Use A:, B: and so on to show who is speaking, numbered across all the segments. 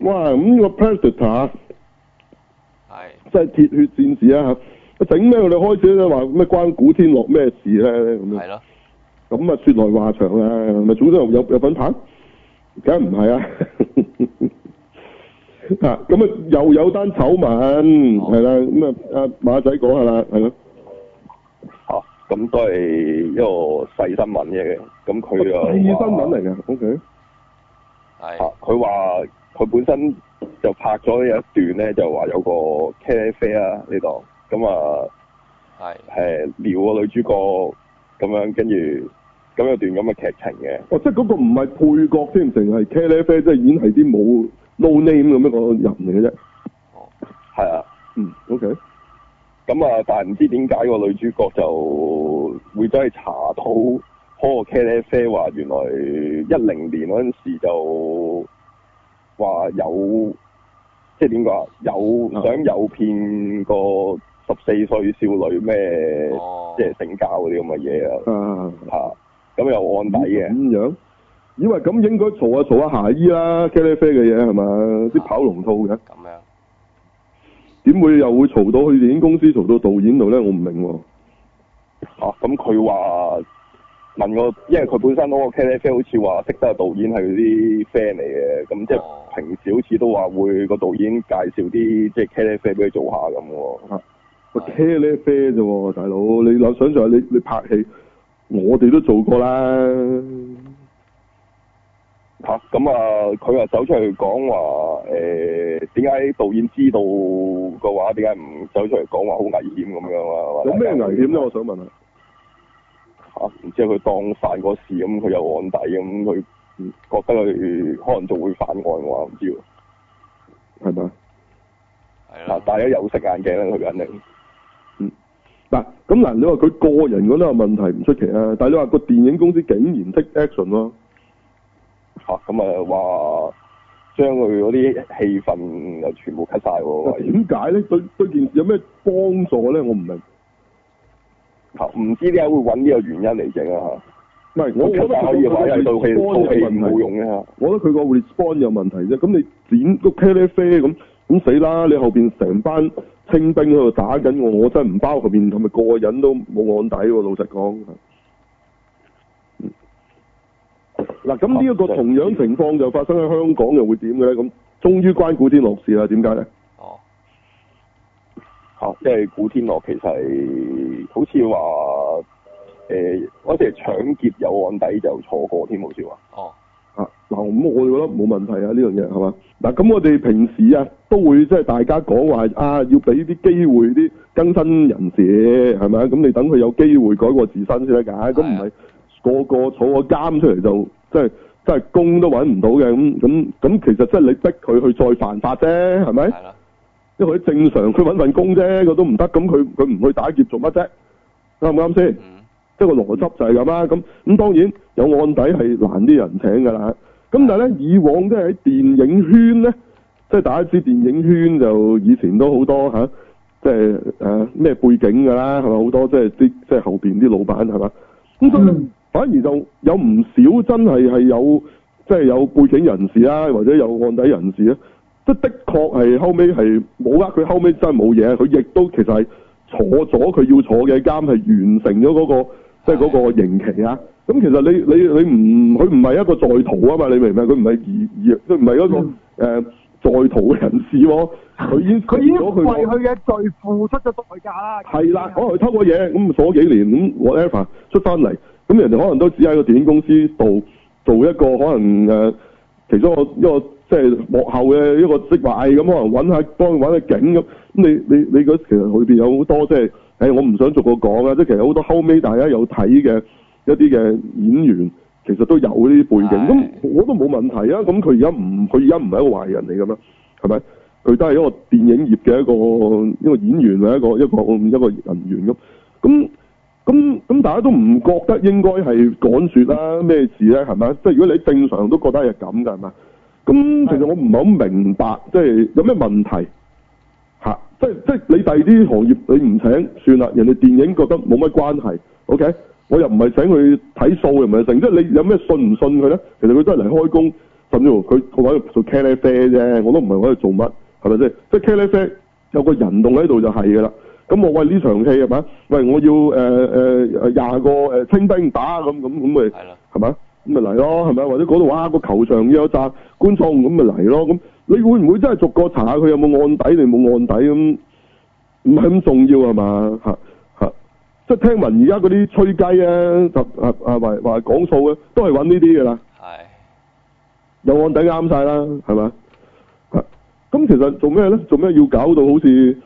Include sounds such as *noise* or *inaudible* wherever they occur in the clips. A: 哇！咁、個 Predator
B: 係
A: 真係鐵血戰士啊嚇！整咩佢哋開始咧話咩關古天樂咩事咧咁樣
B: 係？咯，
A: 咁啊，雪來話長啦，啊咪總之有有份拍，梗係唔係啊？ *laughs* 啊，咁啊又有單醜聞係啦，咁啊阿馬仔講下啦，係咯，
C: 嚇，啊咁都係一個細新聞啫。咁佢
A: 哦細
C: 又話
A: 新聞嚟㗎，OK，嗯
C: 啊
B: 係，
C: 佢話佢本身就拍咗有一段咧，就話有個 care fair 啊呢度，咁啊
B: 係
C: 誒撩個女主角咁樣，跟住咁有段咁嘅劇情嘅，
A: 哦，即係嗰個唔係配角添，淨係茄喱啡，即係演係啲冇 no name 咁樣個人嚟嘅啫，
C: 係啊，
A: 嗯，OK，
C: 咁啊，但係唔知點解個女主角就會走去查到嗰個 care fair 話原來一零年嗰陣時就話有即係點講啊，有
A: 啊
C: 想誘騙個十四歲少女咩？
B: 哦
C: 即，係性交嗰啲咁嘅嘢啊，
A: 啊，
C: 嚇咁有案底嘅，
A: 咁樣，以為咁應該嘈下嘈下霞姨啦，茄喱啡嘅嘢係嘛，啲跑龍套嘅。
B: 咁樣
A: 點會又會嘈到去電影公司嘈到導演度咧？我唔明喎。
C: 嚇啊咁佢話問我，因為佢本身嗰個 K F 好似話識得個導演係佢啲 friend 嚟嘅，咁即係
B: 哦
C: 平時好似都話會個導演介紹啲即係 K F 俾佢做下咁喎。
A: 我茄喱啡啫喎，大佬，你諗想象下你你拍戲，我哋都做過啦。
C: 嚇咁啊，佢又走出去講話誒點解導演知道嘅話，點解唔走出嚟講話好危險咁樣啊？
A: 有咩危險咧？我想問下。
C: 啊，然之後佢當犯過事咁，佢有案底咁，佢覺得佢可能仲會犯案嘅話，唔知喎。
A: 係咪？
B: 係啊
C: 嗱，
A: 啊
B: 咯，
C: 戴咗有色眼鏡啦，佢肯定。
A: 嗱，咁嗱，你話佢個人嗰啲有問題唔出奇啊，但係你話個電影公司竟然 take action 咯，
C: 嚇咁啊話將佢嗰啲氣氛又全部 cut 晒
A: *laughs* 嗱
C: 喎，
A: 點解咧？對對件事有咩幫助咧？我唔明。
C: 嚇啊唔知點解會揾呢個原因嚟整啊
A: 唔係，
C: 嚇。
A: 我我覺得
C: 可以話
A: 佢
C: 係
A: 個
C: 套戲
A: response
C: 套戲
A: 有問題
C: 冇。用嘅啊嚇。
A: 我覺得佢個 response 有問題啫。咁你剪個 c a l i f a 咁，咁死啦！你後邊成班清兵喺度打緊我，我真係唔包後邊係咪個人都冇案底喎？老實講。嗯嗱，咁呢一個同樣情況就發生喺香港，又會點嘅咧？咁終於關古天樂事啦，點解咧？
B: 哦，
C: 嚇，啊即係古天樂其實係好似話誒嗰時係搶劫有案底就錯過添，好似話。
B: 哦，
A: 啊，嗱，咁我覺得冇問題啊，呢樣嘢係嘛？嗱，咁我哋平時啊都會即係大家講話啊，要俾啲機會啲更新人士係咪啊？咁你等佢有機會改過自身先得㗎，咁唔係啊個個坐個監出嚟就即係即係工都揾唔到嘅，咁咁咁其實即係你逼佢去再犯法啫，係咪？
B: 係咯，
A: 因為佢正常佢揾份工啫，佢都唔得，咁佢佢唔去打劫做乜啫？啱唔啱先？
B: 嗯，
A: 即係個邏輯就係咁啦。咁咁當然有案底係難啲人請㗎啦。咁但係咧，以往即係喺電影圈咧，即係大家知電影圈就以前都好多嚇、即係誒咩背景㗎啦，係咪好多即係啲即係後邊啲老闆係嘛？咁所以
D: 嗯
A: 反而就有唔少真係係有即係有背景人士啦，或者有案底人士咧，即係的確係後尾係冇呃佢後尾真係冇嘢，佢亦都其實係坐咗佢要坐嘅監，係完成咗嗰、個即係嗰個刑期啊。咁其實你你你唔佢唔係一個在逃啊嘛，你明唔明？佢唔係疑疑，佢唔係一個誒、
D: 嗯
A: 呃在逃嘅人士喎，佢已經
D: 佢已經
A: 承咗
D: 為
A: 個
D: 佢嘅罪付出咗代價啦。
A: 係啦，可能佢偷過嘢，咁坐幾年，咁 whatever 出翻嚟，咁人哋可能都只喺個電影公司度做一個可能誒、呃其中一個一個即係幕後嘅一個職位，咁可能揾下幫佢揾下景咁。咁你你你嗰其實裏邊有好多即係，誒、我唔想逐個講啊，即係其實好多後尾大家有睇嘅一啲嘅演員，其實都有呢啲背景，咁
B: 係
A: 我都冇問題啊。咁佢而家唔佢而家唔係一個壞人嚟㗎嘛，係咪？佢都係一個電影業嘅一個一個演員或啊者一個一個一個人員咁，咁咁咁大家都唔覺得應該係趕雪啦咩事咧係咪？即係如果你正常都覺得係咁㗎係咪？咁其實我唔係好明白，即係有咩問題嚇、即係即係你第二啲行業你唔請算啦，人哋電影覺得冇乜關係，OK？我又唔係請佢睇數，又唔係成，即係你有咩信唔信佢咧？其實佢都係嚟開工，甚至乎佢佢揾佢做 c a l 啡啫，我都唔係揾佢做乜，係咪先？即係 c a l 啡有個人動喺度就係噶啦。咁我喂呢場戲係咪？喂，我要誒誒廿個誒清兵打咁咁咁咪
B: 係啦，
A: 係咪？咁咪嚟咯，係咪？或者嗰度哇個球場要有扎觀眾咁咪嚟咯。咁你會唔會真係逐個查下佢有冇案底定冇案底咁？唔係咁重要係嘛？嚇嚇，即係聽聞而家嗰啲吹雞咧，就啊啊話話講數咧，都係揾呢啲㗎啦。
B: 係
A: 有案底啱晒啦，係咪？啊咁其實做咩咧？做咩要搞到好似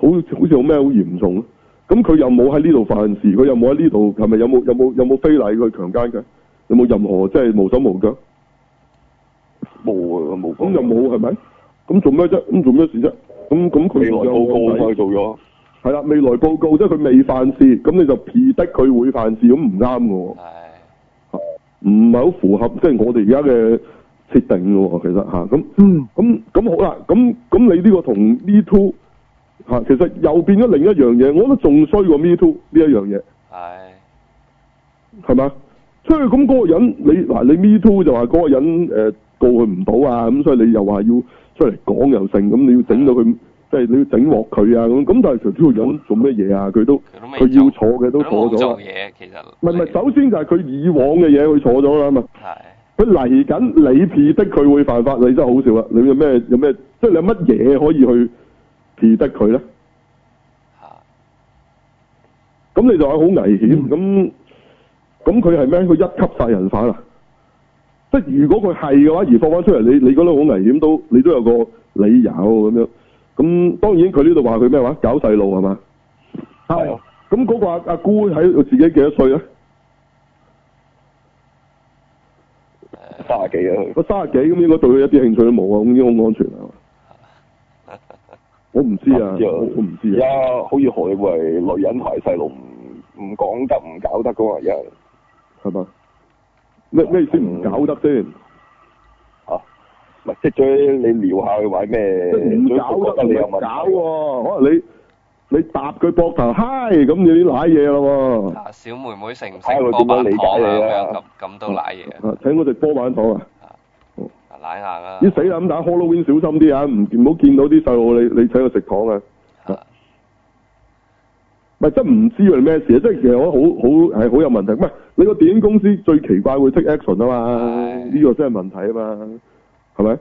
A: 好好似有咩好嚴重咧？咁佢又冇喺呢度犯事，佢又冇喺呢度，係咪有冇有冇有冇非禮佢強姦佢？有冇任何即係無手無腳？
C: 冇啊，冇講
A: 咁又冇係咪？咁做咩啫？咁做咩事啫？咁咁佢
C: 未來報告
A: 有案
C: 佢
A: 底啊
C: 做咗，
A: 係啦，未來報告即係佢未犯事，咁你就撇得佢會犯事，咁唔啱嘅喎。
B: 係
A: 唔係好符合即係我哋而家嘅設定嘅喎，其實嚇咁
D: 嗯，
A: 咁咁好啦，咁咁你呢個同 Me Too 嚇、其實又變咗另一樣嘢，我覺得仲衰過 Me Too 呢一樣嘢，
B: 係
A: 係咪啊？所以咁嗰個人，你嗱你 Me Too 就話嗰個人誒、呃告佢唔到啊，咁所以你又話要出嚟講又成，咁你要整到佢即係你要整鑊佢啊咁，咁但係其實呢個人做乜嘢啊？佢都
B: 佢都未
A: 佢要
B: 做
A: 坐嘅都
B: 佢都冇
A: 坐咗啦
B: 做，嘢，其實
A: 唔係唔係，首先就係佢以往嘅嘢佢坐咗啦啊嘛。
B: 係
A: 佢嚟緊，你 P 的佢會犯法，你真係好笑啊！你有咩有咩，即係你有乜嘢可以去 P 的佢咧？
B: 嚇
A: 咁你就話好危
C: 嗯
A: 險。咁咁佢係咩？佢一級殺人犯啊！即係如果佢係嘅話，而放翻出嚟，你你覺得好危險都，你都有個理由咁樣。咁當然佢呢度話佢咩話搞細路係嘛？
C: 係
D: 係
C: 啊
A: 咁嗰個阿阿姑喺度自己幾多歲咧？
B: 誒
C: 卅幾啊佢。
A: 我三十幾咁應該對佢一啲興趣都冇啊，咁已經好安全啊！
B: *laughs*
A: 我唔知啊，
C: 唔知啊
A: 我我唔知
C: 而
A: 啊
C: 家。好似何以為女人排細路唔唔講得唔搞得噶嘛，而家
A: 係嘛？咩咩意思唔搞得先？
C: 啊，唔係即係最你撩下佢玩咩？
A: 即係唔
C: 最
A: 搞
C: 嗯覺得
A: 得
C: 你
A: 你
C: 有
A: 又
C: 問
A: 搞
C: 題喎。
A: 喎，可能你你搭佢膊頭嗨咁，你啲攋嘢咯
B: 啊小妹妹食唔食
C: 睇下佢
B: 波板
C: 點樣理
B: 糖
C: 解
B: 啊
C: 你
B: 咁
C: 啊
B: 樣咁咁都賴嘢
A: 喎。啊，請我食波板糖啊！
B: 啊，賴硬啦。
A: 咦死啦！咁打 Halloween 小心啲啊，唔唔好見到啲細路你你請佢食糖啊！
B: 啊
A: 咪真唔知佢咩事啊！即係其實我好好係好有問題。唔係你個電影公司最奇怪會 take action 啊嘛，
B: 係
A: 呢個真係問題啊嘛，係咪？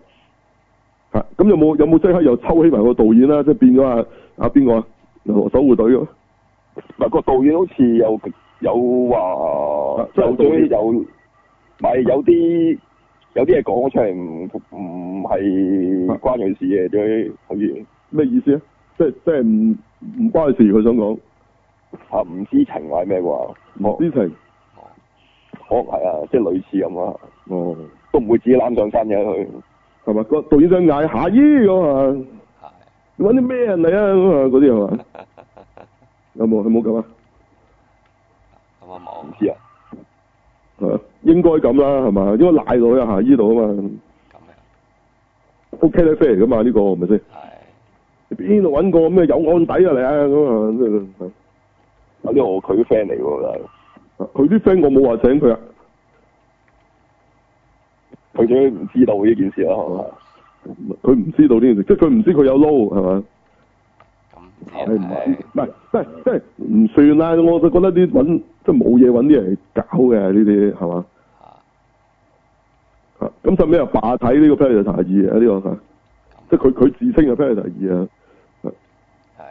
A: 嚇咁有冇有冇即刻又抽起埋個導演啦？即係變咗啊啊邊個啊？守護隊咁。
C: 唔係個導演好似有有話
A: 啊即係
C: 有
A: 導演
C: 啲有，唔係有啲有啲嘢講咗出嚟唔唔
A: 啊
C: 係關佢事嘅，最好似
A: 咩意思啊？即係即係唔唔關佢事，佢想講
C: 啊唔知情或者咩啩？
A: 唔知情
C: 可能係啊，即係類似咁啊，
A: 哦，
C: 都唔會自己攬上身嘅佢。
A: 係嘛？個導演想嗌下姨咁啊，
B: 係
A: 你揾啲咩人嚟啊咁啊嗰啲係嘛？有冇有冇咁啊？
B: 咁啊冇
C: 唔知啊，
A: 係啊，應該咁啦係嘛？因為賴到喺下姨度啊嘛
B: 咁樣
A: ，OK 咧飛嚟噶嘛啊呢個係咪先？
B: 係
A: 你邊度揾個咩有案底啊嚟啊咁啊
C: 呢個我佢 friend 嚟喎，但係
A: 即係？啊佢啲 friend 我冇話請佢啊，
C: 佢都唔知道呢件事啦，係嘛
A: 哦佢唔知道呢件事，即係佢唔知佢有撈係嘛？
B: 咁唔知
A: 唉
B: 啊
A: 唔係
B: 係
A: 唔係，即係即係唔算啦。我就覺得啲揾即係冇嘢揾啲人嚟搞嘅呢啲係嘛？
B: 啊
A: 啊咁最尾又霸睇呢個 Predator 二啊，呢、個啊即係
B: 咁
A: 佢佢自稱係 Predator 二啊，
B: 係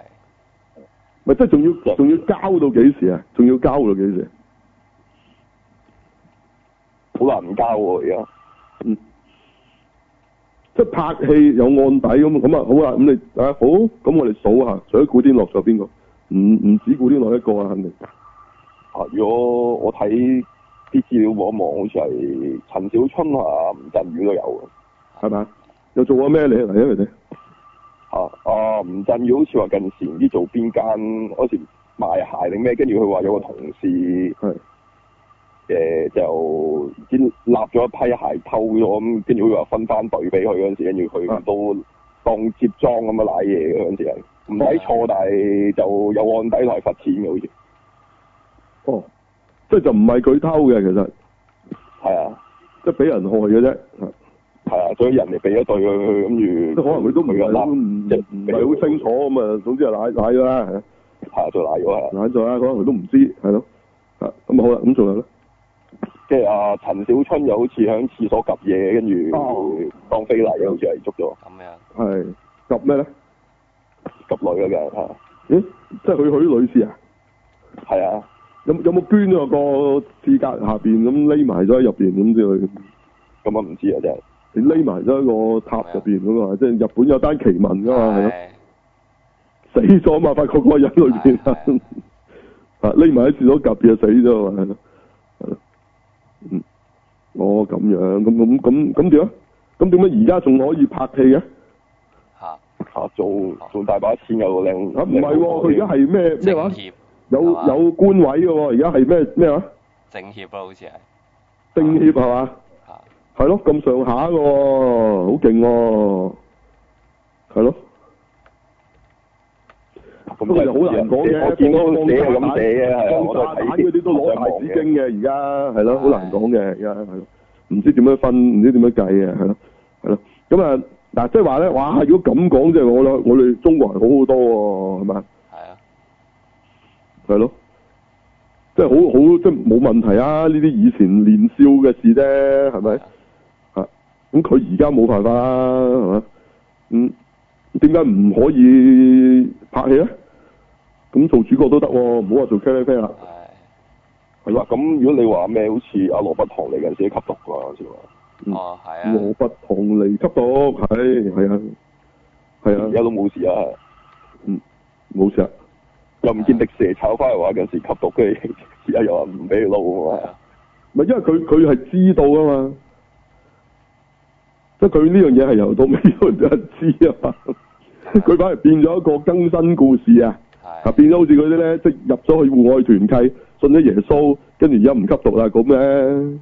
A: 咪即係仲要仲要交到幾時啊？仲要交到幾時？
C: 好難交喎而家。
A: 嗯，即係拍戲有案底咁咁啊，好啦，咁你啊好，咁我哋數下，除咗古天樂仲有邊個？唔唔止古天樂一個啊，肯定
C: 啊，如果我睇啲資料望一望，好似係陳小春啊、吳鎮宇都有
A: 係咪啊？又做過咩你嚟啊？佢哋
C: 啊。啊，吳鎮宇好似話近時唔知做邊間嗰時賣鞋定咩，跟住佢話有個同事
A: 係
C: 誒、就唔知立咗一批鞋偷咗，咁跟住佢話分翻隊俾佢嗰陣時，跟住
A: 啊
C: 佢都當接裝咁樣賴嘢嘅嗰陣時係。唔使錯，但係就有案底同係罰錢嘅，好似
A: 哦，即係就唔係佢偷嘅，其實
C: 係啊。
A: 即係俾人害嘅啫。啊
C: 係啊，所以人哋俾咗對佢，佢
A: 即係
C: 跟住
A: 可能佢都唔
C: 佢
A: 係
C: 就
A: 好
C: 揦
A: 唔
C: 即係
A: 唔係好清楚咁啊，總之係奶奶咗啦，係啊
C: 係啊，就賴咗係啊。
A: 奶咗啦，可能佢都唔知係咯，啊咁好啦，咁仲有咧，
C: 即係阿陳小春又好似喺廁所及嘢，跟
A: 哦
C: 住當非禮啊，好似係捉咗
B: 咁樣
A: 係及咩咧？
C: 及女嗰嘅嚇，
A: 咦，即係佢佢啲女士啊，
C: 係啊，
A: 有有冇捐咗個字格下邊咁匿埋咗喺入邊咁之類？
C: 咁啊唔知啊真係，
A: 你匿埋咗喺個塔入邊咁嘛，即係日本有單奇聞噶嘛，係啊咯，
B: 係
A: 死咗嘛，發覺嗰個人裏邊
B: 係係
A: 啊，匿埋喺廁所隔邊就死咗嘛，係咯，係咯，嗯，哦咁樣，咁咁咁咁點啊？咁點解而家仲可以拍戲嘅？啊
B: 嚇
C: 嚇啊做做大把錢有個靚
A: 啊，唔係喎，佢而家係啊咩咩話
B: 政？協
A: 有
B: 係嘛
A: 有官位嘅喎，而家係咩咩話？
B: 政協啊咯，好似係
A: 政協係嘛？
B: 嚇
A: 係咯，咁上下嘅喎，好勁喎，係咯。
C: 咁
A: 不過就好難講嘅，
C: 啊我見到
A: 放炸彈
C: 佢寫係咁寫嘅，係啊，我都
A: 放炸
C: 係
A: 彈
C: 睇
A: 嗰啲都攞大紙巾嘅，而家係
C: 啊
A: 咯，好難講嘅，而家係咯，唔知點樣分，唔知點樣計嘅，係咯，係咯。咁啊，嗱，即係話咧，哇！如果咁講，即係我哋我哋中國人好好多喎，係咪？
B: 係啊，
A: 係咯，即係好好，即係冇問題啊！呢啲以前年少嘅事啫，係咪
B: 係啊？
A: 啊，咁佢而家冇辦法啦，係咪？嗯，點解唔可以拍戲咧？咁做主角都得喎，唔好話做茄喱啡啦，
B: 係
C: 嗯係啦，咁如果你話咩，好似阿羅伯唐嚟嘅寫吸毒啊，好似話，
A: 嗯
B: 哦係啊，
A: 羅拔唐尼吸毒，係係啊，係
C: 而家
A: 啊，
C: 都冇事啊，係
A: 嗯，冇事啊，
C: 又唔見迪蛇炒翻嚟話有時吸毒，跟住而家又話唔俾佢撈啊
B: 係
C: 嘛，
B: 啊
A: 唔係因為佢佢係知道啊嘛，即係佢呢樣嘢係由到尾都有人知啊嘛，佢反而變咗一個更新故事啊。啊
B: 係
A: 變咗好似嗰啲咧，即係入咗去戶外團契，信咗耶穌，跟住而家唔吸毒啦咁咧，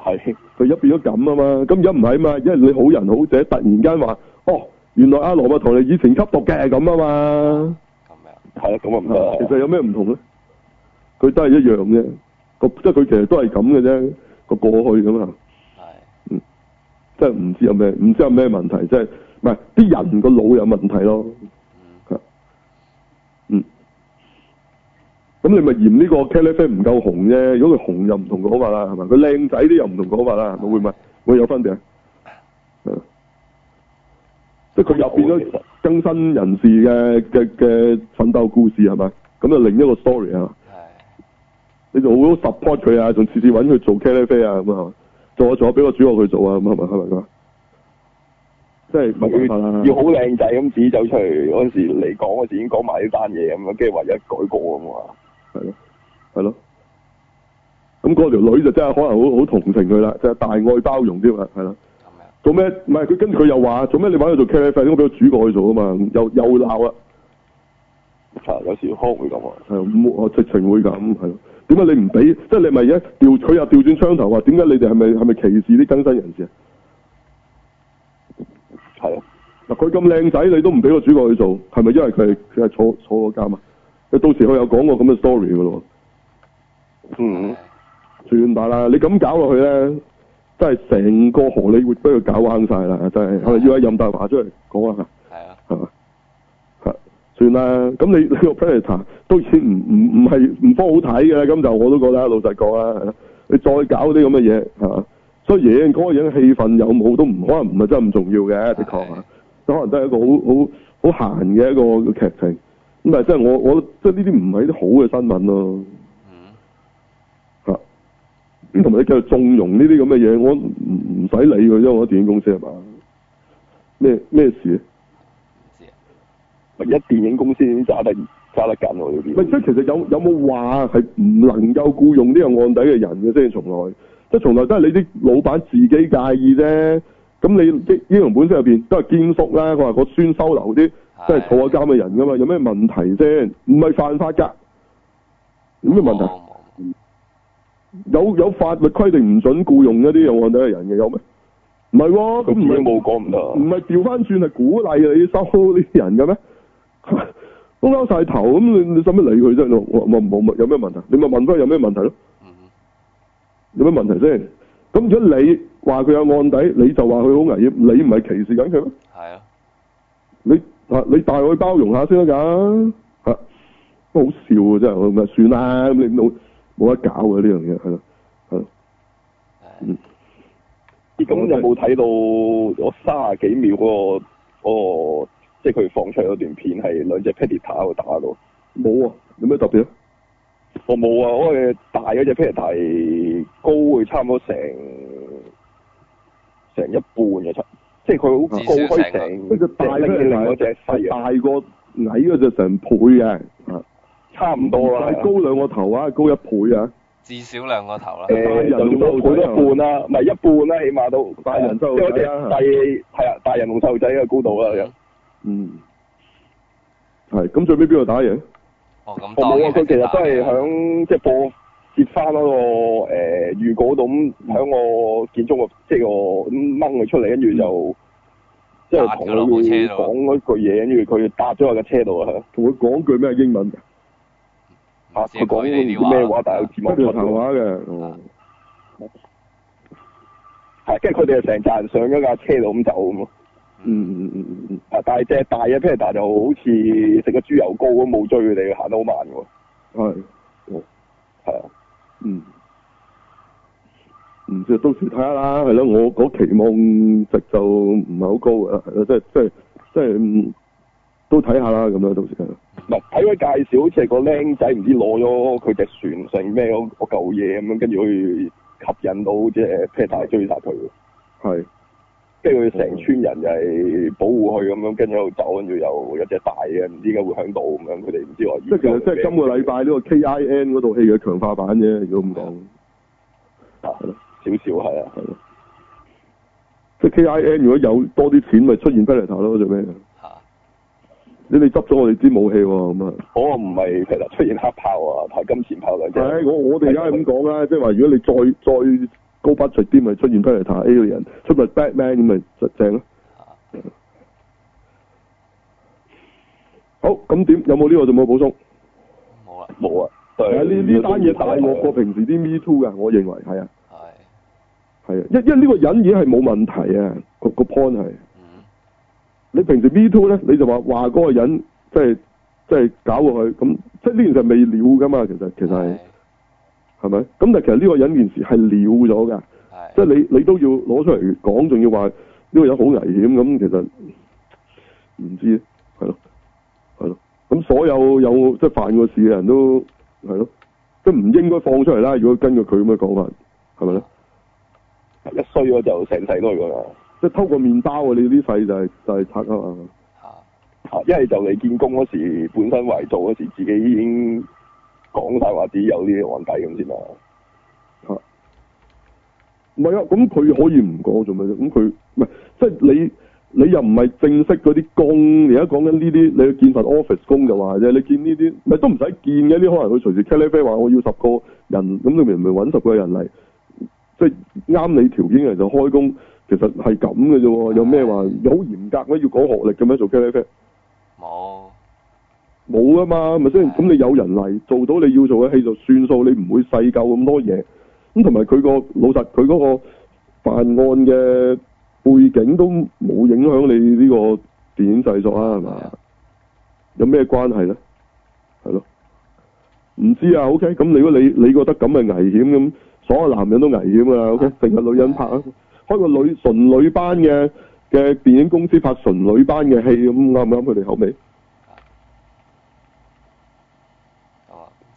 B: 係
C: 係
A: 佢而家變咗咁啊嘛，咁而家唔係啊嘛，因為你好人好者突然間話，哦，原來阿羅伯唐尼以前吸毒嘅咁啊嘛，
B: 咁樣
C: 係啦，咁啊唔得啊
A: 其實有咩唔同咧？佢都係一樣啫，個即係佢其實都係咁嘅啫，個過去咁啊，
B: 係
A: 即係唔知有咩，唔知有咩問題，即係唔係啲人個腦有問題咯。啊
B: 嗯
A: 嗯，咁你咪嫌呢個 c a l i f a 唔夠紅啫？如果佢紅又唔同講法啦，係咪？佢靚仔啲又唔同講法啦，係咪？會唔會會有分別啊？嗯即係佢又變咗更新人士嘅嘅嘅奮鬥故事係咪？咁就另一個 story 啊係嘛？
B: 係
A: 你就好 support 佢啊，仲次次揾佢做 c a l i f a 啊咁啊，做啊做啊，俾個主角佢做啊咁係咪係咪咁啊？即係冇辦法啦
C: 要要好靚仔咁自己走出嚟嗰陣時嚟講嗰時已經講埋呢單嘢咁樣，跟住唯一改過咁啊嘛，
A: 係咯，係咯。咁嗰條女就真係可能好好同情佢啦，即係大愛包容添啊，係啦。
B: 咁樣
A: 做咩？唔係佢跟住佢又話做咩？你揾佢做 c a r r 應該俾個主角去做啊嘛，又又鬧啊，
C: 啊有時可能會咁啊，
A: 係唔我直情會咁係咯。點解你唔俾？即係你咪一調佢又調轉槍頭話點解你哋係咪係咪歧視啲更新人士啊？
C: 係啊，
A: 嗱，佢咁靚仔你都唔俾個主角去做，係咪因為佢係佢係坐坐過監啊？你到時佢有講過咁嘅 story 㗎咯喎。
C: 嗯，
A: 算吧啦，你咁搞落去咧，真係成個荷里活俾佢搞彎晒啦，真係，係咪要阿任達華出嚟講下，
B: 係啊
A: 係嘛？係啊算啦，咁你 *laughs* 你個 Predator 都已經唔唔唔係唔多好睇嘅啦，咁就我都覺得老實講啦，係啦你再搞啲咁嘅嘢啊係嘛？雖然嗰個人氣氛有冇都唔可能唔係真係咁重要嘅，的確啊，可能都係一個好好好閒嘅一個劇情，咁但係即係我我即係呢啲唔係啲好嘅新聞咯。
B: 嗯
A: 嚇！咁同埋你繼續縱容呢啲咁嘅嘢，我唔唔使理佢啫，我電影公司係嘛？咩咩事啊？
B: 唔知啊
C: 唯一電影公司先揸得揸得緊喎呢
A: 咪即
C: 邊，
A: 係其實有有冇話係唔能夠僱用呢個案底嘅人嘅先？從來即係從來都係你啲老闆自己介意啫。咁你英英雄本身入邊都係堅叔啦，佢話個孫收留啲即係坐監嘅人噶嘛，有咩問題先？唔係犯法㗎，有咩問題？
B: 冇冇冇
A: 有有法律規定唔准僱用一啲有案底嘅人嘅有咩？唔係喎，咁
C: 佢自
A: 唔係
C: 己冇講唔得
A: 唔
C: 啊，
A: 係調翻轉係鼓勵你收呢啲人嘅咩？ *laughs* 都拗晒頭咁，你你使乜理佢啫？我我我冇冇有咩問題？你咪問翻有咩問題咯？
B: 嗯
A: 有咩問題先？咁如果你話佢有案底，你就話佢好危險，你唔係歧視緊佢咩？
B: 係咯，
A: 你啊，你帶我去包容下先得㗎，嚇、都好笑啊！真係，我咪算啦，咁你冇冇得搞嘅呢樣嘢，係咯，係咯，
B: 係
A: 嗯，
C: 咦咁有冇睇到我三十幾秒嗰、個嗰個即係佢放出嚟嗰段片係兩隻 Predator 喺度打到？
A: 冇啊，有咩特別啊？
C: 我冇啊，我嘅大嗰只 Predator 高佢差唔多成成一半嘅出，即係佢好
B: 至少
C: 高開
B: 成
C: 成
A: 佢只大
C: 隻拎起另外一隻
A: 係
C: 細啊，
A: 大過矮嗰隻成倍嘅，啊
C: 差唔多啦
A: 但。係高兩個頭啊，高一倍啊，
B: 至少兩個頭啦。
C: 誒，就仲有好多一半啦，唔係一半啦，起碼都
A: 大人細路
C: 因為
A: 仔
C: 隻
A: 啊
C: 細係啊，大人同細路仔嘅高度啊啦。
A: 嗯，係，咁最尾邊個打贏？
B: 哦，咁
C: 我
B: 當
C: 冇啊！
B: 然
C: 佢其實都係
B: 打嘅
C: 響即係播接翻嗰個誒預告度咁，響個建築物即係我咁掹佢出嚟，跟住
B: 嗯
C: 就即係同佢
B: 啊
C: 講嗰句嘢，跟住佢搭咗喺架車度
B: 嗯
C: 啊！
A: 同佢講句咩英文㗎？
B: 唔
C: 嚇
B: 知
C: 佢講
B: 呢啲啊
C: 啲咩話，但係有字幕
A: 乜
C: 出
A: 嘢談
C: 喎。
A: 話嘅？哦，
C: 係跟住佢哋就成扎人上咗架車度咁走咁咯。
A: 嗯嗯嗯嗯嗯，
C: 啊！但係隻大嘅 p a 就好似食咗豬油膏咁，冇追佢哋，行得好慢喎。
A: 係，哦。
C: 係啊，
A: 嗯，唔知到時睇下啦，係咯，我嗰期望值就唔係好高嘅，係咯，即係即係即係嗯都睇下啦，咁樣到時係咯
C: 唔係睇佢介紹，好似係個僆仔唔知攞咗佢隻船上咩嗰嗰嚿嘢咁樣，跟住去吸引到隻 p a 追殺佢。
A: 係
C: 跟住佢成村人就係保護佢咁樣，跟住喺度走，跟住又有隻大嘅，唔知點解會響度咁樣，佢哋唔知我。
A: 即係其實即係今個禮拜呢個 KIN 嗰套戲嘅強化版啫，如果咁講
C: 啊少少係啊，
A: 係咯，即係 KIN 如果有多啲錢，咪出現 Predator 咯，做咩？啊
B: 嚇
A: 你哋執咗我哋支武器喎，咁啊，
C: 嗰個唔係其實出現黑炮啊，係金錢炮兩隻。
A: 係我我哋而家係咁講啦，即係話如果你再再高 budget 啲，咪出現 Predator Alien，出埋 Batman 咁咪就正咯。
B: 嚇
A: 好，咁點有冇呢個仲冇補充？
B: 冇啦，
C: 冇啊，對
A: 係啊呢呢單嘢大鑊
C: 啊
A: 過平時啲 Me Too 噶，我認為係啊，
B: 係
A: 係啊，因因為呢個人已經係冇問題啊，個個 point 係
B: 嗯
A: 你平時 Me Too 咧，你就話話嗰個人即係即係搞過佢，咁即係呢件事係未了噶嘛，其實其實係係咪？咁但係其實呢個人件事係了咗㗎，
B: 係
A: 即係你你都要攞出嚟講，仲要話呢個人好危險咁，其實唔知係咯係咯，咁所有有即係犯過事嘅人都係咯，即係唔應該放出嚟啦。如果根據佢咁嘅講法，係咪咧？
C: 一衰咗就成世都係咁啊！
A: 即係偷個麵包啊！你呢世就係、就係、賊啊嘛，
B: 嚇
C: 啊一係就嚟見工嗰時，本身為做嗰時，自己已經講晒話自己有呢啲案底咁先啦。
A: 嚇！啊唔係啊，咁佢可以唔講做咩啫？咁佢唔係即係你你又唔係正式嗰啲工，而家講緊呢啲你去見份 office 工就話啫，你見呢啲咪都唔使見嘅，呢啲可能佢隨時 c a l i f 話我要十個人，咁你明明揾十個人嚟，即係啱你條件嘅人就開工，其實係咁嘅啫喎，有咩話有好嚴格咩？要講學歷嘅咩做 c a l i f
B: 冇
A: 冇啊嘛，咪先？咁你有人嚟做到你要做嘅戲就算數，你唔會細究咁多嘢。咁同埋佢個老實，佢嗰個犯案嘅背景都冇影響你呢個電影製作啊，係嘛？有咩關係咧？係咯，唔知啊。OK，咁如果你你覺得咁係危險咁，所有男人都危險㗎啦。OK，淨係女人拍啊，開個女純女班嘅嘅電影公司拍純女班嘅戲咁啱唔啱佢哋口味？
B: 咁啊，唔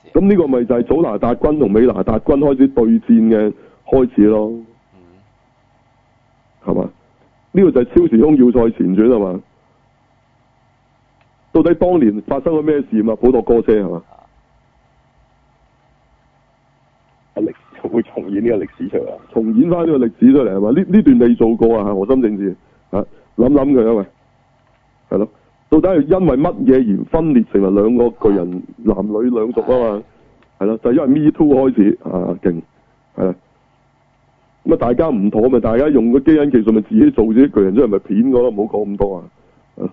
B: 知
A: 咁呢個咪就係祖拿達軍同美拿達軍開始對戰嘅開始咯，
B: 嗯
A: 係嘛？呢、個就係超時空要塞前傳係嘛？到底當年發生咗咩事嘛？普陀哥車係嘛？
B: 嚇
C: 歷史會重現呢個歷史出嚟啊！
A: 重演翻呢個歷史出嚟係嘛？呢呢段你做過啊？核心政治啊，諗諗佢啊喂，係咯？到底係因為乜嘢而分裂成為兩個巨人男女兩族啊嘛？係咯，就係因為 Me Too 開始啊，勁係啦。咁啊，大家唔妥咪大家用個基因技術咪自己做自己巨人出嚟咪片我咯，唔好講咁多啊！啊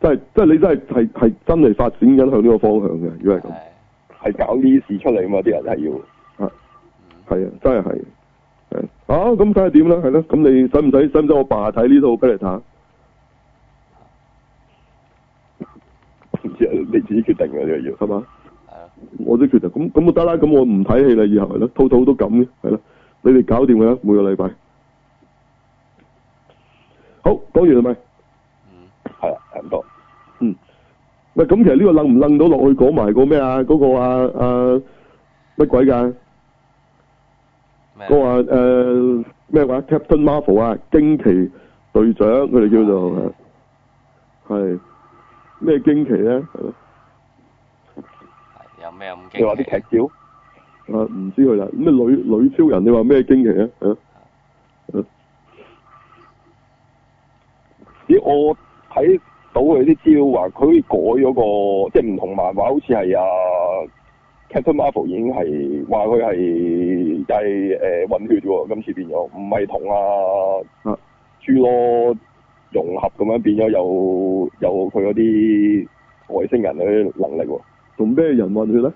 A: 真係真係你真係係係真係發展緊向呢個方向嘅，如果係咁。
B: 係
C: 係搞呢啲事出嚟啊嘛，啲人係要。
A: 啊，
B: 嗯
A: 係啊，真係係，係啊，咁睇下點啦，係咯，咁你使唔使使唔使我爸睇呢套俾你睇？
C: 唔知啊，你自己決定嘅呢個要。
A: 係嘛？
B: 係咯，
A: 我都決定，咁咁我得啦，咁我唔睇戲啦，以後係咯，套套都咁嘅，係咯，你哋搞掂佢啦，每個禮拜。好，講完係咪？
B: 嗯，
C: 係啊，係咁多。
A: 喂，咁其實呢個楞唔楞到落去講埋個咩啊？嗰、個啊啊乜鬼㗎？
B: 咩？
A: 嗰個啊誒咩話？Captain Marvel 啊，驚奇隊長佢哋叫
C: 哦
A: 做係咩驚奇啊咧？係咯
B: 係有咩咁
C: 你話
B: 驚
C: 啲
B: 奇？
C: 劇照？
A: 啊，唔知佢啦。咩女女超人？你話咩驚奇啊？啊係咯
C: 咦，我睇到佢啲資料話，佢改咗個即係唔同漫畫，好似係啊 Captain Marvel 已經係話佢係就係誒混血喎，今次變咗，唔係同啊
A: 啊
C: 侏羅融合咁樣變咗有有佢嗰啲外星人嗰啲能力喎，
A: 同咩人混血咧？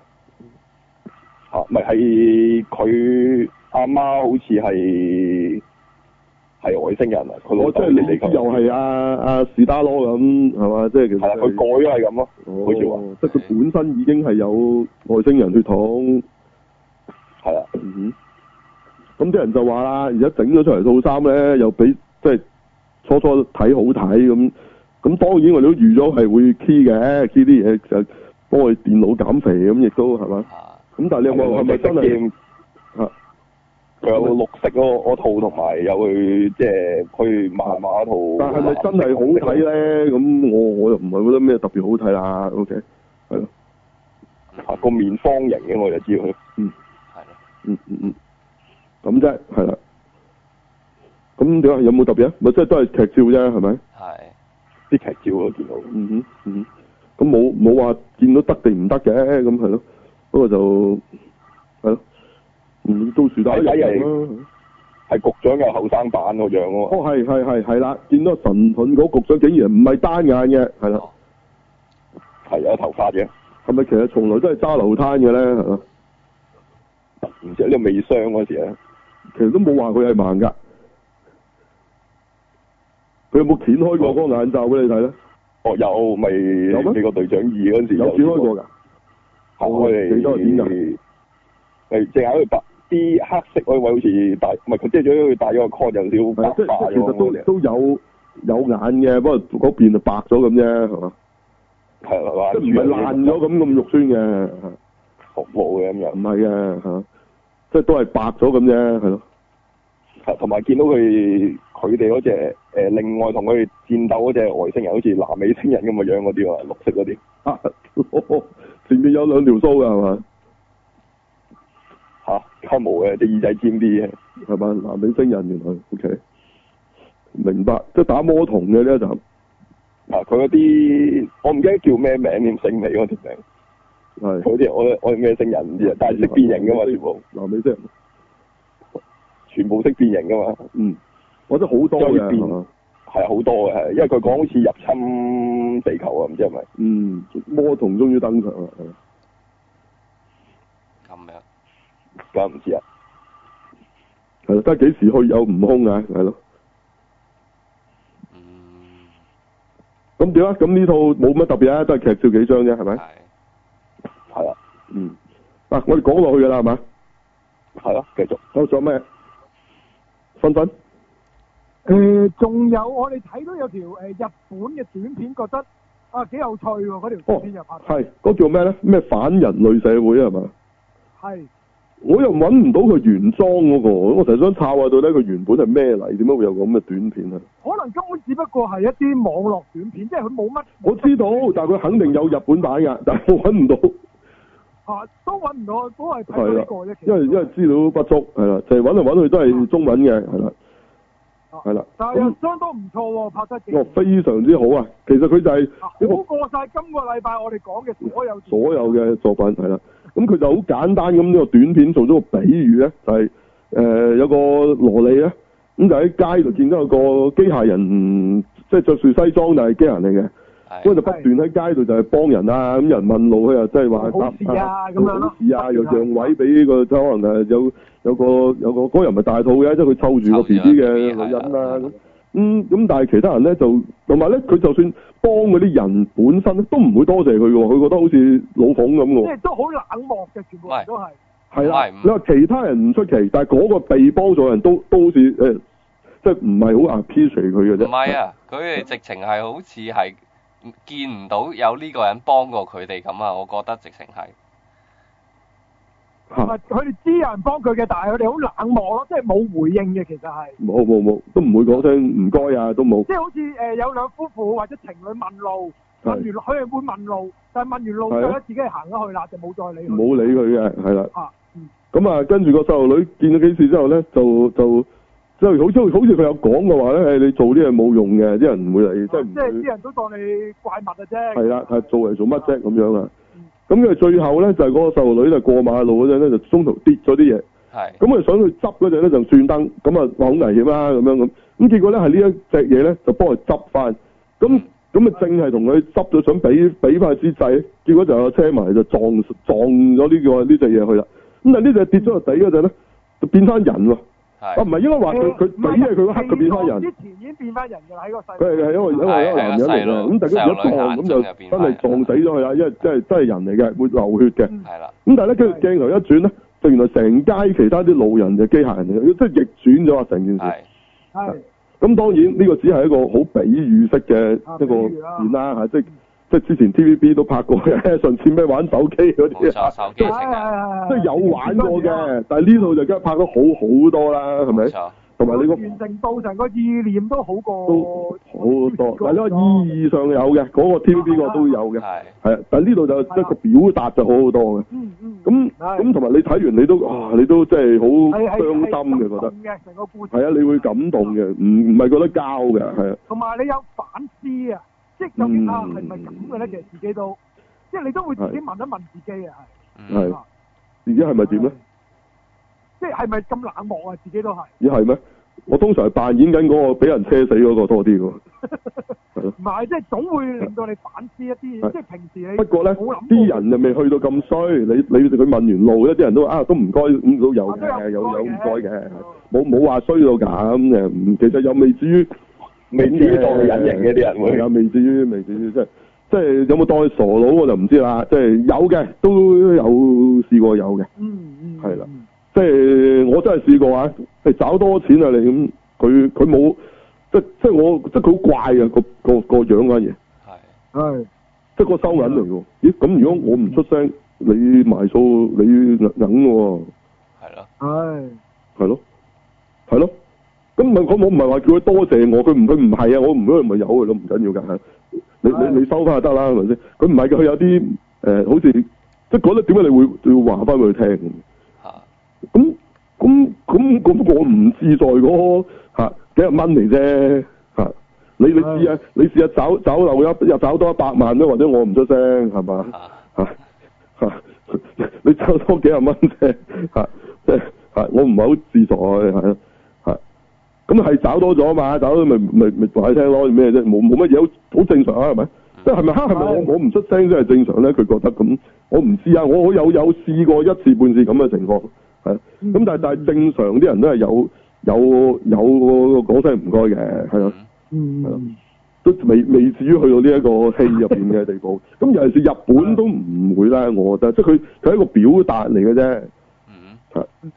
C: 嚇咪係佢阿媽好似係係外星人啊，佢
A: 哦
C: 老
A: 我即
C: 豆
A: 係你
C: 地球
A: 知又係阿阿史達羅咁係嘛？即係其實
C: 係啦，佢
A: 係
C: 改咗係咁咯，好似話
A: 哦，即係佢本身已經係有外星人血統。
C: 係啦。
A: 嗯哼，咁啲人就話啦，而家整咗出嚟套衫咧，又比即係初初睇好睇咁。咁當然我哋都預咗係會 key 嘅，key 啲嘢就幫我哋電腦減肥咁，亦都係嘛。
B: 啊，
A: 咁但係你有冇係咪真係？
C: 係？
A: 啊
C: 佢有綠色嗰嗰套，同埋有佢即係佢漫畫套。
A: 但係咪真係好睇？咧？咁我我又唔係覺得咩特別好睇啦。OK，係咯，
B: 嗯
C: 啊，個面方形嘅我就知佢。
B: 係咯，
A: 嗯嗯嗯，咁啫，係啦。咁點啊？有冇特別啊？咪即係都係劇照啫，係咪？
B: 係
C: 啲劇照我見到。
A: 嗯哼，嗯哼，咁冇冇話見到得定唔得嘅，咁係咯，不過就係咯，嗯，都樹打一樣啦。
C: 係局長嘅後生版個樣
A: 哦
C: 喎，，
A: 係係係係啦，見到神盾局局長竟然唔係單眼嘅，係啦，
B: 哦
C: 係有頭髮嘅，
A: 係咪其實從來都係揸流灘嘅咧？係嘛，
C: 唔知呢個未傷嗰時咧，
A: 其實都冇話佢係盲㗎。佢有冇掀開過嗰個眼罩俾你睇咧？
C: 哦有咪
A: 有咩
C: 美國隊長二嗰時
A: 有掀開過㗎，
C: 行
A: 哦幾多錢㗎
C: 開嚟，誒淨係佢白啲黑色嗰位好似戴，唔係佢即係佢戴咗個 con 有
A: 係
C: 少少
A: 啊即
C: 白化
A: 即其實
C: 咗
A: 都都有有眼嘅，不過嗰邊就白咗咁啫，係嘛？
C: 係嘛？
A: 即係唔係爛咗咁咁肉酸嘅。係
C: 服務嘅咁樣
A: 唔。係嘅嚇，即係都係白咗咁啫，係咯。 *laughs*
C: 同埋見到佢佢哋嗰只誒，另外同佢哋戰鬥嗰只外星人，好似南美星人咁嘅樣嗰啲喎，綠色嗰啲，
A: 啊前面有兩條須㗎係嘛？
C: 嚇溝毛嘅，隻耳仔尖啲嘅，
A: 係嘛？南美星人原來 OK，明白，即係打魔童嘅呢一集
C: 啊佢嗰啲我唔記得叫咩名添，醒你嗰條名，
A: 係
C: 佢啲我我係咩星人唔知啊，但係識變形噶嘛，全部
A: 南美星人，
C: 全部識變形噶嘛，
A: 嗯，或者好多
C: 即
A: 嘅
C: 係會變
A: 係嘛？
C: 係好多嘅，係因為佢講好似入侵地球啊，唔知係咪？
A: 嗯，魔童終於登場啦，係嘛
B: 咁樣，
C: 梗係唔知啊，
A: 係啦，得幾時去有悟空啊？係咯，
B: 嗯，
A: 咁點啊？咁呢套冇乜特別啊，都係劇照幾張啫，係咪？
B: 係
C: 係啊，
A: 嗯，啊，我哋講落去㗎啦，係嘛？
C: 係咯，繼續
A: 仲有咩？分分。
D: 誒，仲有我哋睇到有條誒日本嘅短片，覺得啊幾有趣喎，嗰條短片又拍
A: 哦係嗰叫咩咧？咩反人類社會啊係嘛？
D: 係
A: 我又揾唔到佢原裝嗰、個，我成日想抄下到底佢原本係咩嚟？點解會有個咁嘅短片啊？
D: 可能根本只不過係一啲網絡短片，即係佢冇乜
A: 我知道，但係佢肯定有日本版㗎， *laughs* 但係我揾唔到，
D: 啊，都揾唔到，都係睇啊到呢個啫。其實
A: 啊因為因為資料不足，係啦，就係揾嚟揾去都係中文嘅，係啦，係啦。
D: 哦但係又
A: 咁
D: 相當唔錯喎，拍得幾
A: 我非常之好啊！其實佢就係
D: 啊
A: 一個
D: 好過晒今個禮拜我哋講嘅所有
A: 所有嘅作品係啦。咁佢就好簡單咁呢個短片做咗個比喻咧，就係、呃有個蘿莉咧，咁就喺街度見到有個機械人，即係着住西裝但係機械人嚟嘅，咁佢就
B: 係
A: 不斷喺街度就係幫人啊，咁人問路佢又即係話
D: 好事啊
A: 答
D: 咁樣咯
A: 好事啊，又
D: 不斷啊
A: 讓位俾個可能誒有有個有個嗰個人咪大肚嘅，即係佢湊住個
B: 湊住
A: B
B: 個
A: B 嘅
B: BB
A: 女人啦
B: 係啦係
A: 咁
B: 啦。
A: 嗯，咁但係其他人咧就同埋咧，佢就算幫嗰啲人本身咧，都唔會多謝佢喎，佢覺得好似老馮咁
D: 即
A: 喎。
D: 係都好冷漠嘅，全部人都係。
A: 係啦
B: 唔係唔，
A: 你話其他人唔出奇，但係嗰個被幫助嘅人都都好似誒、即係唔係好 appreciate 佢嘅
B: 唔
A: 啫。
B: 係啊，佢哋直情係好似係見唔到有呢個人幫過佢哋咁啊！我覺得直情係
A: 嚇，
D: 佢哋知有人幫佢嘅，但係佢哋好冷漠咯，即係冇回應嘅，其實係。
A: 冇冇冇，都唔會講聲唔該啊，都冇。
D: 即係好似誒有兩夫婦或者情侶問路，問完
A: 係
D: 佢哋會問路，但係問完路
A: 係啊
D: 之後咧，自己行咗去啦，就冇再理佢。
A: 冇理佢嘅，係啦。
D: 啊，嗯，
A: 咁啊，跟住個細路女見咗幾次之後咧，就就即係好似好似佢有講嘅話咧，誒你做啲嘢冇用嘅，啲人唔會理，即係唔
D: 啊哦即係啲
A: 會
D: 人都當你怪物嘅啫。
A: 係啦，係做嚟做乜啫咁樣啊
D: 嗯？
A: 咁佢最後咧就係嗰個細路女就過馬路嗰陣咧就中途跌咗啲嘢，
B: 係
A: 咁佢想去執嗰陣咧就轉燈，咁啊話好危險啦咁樣咁，咁結果咧係呢一隻嘢咧就幫佢執翻，咁咁啊正係同佢執咗想俾俾翻之際，結果就有車埋就撞撞咗呢、個呢只嘢去啦，咁但係呢只跌咗落地嗰陣咧就變翻人喎。啊，
B: 係
A: 唔係嗯應該話佢佢佢因為佢嗰刻佢變翻人，
D: 之前已經變翻人㗎啦，喺個世。啊
A: 佢係係因為因為一個男人嚟嘅，咁但係佢一撞咁就真係撞死咗佢啦，因為真係真係人嚟嘅，會流血嘅。
D: 嗯
B: 係啦，
A: 咁但係咧，佢鏡頭一轉咧，就原來成街其他啲路人就機械人嚟嘅，即係逆轉咗啊成件事。
B: 係
D: 係
A: 咁當然呢個只係一個好比喻式嘅一個片啦嚇，即係即係之前 TVB 都拍過嘅，上次咩玩手機嗰
B: 冇
A: 啲啊
B: 錯，手機
D: 係
B: 成日
D: 啊係
A: 即係有玩過。
D: 係
A: 嘅，但係呢套就梗係拍得好好多啦，係咪
B: 冇？錯，
A: 同埋你個
D: 完成到成個意念都好過
A: 都好多，
D: 係
A: 但係呢個意義上有嘅，嗰、個 TVB 個都有嘅，
B: 係
A: 係啊，但係呢度就即係個表達就好好多嘅。
D: 嗯嗯，
A: 咁
D: 係
A: 咁同埋你睇完你都啊，你都真係好
D: 係係
A: 傷心嘅，覺得
D: 感動嘅成個故事
A: 係啊，你會感動嘅，唔唔係覺得交嘅，係啊，
D: 同埋你有反思啊，即係究竟啊
A: 嗯
D: 係咪咁嘅咧？其實自己都，即係你都會自己問一問自己啊，
B: 嗯
A: 係自己係咪點咧？？
D: 即係係咪咁冷漠啊？自己都係，
A: 咦係咩？我通常係扮演緊嗰個俾人車死嗰個多啲
D: *laughs*
A: 嘅喎，係咯。
D: 唔係即係總會令到你反思一
A: 係
D: 啲嘢，即係平時你
A: 不過咧，
D: 冇諗
A: 啲人就未去到咁衰。你你佢問完路咧，啲人都話啊，都唔該，咁都有
D: 啊都
A: 嘅，有
D: 有唔
A: 有
D: 該
A: 唔該
D: 嘅
A: 嘅，冇冇話衰到咁嘅。唔其實又未至於。
C: 未至於當佢隱形嘅啲人會
A: 有未至於，未至於，即係即係有冇當佢傻佬啊我就唔知啦。即係有嘅，都有試過有嘅，
D: 嗯嗯
A: 係啦即係我真係試過啊！你找多錢啊你咁，佢佢冇即即係我即係佢好怪啊個個個樣嗰樣嘢，
B: 係
D: 係
A: 即係個收銀嚟嘅喎。咦咁如果我唔出聲，你埋數你硬喎，
B: 係咯，
D: 係
A: 係咯係咯。咁唔係我我唔係話叫佢多謝我，佢唔佢唔係啊，我唔佢咪有嘅咯，唔緊要㗎。你
D: 係
A: 你你收翻就得啦，係咪先？佢唔係嘅，佢有啲誒、呃好似即係覺得點解你會要話翻俾佢聽？
B: 嚇
A: 咁咁咁咁，我唔志在嗰嚇幾廿蚊嚟啫嚇。你你試下你試下找找漏一又找多一百萬咧，或者我唔出聲係嘛
B: 嚇
A: 嚇嚇？你找多幾廿蚊啫嚇，即係嚇我唔係好志在係嚇。咁係找多咗嘛？找咗咪咪咪話你聽咯，咩啫？冇冇乜嘢，好好正常啊，係咪？即係係咪黑係咪我
D: 係
A: 我唔出聲真係正常咧？佢覺得咁，我唔知啊。我我有有試過一次半次咁嘅情況，係啊
D: 嗯
A: 咁但係但係正常啲人都係有有有講聲唔該嘅，係啊，
B: 嗯
D: 嗯
A: 都未未至於去到呢一個戲入邊嘅地步。咁尤其是日本都唔會啦，我覺得即係佢佢係一個表達嚟嘅啫。
B: 嗯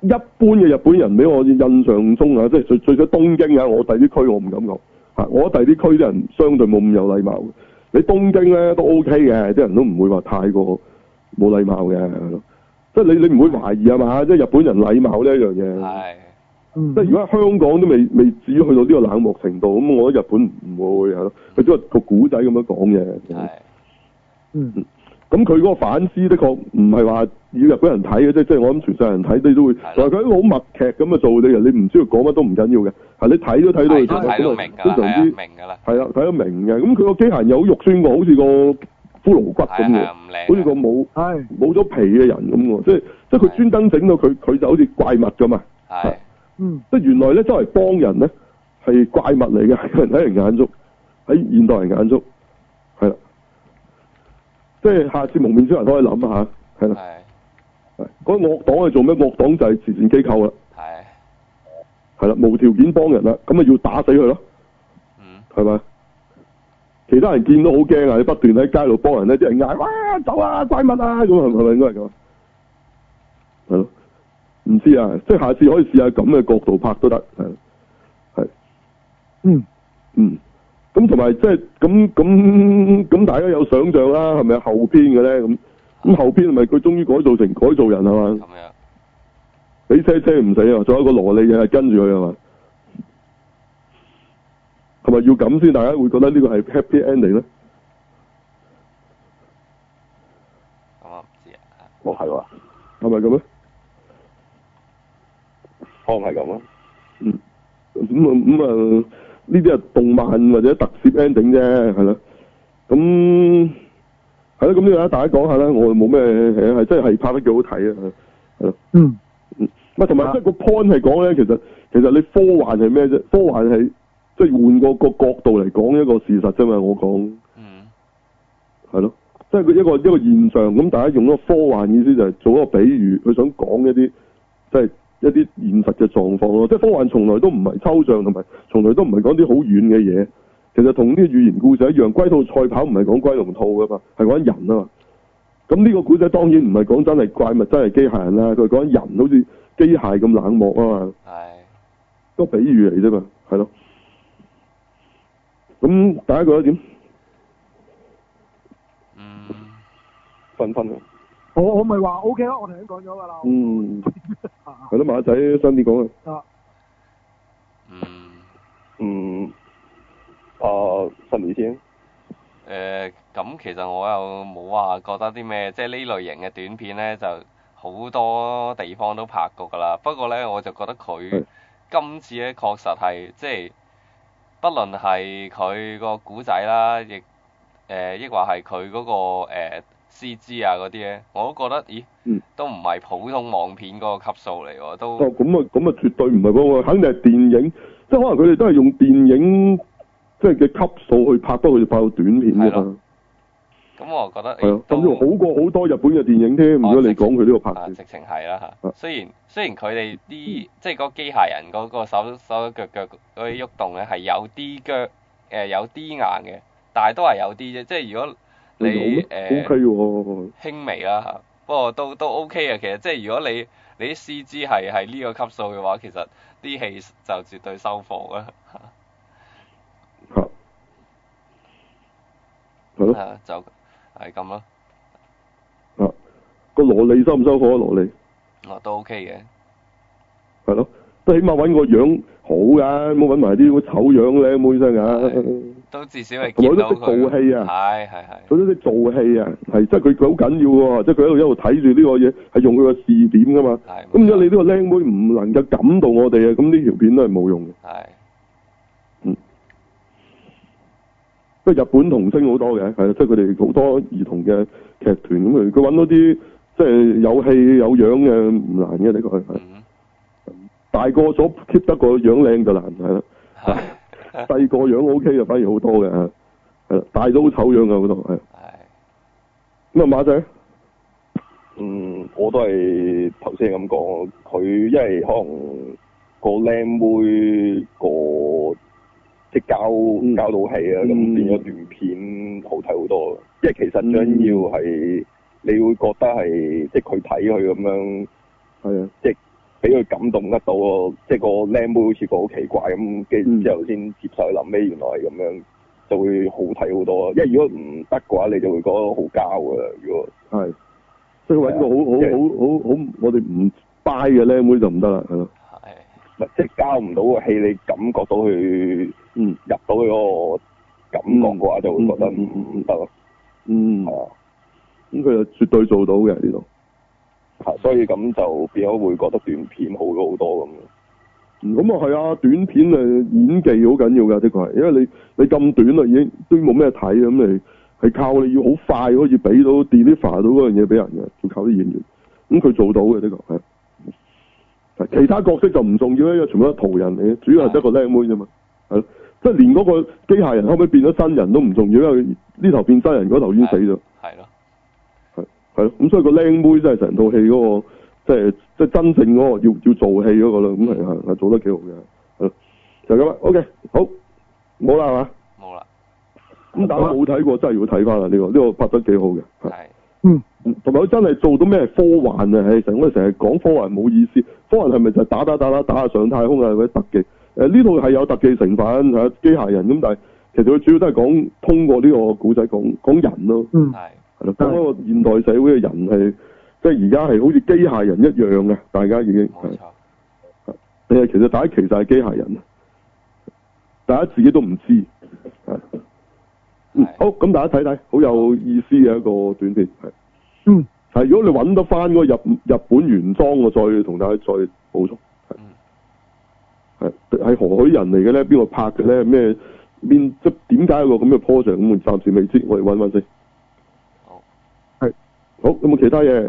A: 一般嘅日本人俾我印象中啊，即係最最咗東京啊，我第啲區我唔敢講嚇，我覺得第啲區啲人相對冇咁有禮貌嘅。你東京咧都 OK 嘅，啲人都唔會話太過冇禮貌嘅，即係你你唔會懷疑啊嘛，即係日本人禮貌呢一樣嘢。
B: 係
D: 嗯
A: 即係如果喺香港都未未至於去到呢個冷漠程度，咁我覺得日本唔會係咯，佢只係個古仔咁樣講嘅。
B: 係
D: 嗯
A: 咁佢嗰個反思的確唔係話要日本人睇嘅，即係即係我諗全世界人睇你都會，
B: 係
A: 同埋
B: 咯
A: 佢一個好默劇咁啊做你人，你唔知佢講乜都唔緊要嘅，係你睇都睇到佢
B: 睇
A: 做
B: 都
A: 乜，
B: 睇到
A: 咁啊
B: 明㗎啦，
A: 非常之係
B: 係啊明㗎啦，
A: 啦，睇得明嘅。咁佢個機械人又好肉酸喎，好似個骷髏骨咁
B: 係
A: 喎
B: 啊，唔靚，
A: 好似個冇
D: 係
A: 冇咗皮嘅人咁喎，即係即係佢專登整到佢佢就好似怪物咁啊！
B: 係
D: 嗯
A: 即係原來咧周圍幫人咧係怪物嚟嘅， *laughs* 喺人喺人眼中，喺現代人眼中
B: *laughs*
A: 係啦。即係下次蒙面超人可以諗下，係啦。
B: 係
A: 啊係嗰個惡黨係做咩？惡黨就係慈善機構啦，
B: 係，
A: 係啦，無條件幫人啦，咁啊咪要打死佢咯，
B: 嗯，
A: 係咪？其他人見到好驚啊！你不斷喺街度幫人咧，啲人嗌：哇，走啊，怪物啊！咁係咪係咪應該係咁？係咯，唔知啊，即係下次可以試下咁嘅角度拍都得，係係。
D: 嗯，
A: 嗯，咁同埋即係咁咁咁，大家有想像啦，係咪後編嘅咧？咁咁後編係咪佢終於改造成改造人係嘛？
B: 咁樣，
A: 俾車車唔死啊！仲有一個羅莉又係跟住佢係嘛？係咪要咁先？大家會覺得呢個係 happy ending 咧？
B: 咁我唔知啊，
C: 我係喎，
A: 係咪咁啊咧？
C: 可能哦係咁啊咯。
A: 嗯，咁啊咁啊，呢啲係動漫或者特攝 ending 啫，係啦。咁係啦，咁呢個大家講下啦，我冇咩係係真係拍得幾好睇啊！係咯。
D: 嗯，
A: 唔係，同埋
D: 啊
A: 即係個 point 係講咧，其實其實你科幻係咩啫？科幻係即係換個個角度嚟講一個事實啫嘛。我講
B: 嗯，
A: 係咯，即係佢一個一個現象咁，大家用一個科幻意思就係做一個比喻，佢想講一啲即係一啲現實嘅狀況咯。即係科幻從來都唔係抽象，同埋從來都唔係講啲好遠嘅嘢。其實同呢啲寓言故事一樣，龜兔賽跑唔係講龜同兔噶嘛，係講緊人啊嘛。咁呢個古仔當然唔係講真係怪物、真係機械人啦，佢係講緊人好似機械咁冷漠啊嘛。
B: 係，
A: 個比喻嚟啫嘛，係咯。咁大家覺得點？
B: 嗯，
C: 分分咯，啊
D: 我我咪話 O K 啦，我頭先講咗㗎啦。
A: 嗯，係咯，馬仔新啲講啊。
D: *laughs* 啊，
B: 嗯，
C: 嗯，啊，新年先，
B: 誒，呃咁其實我又冇話覺得啲咩，即係呢類型嘅短片咧就好多地方都拍過㗎啦。不過咧，我就覺得佢
A: 係
B: 今次咧確實係即係，不論係佢個古仔啦，亦誒，抑或係佢嗰個誒 CG 啊嗰啲咧，我都覺得，咦
A: 嗯，
B: 都唔係普通網片嗰個級數嚟喎，都
A: 哦，咁啊，咁啊，絕對唔係嗰個，肯定係電影，即係可能佢哋都係用電影即係嘅級數去拍，不過佢哋拍到短片
B: 係
A: 啫
B: 咯
A: 嘛。
B: 咁我覺得，
A: 係
B: 咦
A: 啊，甚至
B: 都
A: 好過好多日本嘅電影添。如果你講佢呢個拍
B: 啊，
A: 攝，
B: 直情係啦嚇
A: 啊。
B: 雖然雖然佢哋啲即係嗰個機械人嗰個手手腳腳嗰啲喐動咧係有啲腳誒、有啲硬嘅，但係都係有啲啫。即係如果你
A: 你啊好咩
B: 誒、
A: ？O K 喎，
B: 輕微啦嚇，不過都都 OK 嘅。其實即係如果你你啲 CG 係係呢個級數嘅話，其實啲戲就絕對收貨啦。
A: 嚇，係咯，
B: 啊就係咁咯，
A: 嚇個羅莉收唔收貨啊？羅莉？
B: 我都 OK 嘅。
A: 係咯，都起碼揾個樣好噶，冇揾埋啲醜樣咧，冇聲
B: 係
A: 噶。
B: 都至少係
A: 同埋都
B: 見到
A: 識
B: 佢。
A: 做戲啊
B: 係係係。
A: 佢都識做戲啊，係即係佢佢好緊要喎，即係佢喺度一路睇住呢個嘢，係用佢個視點噶嘛。
B: 係冇
A: 咁如果
B: 錯
A: 你呢個靚妹唔能夠感動我哋啊，咁呢條片都係冇用嘅。
B: 係
A: 嗯即係日本童星好多嘅，係啊即係佢哋好多兒童嘅劇團咁佢佢揾到啲即係有戲有樣嘅唔難嘅，的確係係
B: 嗯
A: 大個咗 keep 得個樣靚就難係啦。
B: 係
C: 啊
A: 細個樣 O K 就反而好多嘅，係係啦，大咗好醜樣嘅好多係。
B: 係。
A: 咁啊，馬仔，
C: 嗯，我都係頭先咁講，佢因為可能個靚妹個即係交、
A: 嗯
C: 交到戲啊，咁、
A: 嗯
C: 變咗段片好睇好多。因為其實張要係你會覺得係即係佢睇佢咁樣，
A: 係啊，
C: 俾佢感動得到咯，即係個靚妹好似個好奇怪咁，跟
A: 嗯
C: 住之後先接受佢臨尾原來係咁樣，就會好睇好多。因為如果唔得嘅話，你就會覺得好膠噶啦。如果
A: 係，即係揾個好好
C: 即係
A: 好好好，我哋唔 buy 嘅靚妹就唔得啦，係咯，
B: 係
C: 唔係即係交唔到個戲，你感覺到佢
A: 嗯
C: 入到佢嗰個感覺嘅話，就會覺得
A: 嗯嗯嗯嗯
C: 唔得咯。啊
A: 嗯，
C: 係啊，
A: 咁佢就絕對做到嘅呢度。
C: 係啊所以咁就變咗會覺得短片好咗好多咁。
A: 啊嗯咁啊係啊，短片誒演技好緊要㗎，的確係，因為你你咁短啊啦，已經都冇咩睇啊咁你係靠你要好快可以俾到 deliver 到嗰樣嘢俾人嘅，要靠啲演員。咁佢做到嘅的確係。係其他角色就唔重要啦，因為全部都係途人嚟嘅，主要係得個靚妹啫嘛。係咯，即係連嗰個機械人後尾變咗新人都唔重要，因為呢頭變新人嗰頭已經死咗。
B: 係咯，
A: 係咯，咁所以個靚妹真係成套戲嗰個即係即係真正嗰個要要做戲嗰個啦，咁係係係做得幾好嘅，係咯就係咁啦。OK，好，冇啦係嘛？
B: 冇啦，
A: 咁大家冇睇過真係要睇翻啦，呢、個呢、個拍得幾好嘅，係
B: 係
D: 嗯，
A: 同埋佢真係做到咩科幻啊！係成我哋成日講科幻冇意思，科幻係咪就係打打打打打下上太空啊？或者特技？誒、呢套係有特技成分係機械人咁，但係其實佢主要都係講通過呢個古仔講講人咯，
D: 嗯，
B: 係
A: 係咯，講一個現代社會嘅人係即係而家係好似機械人一樣嘅，大家已經
B: 冇
A: 係
B: 錯，
A: 誒，其實大家其實係機械人，啊大家自己都唔知係。嗯
B: 係
A: 好，咁大家睇睇，好有意思嘅一個短片係。
D: 嗯，
A: 係，如果你揾得翻嗰個日日本原裝，我再同大家再補充。
B: 嗯
A: 係係何許人嚟嘅咧？邊個拍嘅咧？咩邊即點解有個咁嘅 project？咁我暫時未知，我哋揾揾先。
B: 好
D: 係。
A: 好，有冇其他嘢？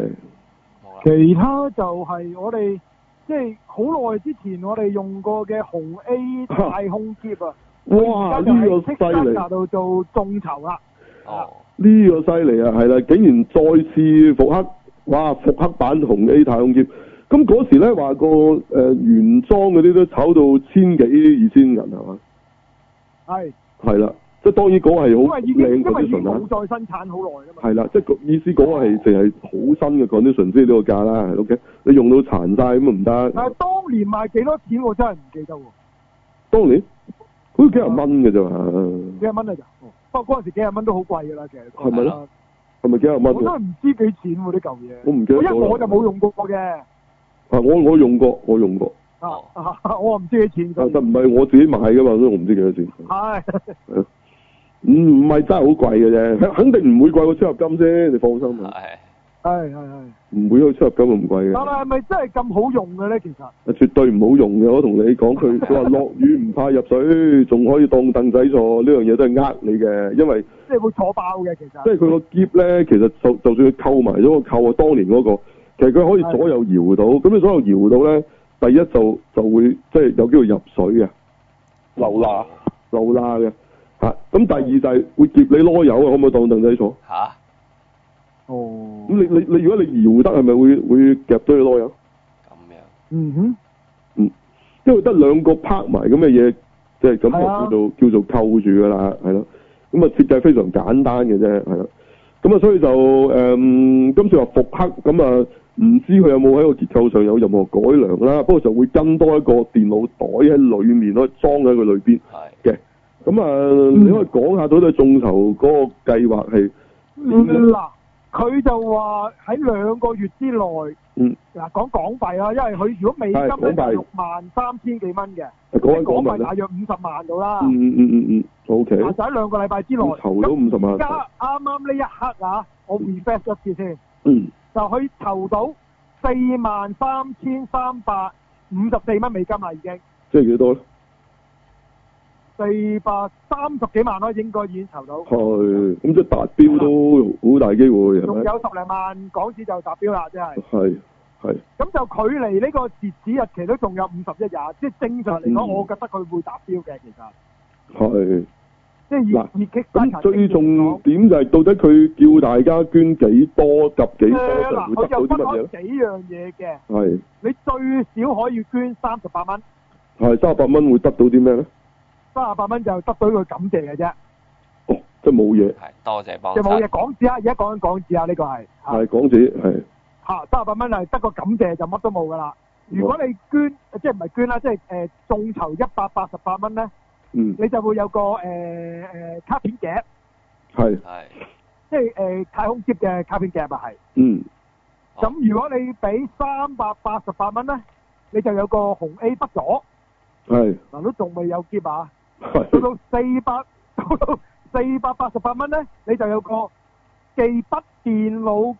B: 冇啦，
D: 其他就係我哋即係好耐之前我哋用過嘅紅
A: *laughs*
D: A 太空劫啊，
A: 哇！
D: 而家就
A: 呢、
D: 喺
A: 個犀利，
D: Kickstarter 度做眾籌啦，
B: 哦，
A: 呢、個犀利啊！係啦，竟然再次復刻，哇！復刻版紅 A 太空劍。咁嗰時咧話個誒、呃原裝嗰啲都炒到千幾二千銀係嘛？
D: 係
A: 係啦，即係當然嗰個係
D: 因
A: 好
D: 啊為已經
A: 靚
D: 因為已
A: condition
D: 經
A: 啦
D: 冇，再生產好耐啦
A: 啊
D: 嘛，
A: 係啦，即係個意思嗰個係淨係好新嘅 condition 先呢個價啦係，OK？你用到殘晒咁啊唔得
D: 但係。當年賣幾多錢我真係唔記得喎，
A: 嗯當年好似幾廿蚊嘅啫嘛
D: 幾，廿蚊啊咋？哦不過嗰陣時幾廿蚊都好貴㗎啦，其實
A: 係咪
B: 咧
D: 啊
A: 係咪幾廿
D: 我
A: 蚊
D: 真
A: 啊
D: 係唔知幾錢喎呢嚿嘢，
A: 我唔記得咗啦
D: 因為我就冇用過嘅，
A: 啊？我我用過，我用過，
D: 啊
B: 哦
D: 啊 *laughs* 我唔知幾錢
A: 但
D: 㗎，
A: 唔係我自己買嘅嘛，所以我唔知幾多錢。
D: 係。
A: 唔唔係真係好貴嘅啫，肯肯定唔會貴過超合金先，你放心啊，
B: 係
D: 係係係，
A: 唔會有超合金咁貴
D: 但
A: 嘅，
D: 係咪真係咁好用嘅咧？其實
A: 絕對唔好用嘅。我同你講，佢佢話落雨唔怕入水，仲可以當凳仔坐，呢樣嘢都係呃你嘅，因為
D: 即係會坐爆嘅，其
A: 即
D: 實
A: 係佢個夾咧，其實就就算佢扣埋咗個扣啊，當年嗰、個，其實佢可以左右搖到，咁你左右搖到咧，第一就就會即係有機會入水嘅。
C: 流啦，
A: 漏啦嘅嚇。咁第二就係會劫你啰柚啊，可唔可以當凳仔坐？
B: 吓，
D: 哦
A: 咁你你你如果你搖得係咪會會夾到你啰柚？
B: 咁樣
D: 嗯哼，
A: 因為得兩個拍埋咁嘅嘢，即係咁就
D: 係啊
A: 叫做叫做扣住㗎啦，係咯。咁啊設計非常簡單嘅啫，係啦。咁啊，所以就誒、嗯今次話復刻，咁啊唔知佢有冇喺個結構上有任何改良啦。不過就會跟多一個電腦袋喺裡面可以裝喺佢裏邊。
B: 係
A: 咁啊，你可以講下到底眾籌嗰個計劃係點咧
D: 嗱，佢就話喺兩個月之內，
A: 嗯，
D: 嗱講港幣啦，因為佢如果美
A: 係
D: 金
A: 港幣
D: 咧六萬三千幾蚊嘅，
A: 講緊
D: 港
A: 講
D: 幣
A: 文啦
D: 大。約五十萬到啦，
A: 嗯嗯嗯嗯，O K，
D: 但就喺兩個禮拜之內，
A: 咁籌到
D: 咁
A: 五十萬
D: 而，家啱啱呢一刻啊，我 refresh 咗次先，
A: 嗯，
D: 就佢投到四萬三千三百五十四蚊美金啦，已經。
A: 即係幾多咧？
D: 四百三十幾萬咯，應該已經籌到，
A: 係，咁即係達標都好大機會係
D: 仲
A: 咪？哦
D: 有十零萬港紙就達標啦，真係。
A: 係係，
D: 咁就距離呢個截止日期都仲有五十一日，即係正常嚟講，
A: 嗯
D: 我覺得佢會達標嘅，其實。
A: 係，
D: 即係以
A: 嗱
D: 以 k
A: 咁最重點就係到底佢叫大家捐幾多及幾多就
D: 啊嗱，
A: 會得到
D: 佢就
A: 啲乜嘢
D: 分開
A: 咧？
D: 幾樣嘢嘅，
A: 係
D: 你最少可以捐三十八蚊，
A: 係三十八蚊會得到啲咩咧？
D: 三十八蚊就得到佢感謝嘅啫，
A: 哦，即係冇嘢，
B: 係，多謝幫
D: 就冇
B: 襯，
D: 嘢港紙啊，而家講緊港紙啊，呢個係嚇
A: 哦係港紙係
D: 嚇三十八蚊係得個感謝就乜都冇㗎啦。如果你捐，即係唔係捐啦，即係誒眾籌一百八十八蚊咧。
A: 嗯
D: 你就會有個誒誒、呃卡片夾，
A: 係
B: 係，
D: 即係誒、呃太空貼嘅卡片夾啊，係。
A: 嗯
B: 哦
D: 咁如果你俾三百八十八蚊咧，你就有個紅 A 不咗，
A: 係
D: 嗱都仲未有夾啊。到
A: 係
D: 到四百 *laughs* 到到四百八十八蚊咧，你就有個記筆電腦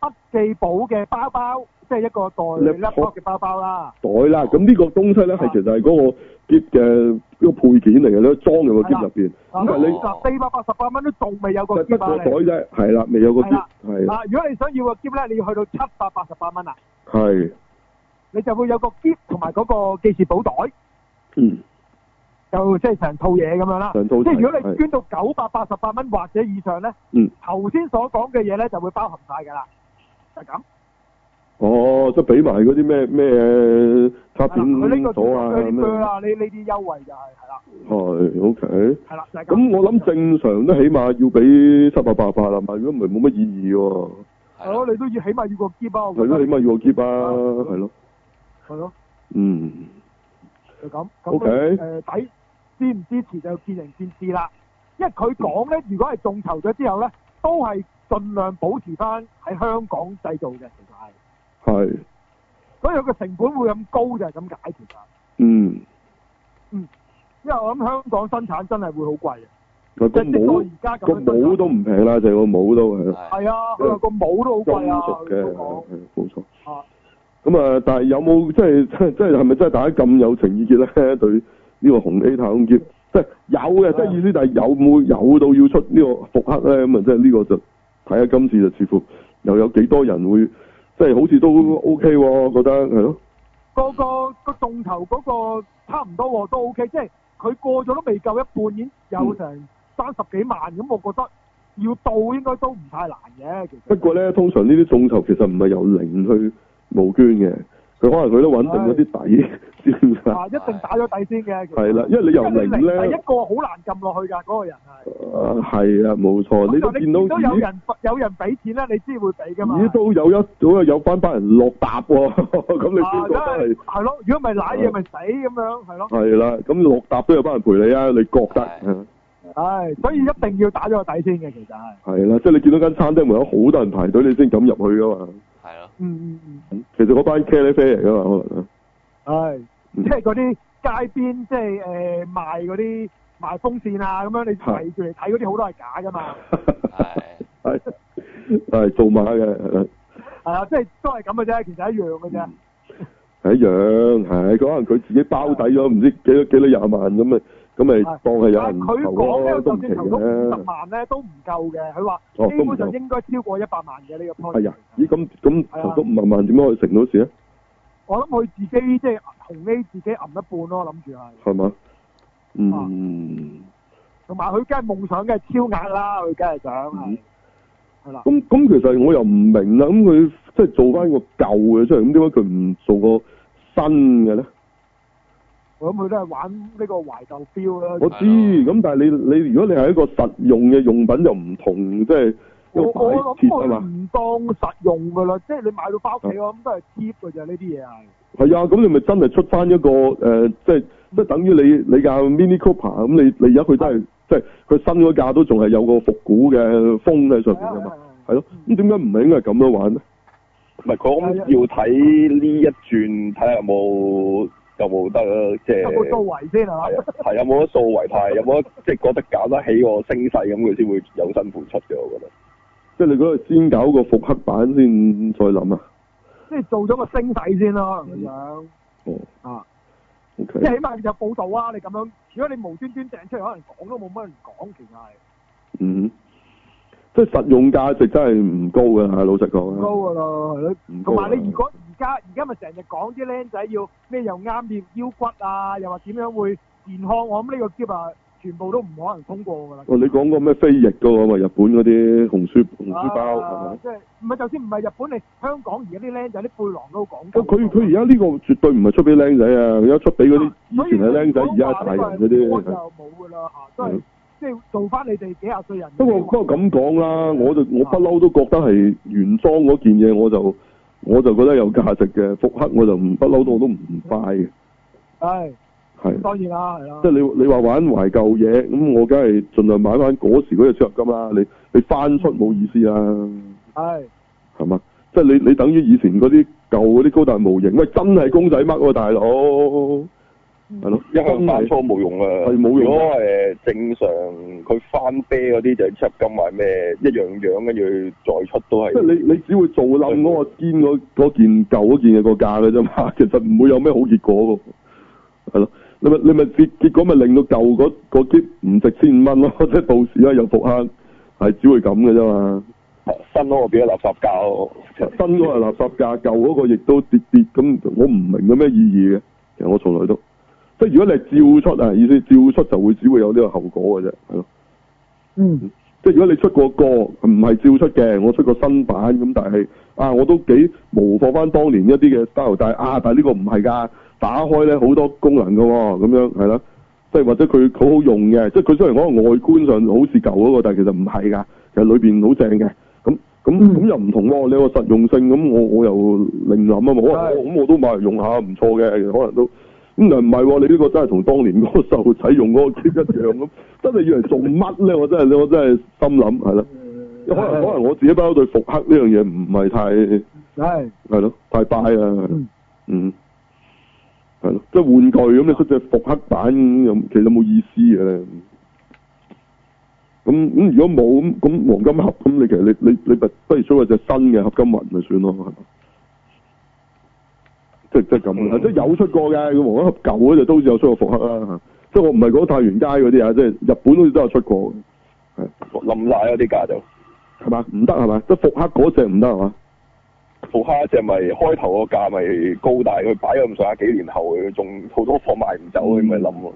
D: 筆記簿嘅包包，即係一個袋
A: Laptop
D: laptop 嘅包包啦。
A: 袋啦，咁呢個東西
D: 啊
A: 咧係其實係嗰個夾嘅一個配件嚟嘅咧，裝入個夾入邊，
D: 嗱，
A: 咁啊你
D: 嗱四百八十八蚊都仲未有個
A: 就得個
D: 夾
A: 袋
D: 啊你。
A: 啫，係啦，未有個
D: 係
A: 夾
D: 啦，
A: 係啦
D: 嗱，如果你想要個夾咧，你要去到七百八十八蚊啊啦。
A: 係。
D: 你就會有個篋同埋嗰個記事簿袋，
A: 嗯，
D: 就即係成套嘢咁樣啦。
A: 成
D: 即
A: 套齊
D: 係如果
A: 係
D: 你捐到九百八十八蚊或者以上咧
A: 嗯，
D: 頭先所講嘅嘢咧就會包含晒㗎啦，就係咁。
A: 哦，即係俾埋嗰啲咩咩卡
D: 係啦
A: 片
D: 佢呢個
A: 咗啊
D: 佢
A: 咩？
D: 啦，呢呢啲優惠就係係啦，
A: 係，OK。
D: 係啦，就係
A: 咁我諗正常都起碼要俾七百八八啦嘛，如果唔係冇乜意義喎。
B: 係
D: 係咯，
B: 咯，
D: 你都要起碼要個結啊，我
A: 係
D: 覺
A: 咯，
D: 得
A: 起碼要個結啊，
D: 啊
A: 係咯，
D: 係咯，
A: 嗯，
D: 就咁。
A: OK
D: 咁誒底支唔支持就見仁見智啦。因為佢講咧，如果係眾籌咗之後咧，都係盡量保持翻喺香港製造嘅，其實係。
A: 係，
D: 所以佢個成本會咁高就係咁解其實。
A: 嗯，
D: 因為我諗香港生產真係會好貴嘅，
A: 個
D: 即係直到
A: 帽
D: 而家
A: 個
D: 咁樣生產
A: 帽都唔平啦，就係個帽都係咯，
B: 係
D: 係啊，佢話個帽都好
A: 金
D: 貴啊，
A: 屬嘅，
D: 佢都
A: 係冇錯。
D: 講啊，
A: 咁啊，但係有冇即係 *laughs* 即係即係係咪真係大家咁有情意結咧？ *laughs* 對呢個紅 A 太空劫，即係有
D: 啊
A: 嘅，即係意思，但係有冇有到要出呢個復刻咧？咁啊，即係呢個就睇下今次就似乎又有幾多人會即係好似都 OK 喎，覺得係咯，
D: 個個個眾籌嗰個差唔多喎，都 OK，即係佢過咗都未夠一半，已經有成三十幾萬，咁我覺得要到應該都唔太難嘅，其實。
A: 不過咧，通常呢啲眾籌其實唔係由零去募捐嘅，佢可能佢都揾定嗰啲底先啦。
D: 啊，一定打咗底先嘅。其實
A: 係啦因為你由
D: 因為你
A: 零呢
D: 第一個好難撳落去㗎，嗰個人係。
A: 啊係啊，冇錯，你都
D: 咁就
A: 見到
D: 都有
A: 咦
D: 人有人俾錢咧，你先會俾㗎嘛。
A: 咦都有一早有班班人落搭喎， *laughs* 咁你
D: 啊
A: 邊個
D: 因
A: 都
D: 為
A: 係？啊
D: 係咯，如果唔係賴嘢咪死咁樣，係咯。
A: 係啦，咁落搭都有班人陪你啊，你覺得
B: 係
D: 唉，所以一定要打咗個底先嘅，其實係。
A: 係啦，即係你見到間餐廳門口好多人排隊，你先敢入去噶嘛。
B: 係咯，
D: 嗯嗯嗯，
A: 其實嗰班茄喱啡嚟噶嘛，可能啊
D: 唉，
A: 嗯
D: 即係嗰啲街邊，即係誒賣嗰啲賣風扇啊咁樣，你
A: 係
D: 圍住嚟睇嗰啲好多係假㗎嘛，
B: 係
A: 係係做馬嘅，係
D: 係啊，即係都係咁嘅啫，其實一樣嘅啫。
A: 嗯係一樣，係佢可能佢自己包底咗，唔知幾多幾多廿萬咁咪啊咁咪
D: 係
A: 當係有
D: 但係
A: 人
D: 佢
A: 投
D: 講
A: 咯，
D: 咧，
A: 都
D: 就
A: 唔奇
D: 算投到五十
A: 嘅。
D: 萬咧都唔夠嘅，佢話
A: 哦
D: 基
A: 都唔
D: 本上
A: 夠
D: 應該超過一百萬嘅呢個 project。
A: 係啊，咦咁咁
D: 係啊
A: 投到五萬萬點解可以成到啊事咧？
D: 我諗佢自己即係紅 A 自己揞一半咯，諗住係。
A: 係嘛？
D: 啊
A: 嗯，
D: 同埋佢梗係夢想，梗係超額啦，佢梗係想係
A: 嗯。
D: 係啦。
A: 咁咁其實我又唔明啦，咁佢即係做翻個舊嘅出嚟，咁點解佢唔做個新嘅咧？
D: 我諗佢都係玩呢個懷舊 feel 啦。
A: 我知，咁但係你你如果你係一個實用嘅用品就唔同，即係一
D: 我
A: 個擺
D: 我諗
A: 設啊
D: 佢
A: 嘛。
D: 唔當實用㗎啦，即係你買到翻屋企，我諗都係 cheap 㗎啫，呢啲嘢係。
A: 係啊，咁你咪真係出翻一個誒、呃即係即係等於你你架 Mini Cooper 咁，你你而家佢真係即係佢新嗰架都仲係有個復古嘅風喺上邊
D: 啊
A: 㗎嘛，係咯，咁點解唔係應該係咁樣玩咧？
C: 唔係佢咁要睇呢一轉，睇下有冇有冇得即
D: 有冇到
C: 係
D: 圍先係
C: 係
D: 嘛
C: 啊？，係有冇得數為派，有冇得即係覺得搞得起個升勢咁，佢先會有辛付出嘅，我覺得。
A: 即係你嗰度先搞個復刻版先再諗啊？
D: 即係做咗個星體先
A: 嗯
D: 啦，可能佢想。
A: 哦
D: 啊
A: ，OK，
D: 即係起碼有報道啊！你咁樣，如果你無端端掟出嚟，可能講都冇乜人講，其實係。
A: 嗯，即係實用價值真係唔高嘅，係老實
D: 唔
A: 講
D: 高
A: 啊。
D: 㗎咯，係咯
A: 唔。高
D: 同
A: 啊
D: 埋你如果而家而家咪成日講啲僆仔要咩又啱練腰骨啊，又話點樣會健康，我諗呢個 group 啊，全部都唔可能通過㗎啦。
A: 哦，你講個咩飛翼嗰個嘛？日本嗰啲紅書紅
D: 啊
A: 書包係咪？
D: 即係唔係就算唔係日本，你香港而家啲僆仔啲背囊都好講究
A: 哦佢佢而家呢個絕對唔係出俾僆仔啊，而家出
D: Ờ,
A: 俾嗰啲以前係僆仔，而家係大人嗰
D: 我
A: 啲
D: 就
A: 係。
D: 冇㗎啦嚇，都係
A: 嗯
D: 即係做翻你哋幾廿歲人。
A: 不過不過咁講啦，我就
D: 啊
A: 我不嬲都覺得係原裝嗰件嘢，我就我就覺得有價值嘅。復刻我就唔不嬲到我都唔快嘅，
D: 唉，
A: 係。
D: 當然啦，係啦
A: 即係。你你話玩懷舊嘢，咁我梗係盡量買翻嗰時嗰隻出入金啦。你你翻出冇意思啦，
D: 係
A: 係嘛？即係你你等於以前嗰啲舊嗰啲高達模型，喂真係公仔乜喎，大佬係咯，
C: 嗯一向翻
A: 真係
C: 初冇用啊，
A: 嗯係冇用
C: 如果誒正常佢翻啤嗰啲就係出金買咩一樣樣，跟住再出都
A: 即係
C: 係。
A: 你你只會做冧嗰個堅嗰嗰件舊嗰件嘅個價嘅啫嘛， *laughs* 其實唔會有咩好結果嘅，係咯。你咪你咪結結果咪令到舊嗰嗰啲唔值千五蚊咯， *laughs* 即係到時咧又復刻，係只會咁嘅啫嘛。
C: 新嗰個變咗垃圾價咯，
A: 新嗰個係垃圾價，舊嗰個亦都跌跌，咁我唔明有咩意義嘅。其實我從來都，即係如果你係照出啊，意思照出就會只會有呢個後果嘅啫，係咯。
D: 嗯
A: 即係如果你出個歌唔係照出嘅，我出個新版咁，但係啊，我都幾模仿翻當年一啲嘅 style，但係啊，但係呢個唔係㗎，打開咧好多功能㗎喎、咁樣係啦，即係或者佢好好用嘅，即係佢雖然講外觀上好似舊嗰個，但係其實唔係㗎，其實裏邊好正嘅。咁咁
D: 嗯
A: 咁又唔同喎，你有個實用性咁，我我又另諗啊嘛，可能
D: 係
A: 我咁我都買嚟用下，唔錯嘅，可能都咁又唔係喎，你呢個真係同當年嗰個細路仔用嗰個 Q 一樣咁，真係以為做乜咧？我真係我真係心諗係啦，可能可能我自己不嬲對復刻呢樣嘢唔係太。
D: 係
A: 係咯，太拜啦
D: 嗯，
A: 嗯，係咯，即係玩具咁，你出隻復刻版咁有，其實有冇意思嘅咧？咁咁如果冇咁咁黃金盒咁，你其實你你你咪不如出一隻新嘅合金雲咪算咯，係嘛？即係即係咁啦，
C: 嗯
A: 即係有出過嘅，咁黃金盒舊嗰隻都好似有出過復刻啦，即係我唔係講太原街嗰啲啊，即係日本好似都有出過，
C: 冧晒嗰啲價就。
A: 係嘛？唔得係嘛？即係復刻嗰隻唔得係嘛？
C: 富蝦只咪開頭個價咪高，但係佢擺咗咁上下幾年後，佢仲好多貨賣唔走，佢咪冧咯。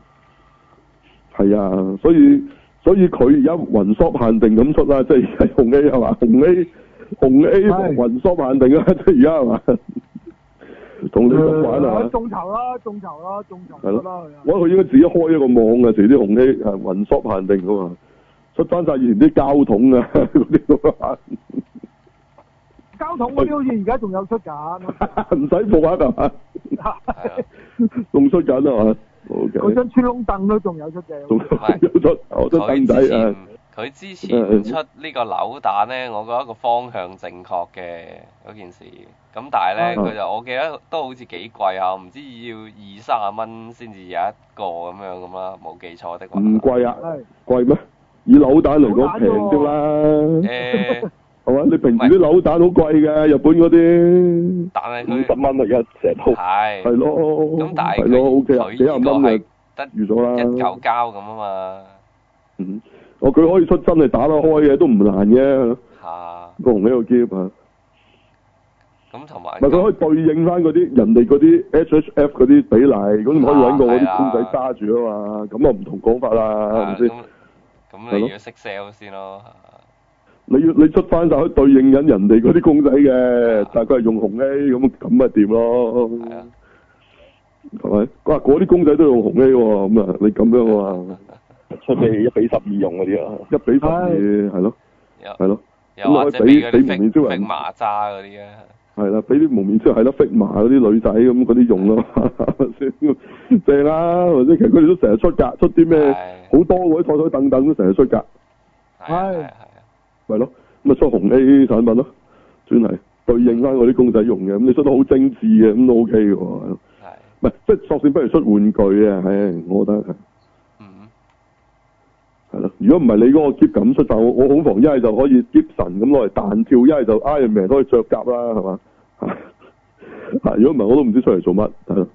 A: 係啊，所以所以佢而家雲 shop 限定咁出啦，即係 *laughs* 而家紅 A 係嘛，紅 A 紅 A
D: 係
A: 雲 shop 限定啊， *laughs* 即係而家係嘛，同你咁玩
D: 係
A: 啊！
D: 眾籌啦，眾籌啦，眾籌
A: 係咯
D: 出啦佢啊
A: 我覺得佢應該自己開一個網啊，遲啲紅 A 係雲 shop 限定噶嘛，出翻晒以前啲膠桶啊 *laughs* 嗰啲咁啊， *laughs*
D: 交通嗰啲好似而家仲有出 *laughs* 緊，
A: 唔使復刻係嘛，
B: 係啊，
A: 仲出緊啊嘛，OK，
D: 嗰張穿窿凳都仲有出嘅。
A: 仲有出，我都
B: 佢
A: 凳
B: 之
A: 仔啊
B: 前，佢之前出呢個扭蛋咧，我覺得個方向正確嘅嗰件事。咁但係咧，
A: 嗯
B: 佢就我記得都好似幾貴啊，唔知要二三十蚊先至有一個咁樣咁啦，冇記錯的話。
A: 唔貴啊，
D: 係
A: 貴咩？以扭蛋嚟講平
D: 扭蛋啫喎
A: 啲啦。
B: 誒、
A: 係
B: 嗯
A: 嘛？你平時啲扭蛋好貴嘅，日本嗰啲
B: 但係
C: 五十
B: 佢
C: 蚊啊，而家成套
B: 係
A: 係咯，
B: 咁，但係
A: 係咯
B: 佢
A: ，OK 啊，
B: 佢
A: 幾廿
B: 呢個
A: 蚊
B: 係
A: 啊，
B: 得
A: 預咗
B: 一嚿
A: 啦。
B: 膠咁啊嘛，
A: 嗯，哦，佢可以出真係打得開嘅，都唔難嘅。
B: 嚇、
A: 個紅呢個 g 啊，
B: 咁同埋
A: 唔係佢可以對應翻嗰啲人哋嗰啲 HHF 嗰啲比例，咁你可以揾個嗰啲
B: 啊
A: 公仔揸住啊嘛，咁啊唔同講法啦，
B: 啊
A: 係咪先？
B: 咁咁
A: 係
B: 你
A: 咯
B: 要識 sell 先咯，
A: 你要你出翻晒去對應緊人哋嗰啲公仔嘅，但係佢係用紅 A 咁咁咪掂咯，
B: 啊係啊，
A: 係咪？哇！嗰啲公仔都用紅 A 喎，咁啊你咁樣啊嘛。
C: 出俾一比十二用嗰啲啊，
A: 一比十二係咯，
B: 有
A: 係咯，
B: 又或者
A: 咁啊可
B: 俾
A: 以
B: 嗰
A: 俾
B: 啲
A: 俾蒙面超
B: fake
A: 人
B: fake 麻渣嗰啲啊，
A: 係啦，俾啲蒙面超人係啦，Figma 嗰啲女仔咁嗰啲用咯，係咪先正啦，或者其實佢哋都成日出㗎，出啲咩
B: 係
A: 好多嗰啲台台凳凳都成日出㗎，
B: 係啊係
D: 係
B: 啊係啊，
A: 咪咯，咁啊出紅 A 產品咯，專係對應翻嗰啲公仔用嘅，咁你出得好精緻嘅，咁都 OK 嘅喎，係咯
B: 係啊
A: 唔係即係索性不如出玩具啊，唉，我覺得係。
B: 嗯
A: 係咯，如果唔係你嗰個 keep 咁出，但我我恐防一係就可以 keep 神咁攞嚟彈跳，一係就 Iron Man 可以着甲啦，係嘛？ *laughs* 啊，如果唔係我都唔知出嚟做乜，係咯，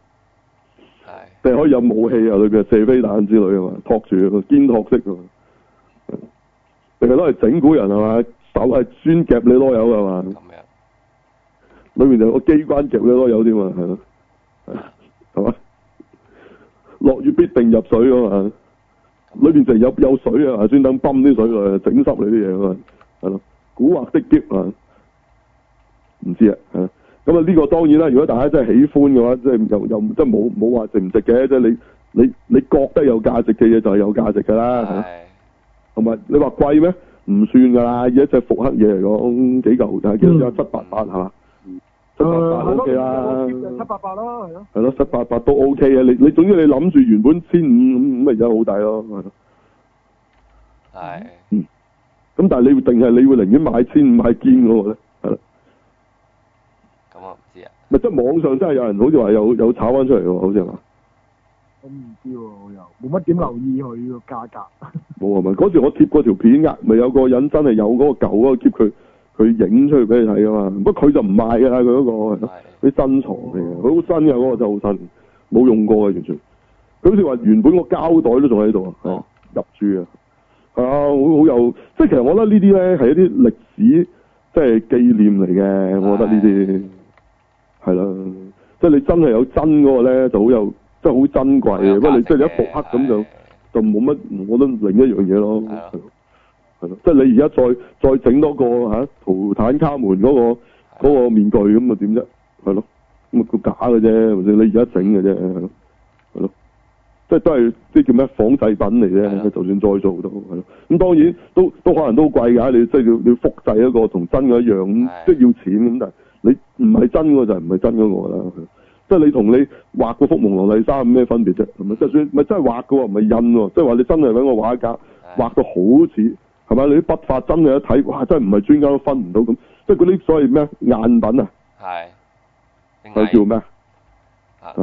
B: 係
A: 定係可以有武器啊，裏邊有射飛彈之類啊嘛，托住肩托式啊㗎嘛，定係攞嚟整蠱人係嘛？手係專夾你攞油係啊嘛？
B: 咁樣
A: 裏面有個機關夾你攞油添嘛，係咯，係嘛？落雨必定入水啊嘛，裏邊就有有水啊，專登泵啲水落去，整濕你啲嘢啊嘛，係咯，古惑的 g 啊，唔知啊，係咯咁啊呢個當然啦，如果大家真係喜歡嘅話，即係又又即係冇冇話值唔值嘅，即係你你你覺得有價值嘅嘢就係有價值㗎啦，係咯
B: 係
A: 同埋你話貴咩？唔算㗎啦，以一隻復刻嘢嚟講，幾嚿但係幾多
D: 嗯
A: 七八八係嘛？七
D: 誒
A: 八八
D: 係
A: OK
D: 咯，七
A: 啦，
D: 八八咯，係咯。
A: 係咯，七八八都 OK 嘅。你你總之你諗住原本千五咁，咪而家好抵咯。係咯
B: 係
A: 咁但係你會定係你會寧願買千五買堅嗰個咧？係啦，
B: 咁我唔知啊，
A: 咪即係網上真係有人好似話有有炒翻出嚟喎，好似係嘛？
D: 我唔知喎，我又冇乜點留意佢個價格。
A: 冇係咪？嗰時我貼過條片㗎，咪有個人真係有嗰個舊嗰個 keep 佢，佢影出去俾你睇㗎嘛。不過佢就唔賣㗎啦，佢嗰、個係咯
B: 係
A: 佢新藏嚟嘅，佢好新嘅嗰個真係好新，冇用過嘅完全。佢好似話原本個膠袋都仲喺度啊
B: 哦，
A: 入住啊，係啊，好好有，即係其實我覺得呢啲咧係一啲歷史即係紀念嚟嘅，我覺得呢啲係啦，即係你真係有真嗰個咧就好有，即係好珍貴嘅。不過你即係你一復刻咁就
B: 係
A: 就冇乜，我覺得另一樣嘢咯，
B: 係啊
A: 係咯，係咯即係你而家再再整多個嚇、啊、圖坦卡門嗰、個嗰個面具咁啊點啫？係咯，咁啊個假嘅啫，或者你而家整嘅啫，係咯，係咯，即係都係即係叫咩仿製品嚟
B: 係啊
A: 啫，就算再做都係咯。咁當然都都可能都好貴㗎，你即係要你要複製一個同真嘅一樣，咁
B: 係
A: 即係要錢咁，但係你唔係真嗰個就唔係真嗰個啦。係咯即係你同你畫個幅蒙羅麗莎有咩分別啫？係咪？就算咪真係畫嘅喎，唔係印喎，即係話你真係揾個畫家。畫到好似係咪？你啲筆法真係一睇，哇！真係唔係專家都分唔到咁，即係嗰啲所謂咩贗品啊，
B: 係定
A: 係叫
B: 係
A: 咩啊？
B: 啊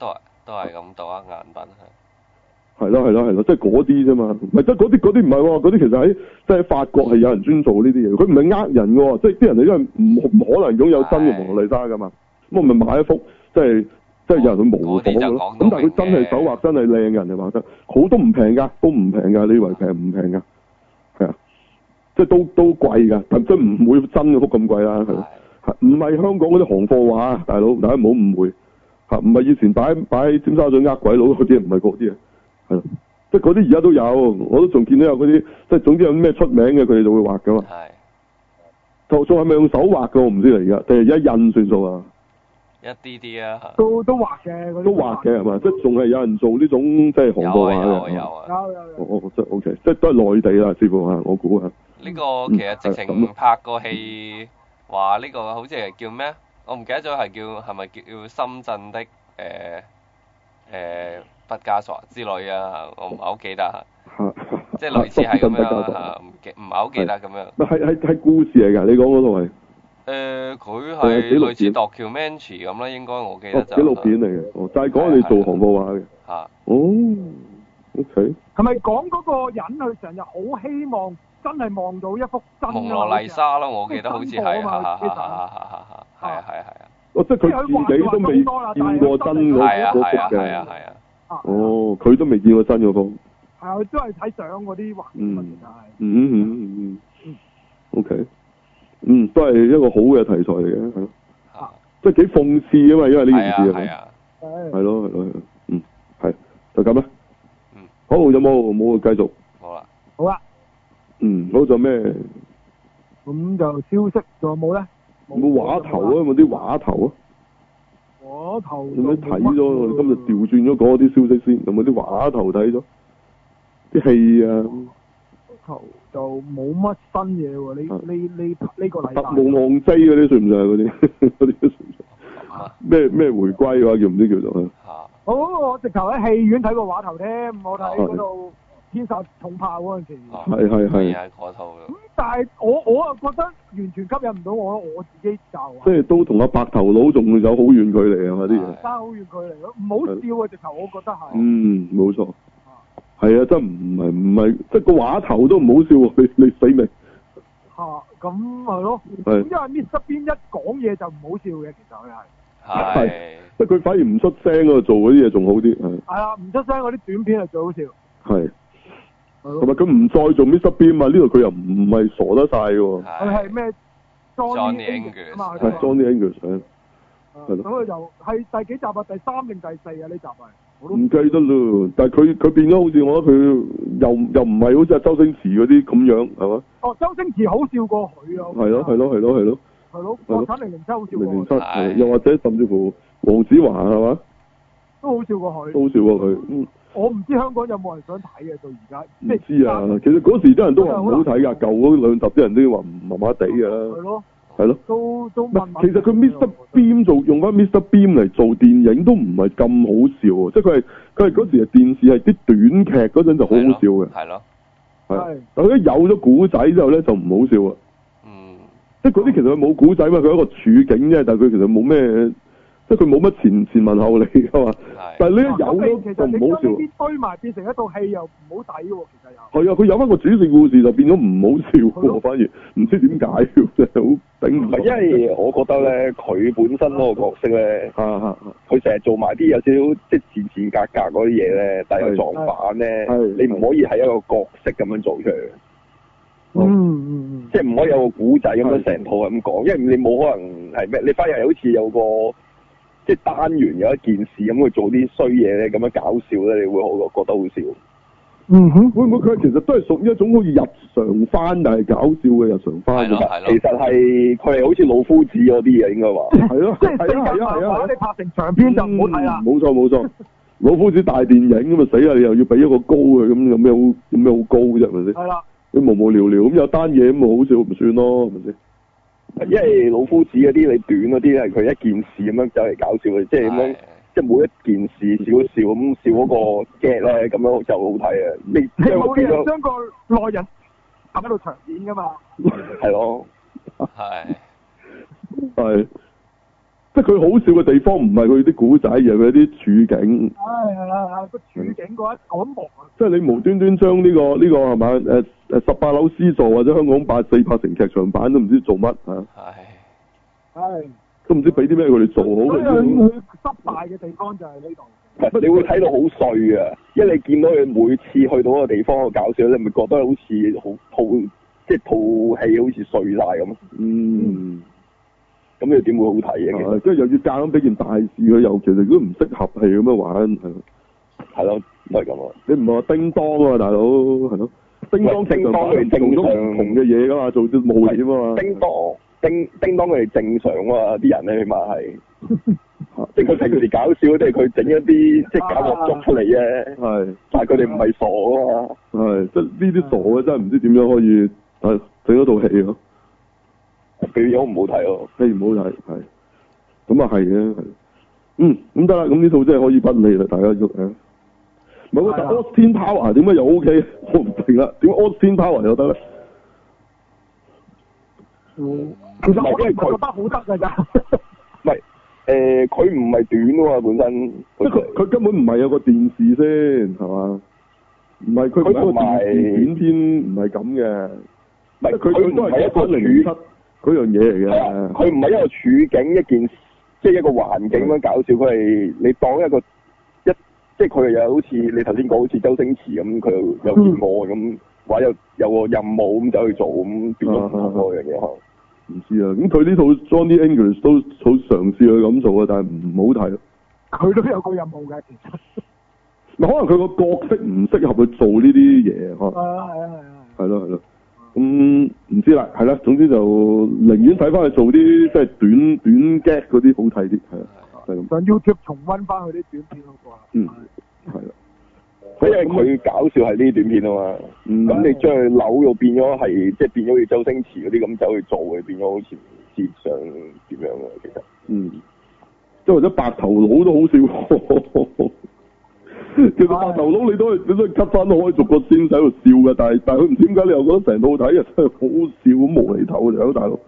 B: 都係都係咁讀啊，眼品係
A: 係咯係咯係咯，即係嗰啲啫嘛，唔係即係嗰啲嗰啲唔係喎，嗰啲其實喺即係法國係有人專做呢啲嘢，佢唔係呃人嘅喎，即係啲人係因為唔唔可能擁有真嘅
B: 係
A: 蒙娜麗莎噶嘛，咁我咪買一幅即係即係有人去模
B: 哦嗰
A: 仿
B: 啲就
A: 嘅咯
B: 講，到
A: 咁但係佢真係
B: 明嘅
A: 手畫真係靚人哋畫得，好都唔平㗎，都唔平㗎，你以為平唔平㗎？係啊，即係都都貴㗎，但即係唔會真嗰幅咁貴啦，係啊咯
B: 係。
A: 係唔係香港嗰啲行貨畫啊，大佬，大家唔好誤會嚇，唔係以前擺擺喺尖沙咀呃鬼佬嗰啲，唔係嗰啲啊，係咯，即係嗰啲而家都有，我都仲見到有嗰啲，即係總之有咩出名嘅，佢哋就會畫噶嘛。
B: 係
A: 就仲係咪用手畫嘅？我唔知嚟而家，定係而家印算數啊？
B: 一啲啲啊，
D: 都都畫嘅嗰啲
A: 都畫嘅係嘛？即係仲係有人做呢種即係行
B: 有
A: 貨
B: 啊
A: 畫
B: 有啊
A: 嘅。
B: 有
A: 哦
B: 啊。
D: 有有有
A: 哦，即係 OK，即係都係內地啦，似乎嚇，我估啊嚇。
B: 呢個
A: 嗯
B: 其實直
A: 啊
B: 情拍個戲話呢個好似係叫咩？我唔記得咗係叫係咪叫深圳的誒誒畢加索之類啊？我唔係好記得，
A: 嚇
B: 即係類似係咁
A: 深圳北
B: 樣啊
A: 交所
B: 嚇，唔記唔係好記得咁樣。
A: 咪係係係故事嚟㗎，你講嗰度係
B: 誒，呃佢
A: 係
B: 係
A: 紀錄
B: 類似
A: 片
B: documentary 咁啦，應該我記
A: 哦
B: 得就
A: 紀錄片嚟嘅，哦就係講你做行貨畫嘅。
B: 嚇，
A: 哦，OK，
D: 係咪講嗰個人佢成日好希望真係望到一幅真
B: 蒙
D: 㗎
B: 羅
D: 嘛
B: 麗莎咯，我記得好似係，
D: 即係
B: 嚇嚇
D: 真
B: 嚇嚇
D: 貨啊
B: 嚇嚇，係啊係啊係啊，
A: 哦，即係佢自己都未見過真嗰
B: 係啊
A: 嗰
B: 係啊
A: 幅
B: 係
A: 嘅。
B: 啊係啊，
D: 好似係啊
A: 哦，佢都未見過真嗰幅。
D: 係啊，佢都係睇相嗰啲畫嘅嘛，其
A: 嗯嗯嗯嗯。O K，嗯，都係一個好嘅題材嚟嘅，係咯，
B: 嚇
A: 即係幾諷刺啊嘛，因為呢件
B: 係啊
A: 事
B: 係，啊，
D: 實係。
A: 係咯係咯，係咯嗯，係就咁啦
B: 嗯。
A: 好，有冇冇繼續？
B: 好啦，
D: 好啦，
A: 嗯，好仲有咩？
D: 咁就消息仲有冇咧？
A: 有冇畫頭啊？有冇啲畫頭啊？
D: 我頭
A: 有冇睇咗？我哋今日調轉咗嗰啲消息先，有冇啲畫頭睇咗？啲戲啊？
D: 頭就冇乜新嘢喎，
A: 嗯
D: 呢呢呢呢個禮
A: 特
D: 拜
A: 務浪飛嗰啲算唔算啊係嗰啲？ *laughs* 嗰啲算唔算？
B: 咁啊
A: 咩咩回歸嘅話叫唔知叫做啊？
B: 嚇。
D: 我哦我直頭喺戲院睇過畫頭添，我
A: 啊
D: 睇嗰度天煞重炮嗰陣時。
B: 哦
A: 係係係
B: 係啊，嗰套咯
D: 咁但係我我啊覺得完全吸引唔到我咯，我自己就
A: 即係都同阿白頭佬仲有好遠距離係咪啲嘢
B: 係？
D: 爭好遠距離咯，唔好笑啊！直頭我覺得啊係，
A: 嗯，冇錯。係啊，真唔係唔係，即係個話頭都唔好笑喎！你 *laughs* 你死未？
D: 嚇咁係咯，因
A: 係，
D: 為 Mr. Bean 一講嘢就唔好笑嘅，其實佢係
B: 係
A: 即係佢反而唔出聲嗰度做嗰啲嘢仲好啲，係
D: 係啊，唔出聲嗰啲短片係最好笑，
A: 係。
D: 係
A: 同
D: 咯，
A: 埋佢唔再做 Mr. Bean 嘛，呢度佢又唔係傻得晒嘅喎。
D: 佢係咩
B: Johnny
D: Johnny
B: English
D: English 啊嘛，
A: 係
D: 佢話
A: Johnny English 係
D: 啊
A: 係
D: 咁
A: 咯
D: 佢就係第幾集啊？第三定第四啊？呢集係我都
A: 唔記得咯，但係佢佢變咗好似我覺得佢又又唔係好似阿周星馳嗰啲咁樣係嘛？
D: 哦，周星馳好笑過佢啊，
A: 係咯係
D: 咯
A: 咯係咯係咯。
D: 係咯，國產零零七好笑過
A: 零零
D: 佢
A: 七，
B: 係
A: 又或者甚至乎黃子華係嘛，
D: 都好笑過佢。
A: 都好笑喎佢。嗯
D: 我唔知香港有冇人想睇啊嘅到而家，
A: 唔
D: 即係
A: 知啊，其實嗰時啲人都話唔好睇㗎，舊嗰兩集啲人都話唔麻麻地㗎
D: 係
A: 啦，
D: 咯，
A: 係咯。
D: 都都
A: 唔
D: 問啊
A: 係，其實佢 Mr. Beam 做用翻 Mr. Beam 嚟做電影都唔係咁好笑喎，即係
D: 嗯
A: 佢係佢係嗰時係電視係啲短劇嗰陣就好好笑嘅，
B: 係咯，
A: 係啊
D: 係。
A: 但佢一有咗古仔之後咧就唔好笑啊，
B: 嗯，
A: 即係嗰啲其實佢冇古仔嘛，佢係一個處境啫，但係佢其實冇咩，即係佢冇乜前前文後理㗎嘛。但
B: 係
A: 係呢
D: 啊咁
A: 一有
D: 你其
A: 咗
D: 實你
A: 就唔好
D: 將
A: 笑啊。
D: 呢啲堆埋變成一套戲又唔好睇喎，其實又
A: 係啊，佢有翻個主線故事就變咗唔好笑
D: 係
A: 喎，
D: 咯
A: 反而唔知點解喎真係好頂
C: 唔
A: 唔
C: 係，因為我覺得咧，佢本身嗰個角色咧，
A: 嚇嚇
C: 佢成日做埋啲有少少即係賤賤格格嗰啲嘢咧，但係又撞板咧
A: 係，
C: 你唔可以係一個角色咁樣做出嚟，
D: 嗯嗯
C: 即係唔可以有個古仔咁樣成套咁講，因為你冇可能係咩，你反而好似有個即係單元有一件事咁去做啲衰嘢咧，咁樣搞笑咧，你會好覺得好笑。
D: 嗯哼，
A: 會唔會佢其實都係屬於一種好似日常翻但係搞笑嘅日常啊翻
B: 啊係咯
C: 其實係佢係好似老夫子嗰啲嘅，應該話。
A: 係咯，
D: *laughs* 即
A: 係
D: 係
A: 啊
D: 性
A: 係啊
D: 格漫
A: 係啊
D: 畫，你拍成長篇就唔好睇啦
A: 嗯。冇錯冇錯，老夫子大電影咁啊死啦！你又要俾一個高佢咁，有咩好有咩好高啫？係咪先？
D: 係啦，
A: 你無無聊聊咁有單嘢咁咪好笑唔算咯，係咪先？
C: 因為老夫子嗰啲你短嗰啲係佢一件事咁樣走嚟搞笑嘅，即係咁樣
B: 係
C: 即係每一件事少少咁笑嗰個 get 咧，咁樣就好睇啊！你
D: 你
C: 即係
D: 冇理
C: 變
D: 由
C: 咗
D: 將個內人拍喺度長片噶嘛？
C: 係咯，
B: 係
D: 嗯
A: 係，即係佢好笑嘅地方唔係佢啲古仔，而係佢啲處境。
D: 唉係啦，係啦個處境嗰一嗰一幕啊，
A: 即係你無端端將呢、個呢、個係咪誒誒十八樓 C 座或者香港八四拍成劇場版都唔知做乜嚇，
B: 係
D: 唉。
A: 都唔知俾啲咩佢哋做好
D: 所以
A: 佢
D: 佢。失敗嘅地方就係呢度。
C: 唔係你會睇到好碎啊！因為你見到佢每次去到嗰個地方好搞笑，你咪覺得好似好套，即係套戲好似碎晒咁，
A: 嗯，
C: 咁你點會好睇啊嘅？其實
A: 係跟住又要夾硬俾件大事佢，又其實如果唔適合係咁樣玩，係咯
C: 係咯，都係咁咯。
A: 你唔係話叮當啊，大佬係咯，叮當劇場版係做咗唔同嘅嘢㗎嘛，做啲冒險啊嘛，
C: 叮當叮叮當佢哋正常啊嘛，啲人咧起碼係，即係佢平時搞笑，都係佢整一啲即係搞惡作出嚟啫。
A: 係。
C: 但係佢哋唔係傻啊嘛，
A: 係，即係呢啲傻嘅真係唔知點樣可以係整咗套戲咯，
C: 表演好唔好睇咯。
A: 戲唔好睇係，咁啊係嘅，係嗯咁得啦，咁呢套真係可以不理啦，大家喐啊！唔係喎，但
D: 係啊
A: Austin Power 點解又 OK？我 *laughs* 唔明啦，點解 Austin Power 又得咧？
D: 其實我都係覺得好得㗎咋。
C: 唔係誒，佢唔係短㗎嘛，本身
A: 即係佢
C: 佢
A: 佢根本唔係有個電視先係嘛？唔係佢唔係一個
C: 佢唔
A: 電
C: 係
A: 視短片，唔係咁嘅，
C: 唔係
A: 即係佢
C: 佢
A: 佢
C: 唔
A: 都係
C: 係一個
A: 一零七
C: 處，
A: 嗰樣嘢嚟
C: 係啊
A: 嘅。
C: 佢唔係一個處境一件，即係一個環境咁樣搞笑。佢係你當一個一，即係佢又好似你頭先講，好似周星馳咁，佢有
A: 嗯
C: 件案咁，或者有有個任務咁走去做咁，變咗唔同嗰樣
A: 嗯
C: 嘢可能。
A: 唔知啊，咁佢呢套 Johnny English 都好嘗試去咁做啊，但係唔好睇咯。
D: 佢都有個任務嘅，其實。
A: 咪可能佢個角色唔適合去做呢啲嘢，可
D: 係啊係啊係啊。
A: 能係咯係咯。咁唔知啦，係啦，總之就寧願睇翻佢做啲即係短短 get 嗰啲好睇啲，係啊，就係咁，
D: 上 YouTube 重温翻佢啲短片好過啦。
A: 嗯，係啦。
C: 因為佢搞笑係呢啲短片啊嘛，
A: 嗯
C: 咁你將佢扭到變咗係即係變咗好似周星馳嗰啲咁走去做嘅，變咗好似唔知想點樣嘅其實。
A: 嗯，即係或者白頭佬都好笑。 *laughs* 其實白頭佬你都係你都係 cut 翻開逐個先喺度笑嘅，但係但係佢唔知點解你又覺得成套睇啊真係好笑咁無厘頭嘅大佬，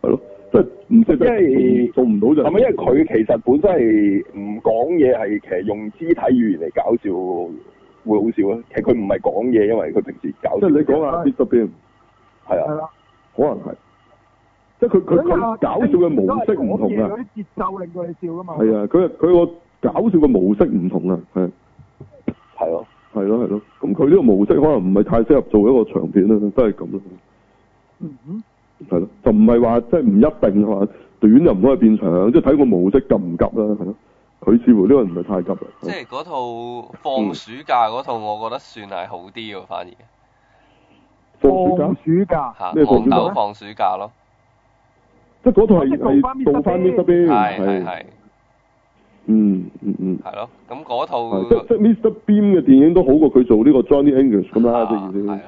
A: 係咯，即係唔識得
C: 因為
A: 做唔到就
C: 係咪因為佢其實本身係唔講嘢，係其實用肢體語言嚟搞笑會好笑啊？其實佢唔係講嘢，因為佢平時搞笑。
A: 即係你講啊下 b i t 邊，
C: 係
D: 係
C: 啊，
D: 啦。
A: 可能係，即係佢佢佢搞笑嘅模式唔同啊
D: 嗰，啲節奏令到你笑噶嘛。
A: 係
D: 啊。
A: 啊，佢佢個搞笑嘅模式唔同啊，係
C: 係咯，
A: 係咯係咯，咁佢呢個模式可能唔係太適合做一個長片啦，都係咁啦。
D: 嗯哼。
A: 係咯，就唔係話即係唔一定話短就唔可以變長，即係睇個模式急唔急啦，係咯。佢似乎呢個唔係太急啦。
B: 即係嗰套放暑假嗰套，我覺得算係好啲喎，反而
A: 放暑假
D: 放，暑假。
B: 嚇
A: 咩放暑
B: 憨
A: 假
B: 豆放暑假咯，
A: 哦即係嗰套係
D: 即係做返
A: 係做翻 Mr.
B: 係
A: Bean，
B: 係係
A: 嗯嗯嗯，
B: 係咯，咁嗰套
A: 係即即係 Mr. Bean 嘅電影都好過佢做呢個 Johnny English 咁啦，即係意思
B: 係。啊，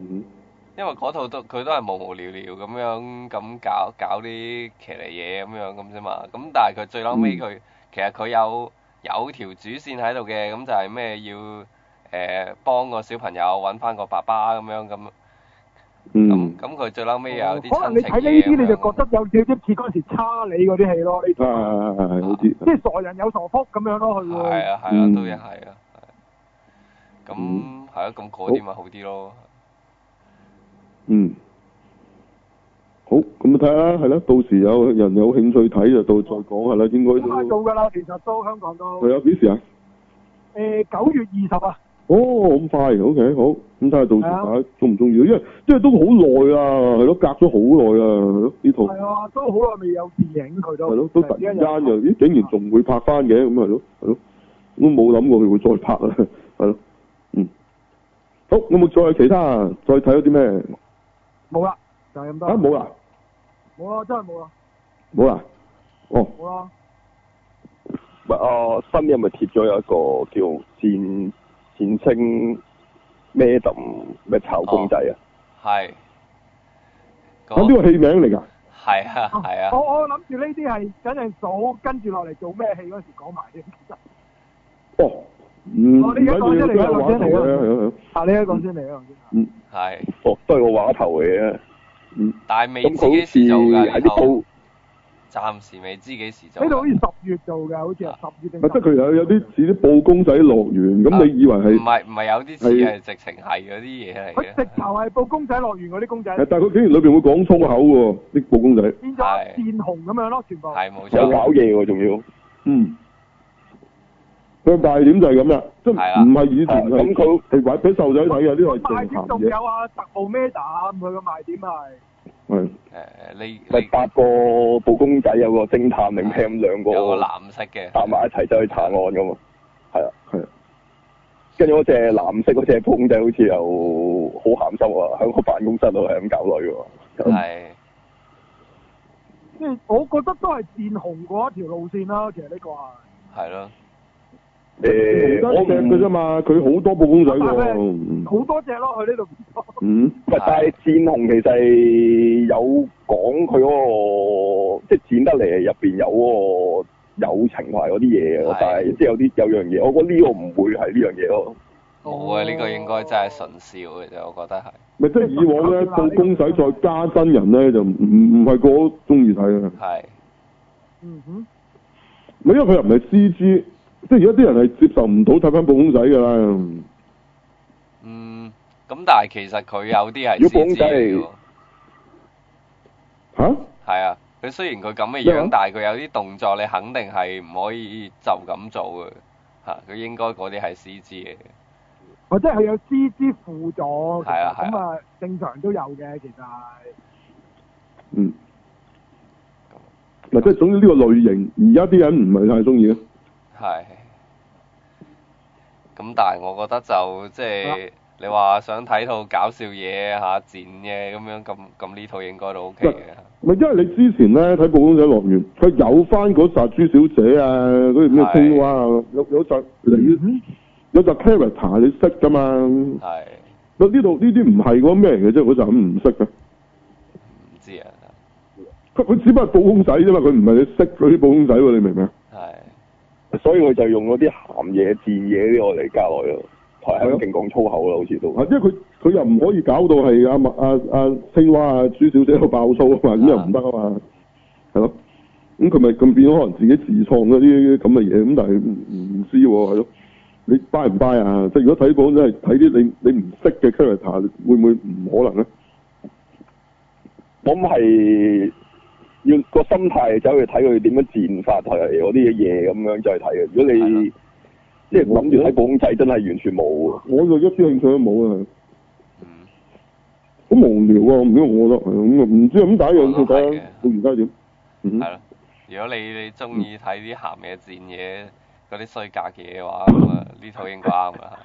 A: 嗯
B: 因為嗰套都佢都係無無聊聊咁樣咁搞搞啲騎呢嘢咁樣咁啫嘛，咁但係佢最嬲
D: 嗯
B: 尾佢其實佢有有條主線喺度嘅，咁就係咩要誒幫個小朋友揾翻個爸爸咁樣咁，
A: 嗯
B: 咁，咁佢最嬲尾又有啲
D: 哦可能
B: 親
D: 你
B: 情
D: 睇呢
B: 嘢
D: 啲你就覺
B: 咁樣
D: 得有少少似嗰陣時差你嗰啲戲咯，你
A: 係係係係好啊啲。
D: 即係傻人有傻福咁樣咯，佢會。
B: 係啊係啊，
A: 嗯
B: 都一係啊。係咁
A: 嗯
B: 係啊，咁嗰啲咪好啲咯。
A: 嗯，好，咁啊睇下啦，係啦，到時有人有興趣睇就到再講下啦，應該
D: 咁
A: 都
D: 做㗎啦，其實都香港都。
A: 係啊，幾時啊？
D: 誒九月二十啊，
A: 哦，咁快，OK，好，咁睇下到時
D: 係啊
A: 大家中唔中意，因為因為都好耐啊，係咯，隔咗好耐啊，係咯，呢套
D: 係啊，都好耐未有電影佢都。
A: 係咯，都突然間又咦，竟然
D: 做。
A: 仲會拍翻嘅，咁係咯，係咯，都冇諗過佢會再拍啊，係咯，嗯，好，有冇再有其他啊？再睇咗啲咩？
D: 冇啦，就係咁多
A: 啊，
D: 啦。
A: 冇啦，
D: 冇啦，真係冇啦，
A: 冇啦。哦，
D: 冇啦。
C: 唔係啊，新嘅咪貼咗有一個叫戰戰青咩揼咩炒公仔啊，
B: 係。
A: 咁呢個戲名嚟㗎。
B: 係啊，係啊
D: 我，我諗住呢啲係等陣數，跟住落嚟做咩戲嗰時講埋添。其實
A: 哦，唔唔
D: 哦
A: 緊
D: 你而
A: 要，
D: 家
A: 都
D: 講出嚟
A: 係玩頭
D: 講出嚟
A: 嘅，係啊係啊
D: 啊，你一講先，你一講先。
A: 嗯
B: 係。
C: 哦都係個畫頭嚟嘅，
A: 嗯，
B: 但係未知
C: 咁佢
B: 幾
C: 好似
B: 時做㗎
C: 喺
B: 呢
C: 啲
B: 套，
C: 鋪
B: 暫時未知幾時做㗎。
D: 呢度好似十月做嘅，好似係十月定
A: 啊。即係佢有有啲似啲布公仔樂園，咁你以為
B: 唔
A: 係？
B: 係唔係有啲似
A: 係
B: 係直情係嗰啲嘢嚟
D: 佢
B: 嘅
D: 直。頭係報公仔樂園嗰啲公仔，
A: 但係佢竟然裏邊會講粗口喎，啲布公仔。
D: 變咗
B: 係
D: 戰紅咁樣咯，全部。
B: 係冇
C: 有
B: 錯，
C: 搞嘢喎，仲要
A: 嗯。佢大點就係咁啦，即係
B: 係啦
A: 唔係以前
C: 咁
A: 係
C: 佢
A: 係玩俾細路仔睇嘅，呢個係
D: 賣
A: 正
D: 點
A: 行
D: 仲
A: 嘢。
D: 有啊，特務 m a d a 佢個賣點係
A: 係
B: 誒你
C: 咪
B: 你
C: 搭個布公仔有個偵探定咩咁兩
B: 有個
C: 個
B: 藍色嘅，
C: 搭埋一齊走去查案咁啊，係啊，
A: 係。
C: 跟住嗰只藍色嗰只布公仔好似又好鹹濕啊，喺個辦公室度係咁搞女喎，
B: 係
D: 即係嗯我覺得都係戰紅嗰一條路線啦。其實呢個係。
B: 係咯，
C: 誒、
A: 我
C: 我
A: 唔嘅啫
C: 唔
A: 嘛，佢好多布公
C: 哎
A: 仔
D: 但
A: 喎
D: 係。好多隻咯，佢呢度變咗
A: 嗯，
C: 係，但係戰紅其實係有講佢嗰個，即係剪得嚟入邊有嗰個友情同埋嗰啲嘢嘅
B: 係，
C: 但係即係有啲有樣嘢，我覺得呢個唔會係呢樣嘢咯。
B: 冇啊！
D: 哦
B: 呢個應該真係純笑嘅啫，我覺得係。
A: 咪即係以往咧，布公仔再加真人咧，就唔唔唔係個個中意睇嘅。
B: 係
D: 嗯哼，
A: 咪因為佢又唔係 C G，即係而家啲人係接受唔到睇翻布公仔㗎啦。
B: 嗯，咁但係其實佢有啲係
C: 如果
B: CG
C: 講緊
B: 嚟嘅喎，
C: 係
A: 吓？
B: 係啊。佢雖然佢咁嘅
A: 咩話
B: 樣，但係佢有啲動作你肯定係唔可以就咁做嘅嚇。佢應該嗰啲係 CG 嚟嘅。
D: 或者係有 C G 輔助，其
B: 係啊
D: 實
B: 係啊
D: 咁啊正常都有嘅，其實係
A: 嗯。嗱，即係總之呢個類型，而家啲人唔係太中意啊。
B: 係。咁但係我覺得就即係你話想睇套搞笑嘢嚇賤嘅咁樣，咁咁呢套應該都 OK 嘅。
A: 咪因為你之前咧睇布公仔樂園，佢有翻嗰紮豬小姐啊，嗰啲咩
B: 係
A: 青蛙啊，有有紮你有紮 character 你識㗎嘛？
B: 係
A: 喂呢度呢啲唔係嗰咩嚟嘅啫，嗰紮唔識嘅。
B: 唔知啊，
A: 佢佢只不過係布公仔啫嘛，佢唔係你識嗰啲布公仔喎，你明唔明啊？
B: 係
C: 所以佢就用嗰啲鹹嘢、賤嘢呢個嚟加落去咯，同埋喺度勁講粗口啦，好似都。
A: 啊，因為佢佢又唔可以搞到係阿麥阿阿青蛙啊朱小姐喺度爆粗啊嘛，咁又唔得啊嘛，係咯。咁佢咪咁變咗可能自己自創嗰啲咁嘅嘢，咁但係唔唔知喎，係咯。你 buy 唔 buy 啊？即係如果睇本真係睇啲你你唔識嘅 character，會唔會唔可能咧？
C: 我諗係要個心態走去睇佢點樣戰法同埋嗰啲嘢咁樣再睇嘅。如果
B: 係
C: 你即係諗住睇布公仔，真係完全冇。
A: 我就一啲興趣都冇啊，係
B: 嗯
A: 好無聊啊！我唔知我覺得係咁啊唔知咁打樣佢
B: 我覺得係
A: 睇
B: 嘅
A: 到而家點？嗯
B: 係咯。如果你你中意睇啲鹹嘢賤嘢嗰啲衰格嘢嘅話，咁啊呢套應該啱啦。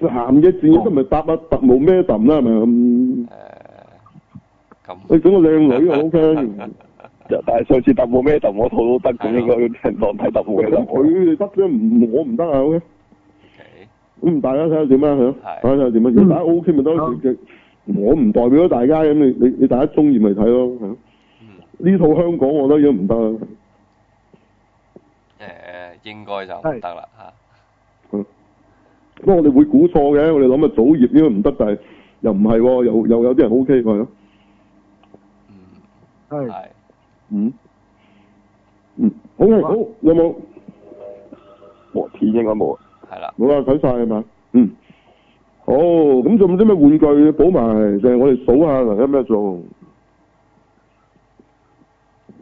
A: 鹹嘅字都唔係搭啊特務咩揼啦，係咪啊嗯
B: 誒咁
A: 你整個靚女啊 OK。
C: 就但係上次特務咩特我套都得，咁
B: 係啊
C: 應該有啲人當睇特務咩特
A: 咁佢哋得啫，唔我唔得啊，OK。
B: OK
A: 咁大家睇下點啦，係咯，
B: 係
A: 大家睇下點啦。啊如果大家 OK 咪得
D: 好
A: 咯，佢我唔代表咗大家咁，你你你大家中意咪睇咯，係咯。
B: 嗯
A: 呢套香港我覺得已經唔得啦，
B: 誒應該就唔得啦嚇。
A: 不過我哋會估錯嘅，我哋諗啊早業應該唔得，但係又唔係喎，又又有啲人 OK 係咯，
B: 嗯
D: 係
B: 係
A: 嗯嗯，OK 好，有冇
C: 磨片應該冇。
B: 係啦。
A: 冇啦？睇晒係嘛？嗯，好，咁仲有啲咩玩具補埋？就係我哋數下嗱有咩做。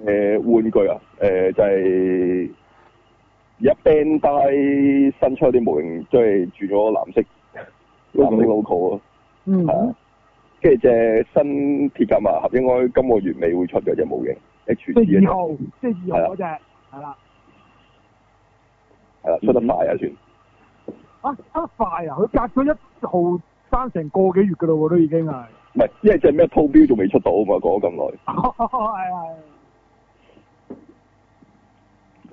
C: 誒、玩具啊，誒、就係而家 Bandai 新出啲模型，即係轉咗藍色藍色 logo 咯，
D: 嗯
C: 係啊，跟住隻新鐵甲馬俠應該今個月尾會出嘅隻模型 H
D: 即係
C: G
D: 二
C: 啊，
D: 號，即係二號嗰只係啦。
C: 係啦，出得快啊算，
D: 啊啊，出得快啊！佢隔咗一號爭成個幾月㗎咯喎，都已經係。
C: 唔係，因為只咩套標仲未出到啊嘛，講咗咁耐。
D: 係
C: 啊
D: 係。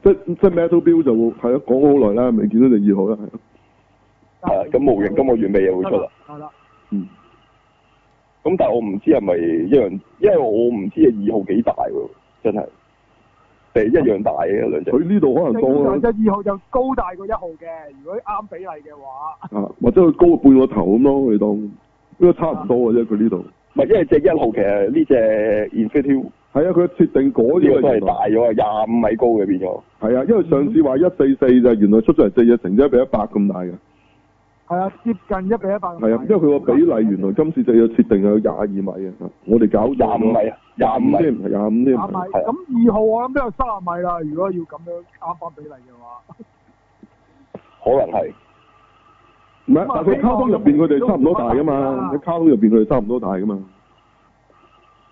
A: 即即 Metal Bill 就係啊講好耐啦，未見到你二號啦，係啊
C: 啊，咁模型今個月尾又會出啦。。
D: 係啦，
A: 嗯，
C: 咁但係我唔知係咪一樣，因為我唔知啊二號幾大喎，真係。定係一樣大嘅兩隻。
A: 佢呢度可能
D: 即
A: 當
D: 係二號就高大過一號嘅，如果啱比例嘅話，
A: 啊，或者佢高半個頭咁咯，佢當呢個差唔多嘅啫，佢呢度。
C: 唔係，因為隻一號其實呢隻 Infinity
A: 係啊，佢設定改
C: 呢個
A: 咗
C: 都係
A: 原來
C: 大咗啊，廿五米高嘅變咗。
A: 係啊，因為上次話一四四就原來出咗嚟四隻成隻一比一百咁大嘅，
D: 係啊，接近一比一百。
A: 係啊，因為佢個比例原來今次就要設定係有廿二米啊，我哋搞錯咗
C: 廿五米啊，廿五
A: 廿五添，
C: 米。
A: 係啊廿五添，
D: 啱米，咁二號我諗都有三十米啦。如果要咁樣啱翻比例嘅話，
C: 可能係，
A: 唔係，但係佢卡通入邊佢哋差唔多大噶嘛，喺卡通入邊佢哋差唔多大噶嘛，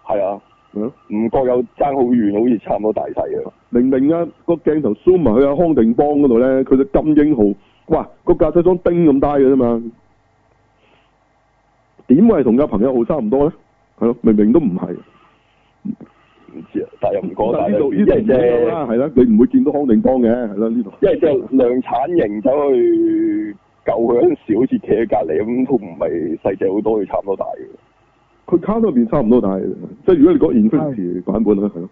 C: 係啊，
A: 係咯。
C: 唔覺有爭好遠，好似差唔多大細嘅。
A: 明明啊，個鏡頭 zoom 埋去阿康定邦嗰度咧，佢隻金鷹號，哇，個駕駛裝丁咁大嘅啫嘛，點會係同架朋友號差唔多咧？係咯，明明都唔係。
C: 唔知啊，但又唔覺大
A: 但呢度
C: 因
A: 呢度
C: 為
A: 唔會有啊
C: 隻
A: 啦，係啦，你唔會見到康定邦嘅，係啦呢度。
C: 因為隻量產型走去救佢嗰陣時，好似企喺隔離咁，都唔係細隻好多，佢差唔多大嘅。
A: 佢卡通入邊差唔多大嘅，即係如果你講 Infinity 版本啦，係咯。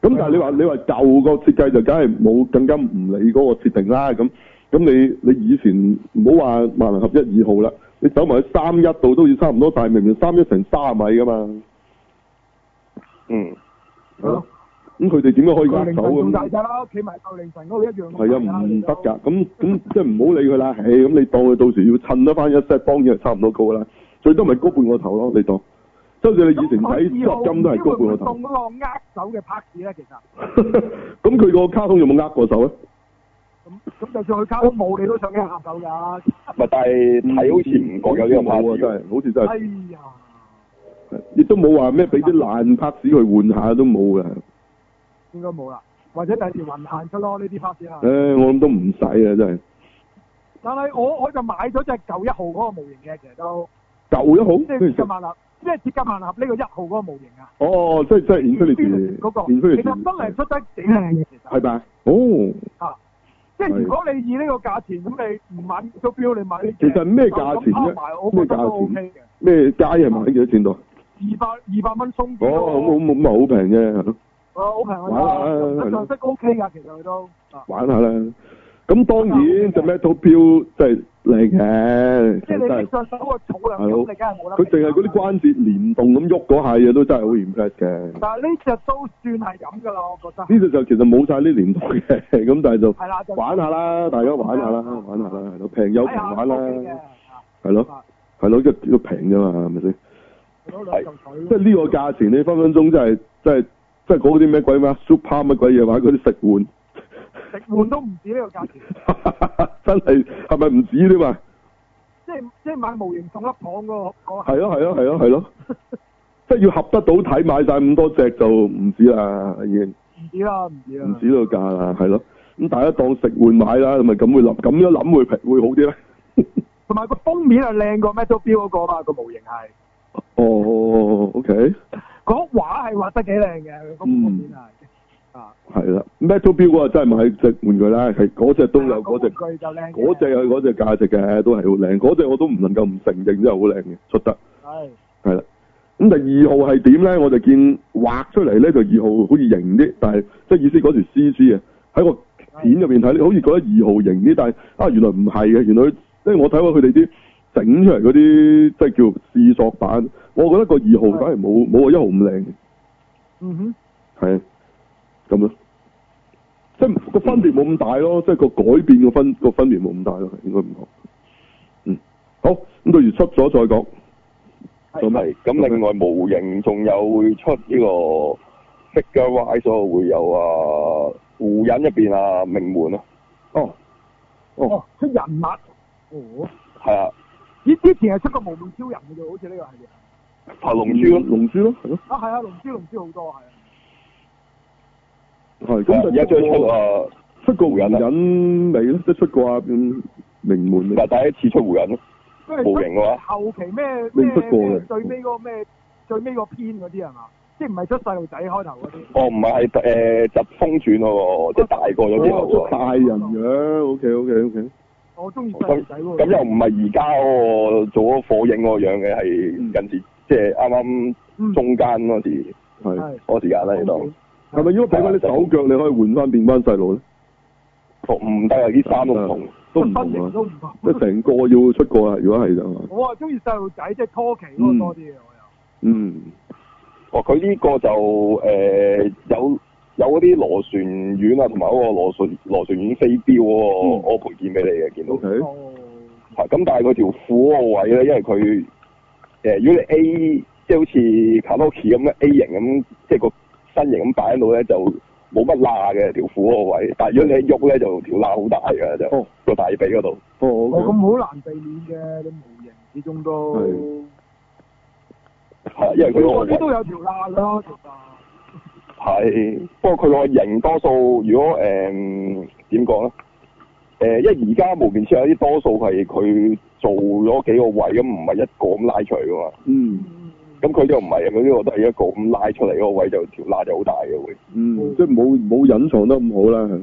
A: 咁但係你話你話舊個設計就梗係冇更加唔理嗰個設定啦。咁咁你你以前唔好話萬能合一二號啦，你走埋去三一度都要差唔多大，明明三一成三米噶嘛，
C: 嗯，
A: 係咯。咁佢哋點樣可以
D: 佢
A: 握
D: 凌
A: 手
D: 晨仲
A: 咁？
D: 大隻啦，企埋夠凌晨嗰度一樣咁大
A: 係
D: 啦。
A: 啊，唔得
D: 其實
A: 㗎。咁咁即係唔好理佢啦。唉，咁你當佢到時要襯得翻一 set，當然係差唔多高啦。最多咪高半個頭咯，你當。即係好似你以前睇作金都係高半個頭
D: 送。嗰個握手嘅拍子咧，其實 *laughs*
A: 咁佢個卡通有冇呃過手咧？
D: 咁咁就算佢卡都冇，你都想佢下手㗎。
C: 咪但係睇嗯好似唔覺有呢個 p
A: 嗯冇啊，真
C: a
A: 係，好似真
D: 哎
A: 係，
D: 呀，
A: 亦都冇話咩俾啲爛拍子佢換下都冇嘅。
D: 應該冇啦，或者第時雲行出咯呢啲拍子啊。
A: 唉，我諗都唔使啊，真係。
D: 但係我我就買咗隻舊一號嗰個模型嘅，其實都
A: 舊一
D: 即係啊
A: 好，
D: 鐵甲萬能，即係鐵甲萬能呢個一號嗰個模型啊。
A: 哦，即係即係 Infinity，
D: 嗰個，其實真係
A: Infinity，
D: 出得幾靚嘅，其實。
A: 係咪？哦，
D: 即係如果你以呢個價錢，咁你唔買咗標，你買呢
A: 其實咩價錢啫
D: 我覺得都 OK 嘅，
A: 咩街係賣幾多錢度啊？
D: 二百二百蚊鬆
A: 哦，
D: 啲
A: 咁
D: 咯。
A: 咁咁咪好平啫，係咯。
D: 好平
A: 玩下啦
D: 啊！上色 OK 㗎，其實佢都。啊
A: 玩下啦。咁當然就 metal 標真係靚嘅，
D: 即
A: 真
D: 係
A: 係
D: 你拎上手個重量
A: 係好
D: 咁，你梗係冇得。
A: 佢淨係嗰啲。關節連動咁喐嗰下嘢都真係好 impress 嘅。
D: 但係呢只都算係咁㗎啦，我覺得。
A: 呢度就其實冇晒啲年代嘅，咁但係就
D: 係啊啦，就
A: 玩下啦，大家玩下啦，玩下啦，係咯，平有平玩啦，係咯，
D: 啊，
A: 係咯，一要平啫嘛，係咪
D: 嗯
A: 先？
D: 攞兩嚿水。
A: 即係呢個價錢，你分分鐘真係真係真係嗰啲咩鬼咩 super 乜鬼嘢玩 *laughs* 嗰啲食碗，
D: 食換都唔止呢個價錢，
A: 真係係咪唔止添啊嘛？
D: 即係即係買模型送粒糖嗰個嗰個。
A: 係咯係咯係咯係咯，即係要合得到睇買晒咁多隻就唔止啦，已經
D: *laughs* 唔止啦，唔啊止啦。
A: 唔止呢個價啦，係咯。咁大家當食碗買啦，咪咁會諗，咁樣諗會平會好啲咧。
D: 同埋個封面係靚過 Metal Bill 嗰個嘛，個模型係，
A: 哦，OK。
D: 嗰畫係畫得幾靚嘅，
A: 嗯
D: 佢個封面係，啊，
A: 係啦，Metal Bill 嗰個真係買隻玩具啦，係嗰隻都有嗰隻，
D: 句就靚嘅，
A: 嗰隻有嗰隻價值嘅，都係好靚。嗰隻我都唔能夠唔承認，真係好靚嘅，出得
D: 係
A: 係啦。咁第二號係點咧？我就見畫出嚟咧，就二號好似型啲，但係即係意思嗰時 C G 啊，喺個片入面睇，你好似覺得二號型啲，但係啊原來唔係嘅，原來即係我睇過佢哋啲整出嚟嗰啲即係叫試作版，我覺得個二號反而冇冇個一號咁靚嘅。
D: 嗯哼，
A: 係咁咯，即係個分別冇咁大咯，即係個改變個分個分別冇咁大咯，應該咁講。嗯，好，咁到時出咗再講。啊
C: 咁係，咁另外模型仲有會出呢個 figure wise 咯，會有啊湖人入邊啊名門啊，
A: 哦，哦，
D: 哦，出人物，哦，
C: 係啊，
D: 咦，之前係出個無面超人嘅啫，好似呢個系列，
A: 嗯
C: 爬龍珠咯，
A: 龍珠咯，係咯，
D: 啊係啊，龍珠龍珠好多係啊，
A: 係
C: 係啊
A: 咁
C: 而家
A: 就哦
C: 將出啊，
A: 出過湖人未咧，即係出過啊，嗯名門
C: 唔
A: 未
C: 係第一次出湖人咯，
D: 即即係你出
C: 模型嘅話
D: 後期咩
A: 未
D: 咩
A: 出過嘅
D: 咩最尾嗰個咩最尾個篇嗰啲係嘛？即係唔係出細路仔開頭嗰啲？
C: 哦，唔係，係诶疾風傳喎，即係大個咗之後
A: 哦
C: 喎。
A: 大人樣，OK OK OK，
D: 我中意細路
C: 咁
D: 仔喎。
C: 咁
A: 哦
C: 又唔係而家嗰個做咗火影嗰個樣嘅，係近時即係啱啱
D: 嗯
C: 中間嗰時
A: 係
D: 係
C: 嗰時間啦，喺度。
A: 係咪如果俾翻啲手腳，你可以換翻變翻細路咧？
C: 哦唔得啊！啲衫都唔同，
A: 都唔
D: 身
A: 同
D: 形
A: 啊，
D: 都唔同。
A: 即係成個要出過啊！如果係就係，
D: 我啊中意細路仔，即係拖期嗰個多啲嘅我又。
A: 嗯，
C: 哦佢呢個就誒、呃有有嗰啲螺旋丸啊，同埋嗰個螺旋螺旋丸飛鏢嗰、
A: 嗯
C: 個，我配件俾你嘅，見到。
A: O K，
D: 哦，
C: 係咁但係佢條褲嗰個位咧，因為佢誒、呃如果你 A 即係好似卡洛奇咁嘅 A 型咁，即係個身形咁擺喺度咧，就冇乜罅嘅條褲嗰個位。但係如果你一喐咧，就條罅好大嘅，就、
A: 哦
C: 個大髀嗰度。
A: 哦
D: 我
A: O
D: 咁好難避免嘅，你模型始終都
A: 係
C: 係因為佢嗰個
D: 嗰啲
C: 位
D: 都有條罅咯，其實
C: 係，不過佢個型多數，如果誒點講咧？誒、因為而家無面超有啲多數係佢做咗幾個位咁，唔係一個咁拉出嚟噶嘛。
A: K，嗯
D: 嗯
C: 咁佢呢個唔係，佢呢個都係一個咁拉出嚟嗰個位就條罅就好大嘅會。
A: 嗯，即係冇冇隱藏得咁好啦，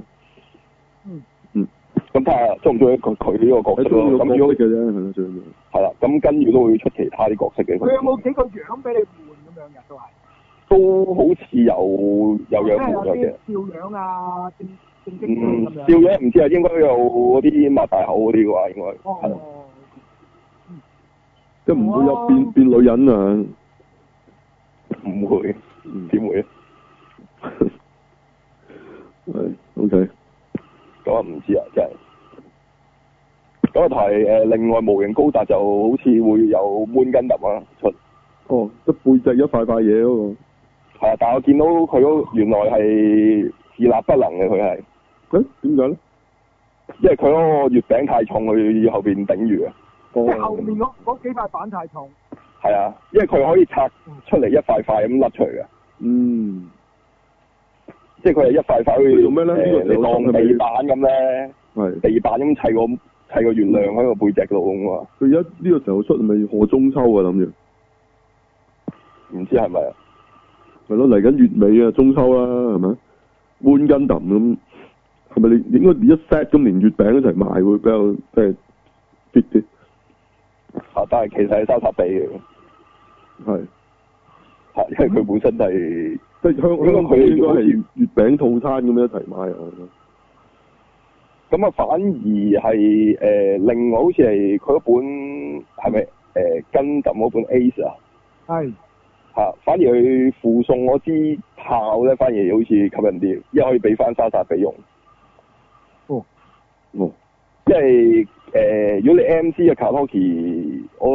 D: 嗯
C: 咁睇下中唔中意佢佢呢個角
A: 係
C: 色
A: 喺中
C: 咯。
A: 個角
C: 咁
A: 色
C: 如果
A: 嘅啫，係啦，最尾
C: 係啦，咁跟住都會出其他啲角色嘅。
D: 佢有冇幾個樣俾你換咁樣嘅都係？
C: 都好似有有樣冇樣嘅？
D: 即係有啲笑樣啊，正正經
C: 嗯
D: 經咁，
C: 笑
D: 樣。
C: 樣唔知啊，應該有嗰啲擘大口嗰啲啩，應該係啦。
D: 哦，
A: 即係唔會有變變女人啊，
C: 唔會
A: 嗯， *laughs*
C: 點會啊？
A: 係 O K，
C: 咁啊唔知啊，真係。咁啊，同埋誒，另外模型高達就好似會有 Moon Gundam 啊出，
A: 哦，即係背脊一塊塊嘢嗰
C: 係啊，但係我見到佢嗰原來係自立不能嘅，佢係，
A: 個，誒點解咧？
C: 因為佢嗰個月餅太重，佢要後邊頂住啊，
D: 即
A: 哦
D: 係後面嗰嗰幾塊板太重，
C: 係啊，因為佢可以拆出嚟一塊塊咁甩出嚟嘅，
A: Ừ, 嗯，
C: 即係佢係一塊塊好
A: 佢
C: 似
A: 做咩咧呢個
C: 誒你當地板咁咧，
A: 係
C: 地板咁砌個砌個月亮喺個背脊度咁啊，
A: 佢而家呢個時候出係咪賀中秋啊？諗住
C: 唔知係咪啊？
A: 係咯，嚟緊月尾啊，中秋啦，係咪？換根揼咁，係咪你你應該一 set 咁連月餅一齊賣會比較即係 fit 啲？
C: 啊，但係其實係沙沙地嘅，
A: 係，
C: 係因為佢本身係。
A: 即係香香港佢應該係月餅套餐咁樣一齊賣啊！
C: 咁啊，反而係誒、呃另外好似係佢嗰本係咪誒跟揼嗰本 Ace 啊？
D: 係
C: 嚇，反而佢附送嗰支炮咧，反而好似吸引啲，因為可以俾翻莎莎比用。
A: 哦，
C: 因為誒、呃如果你 MC 嘅卡托奇嗰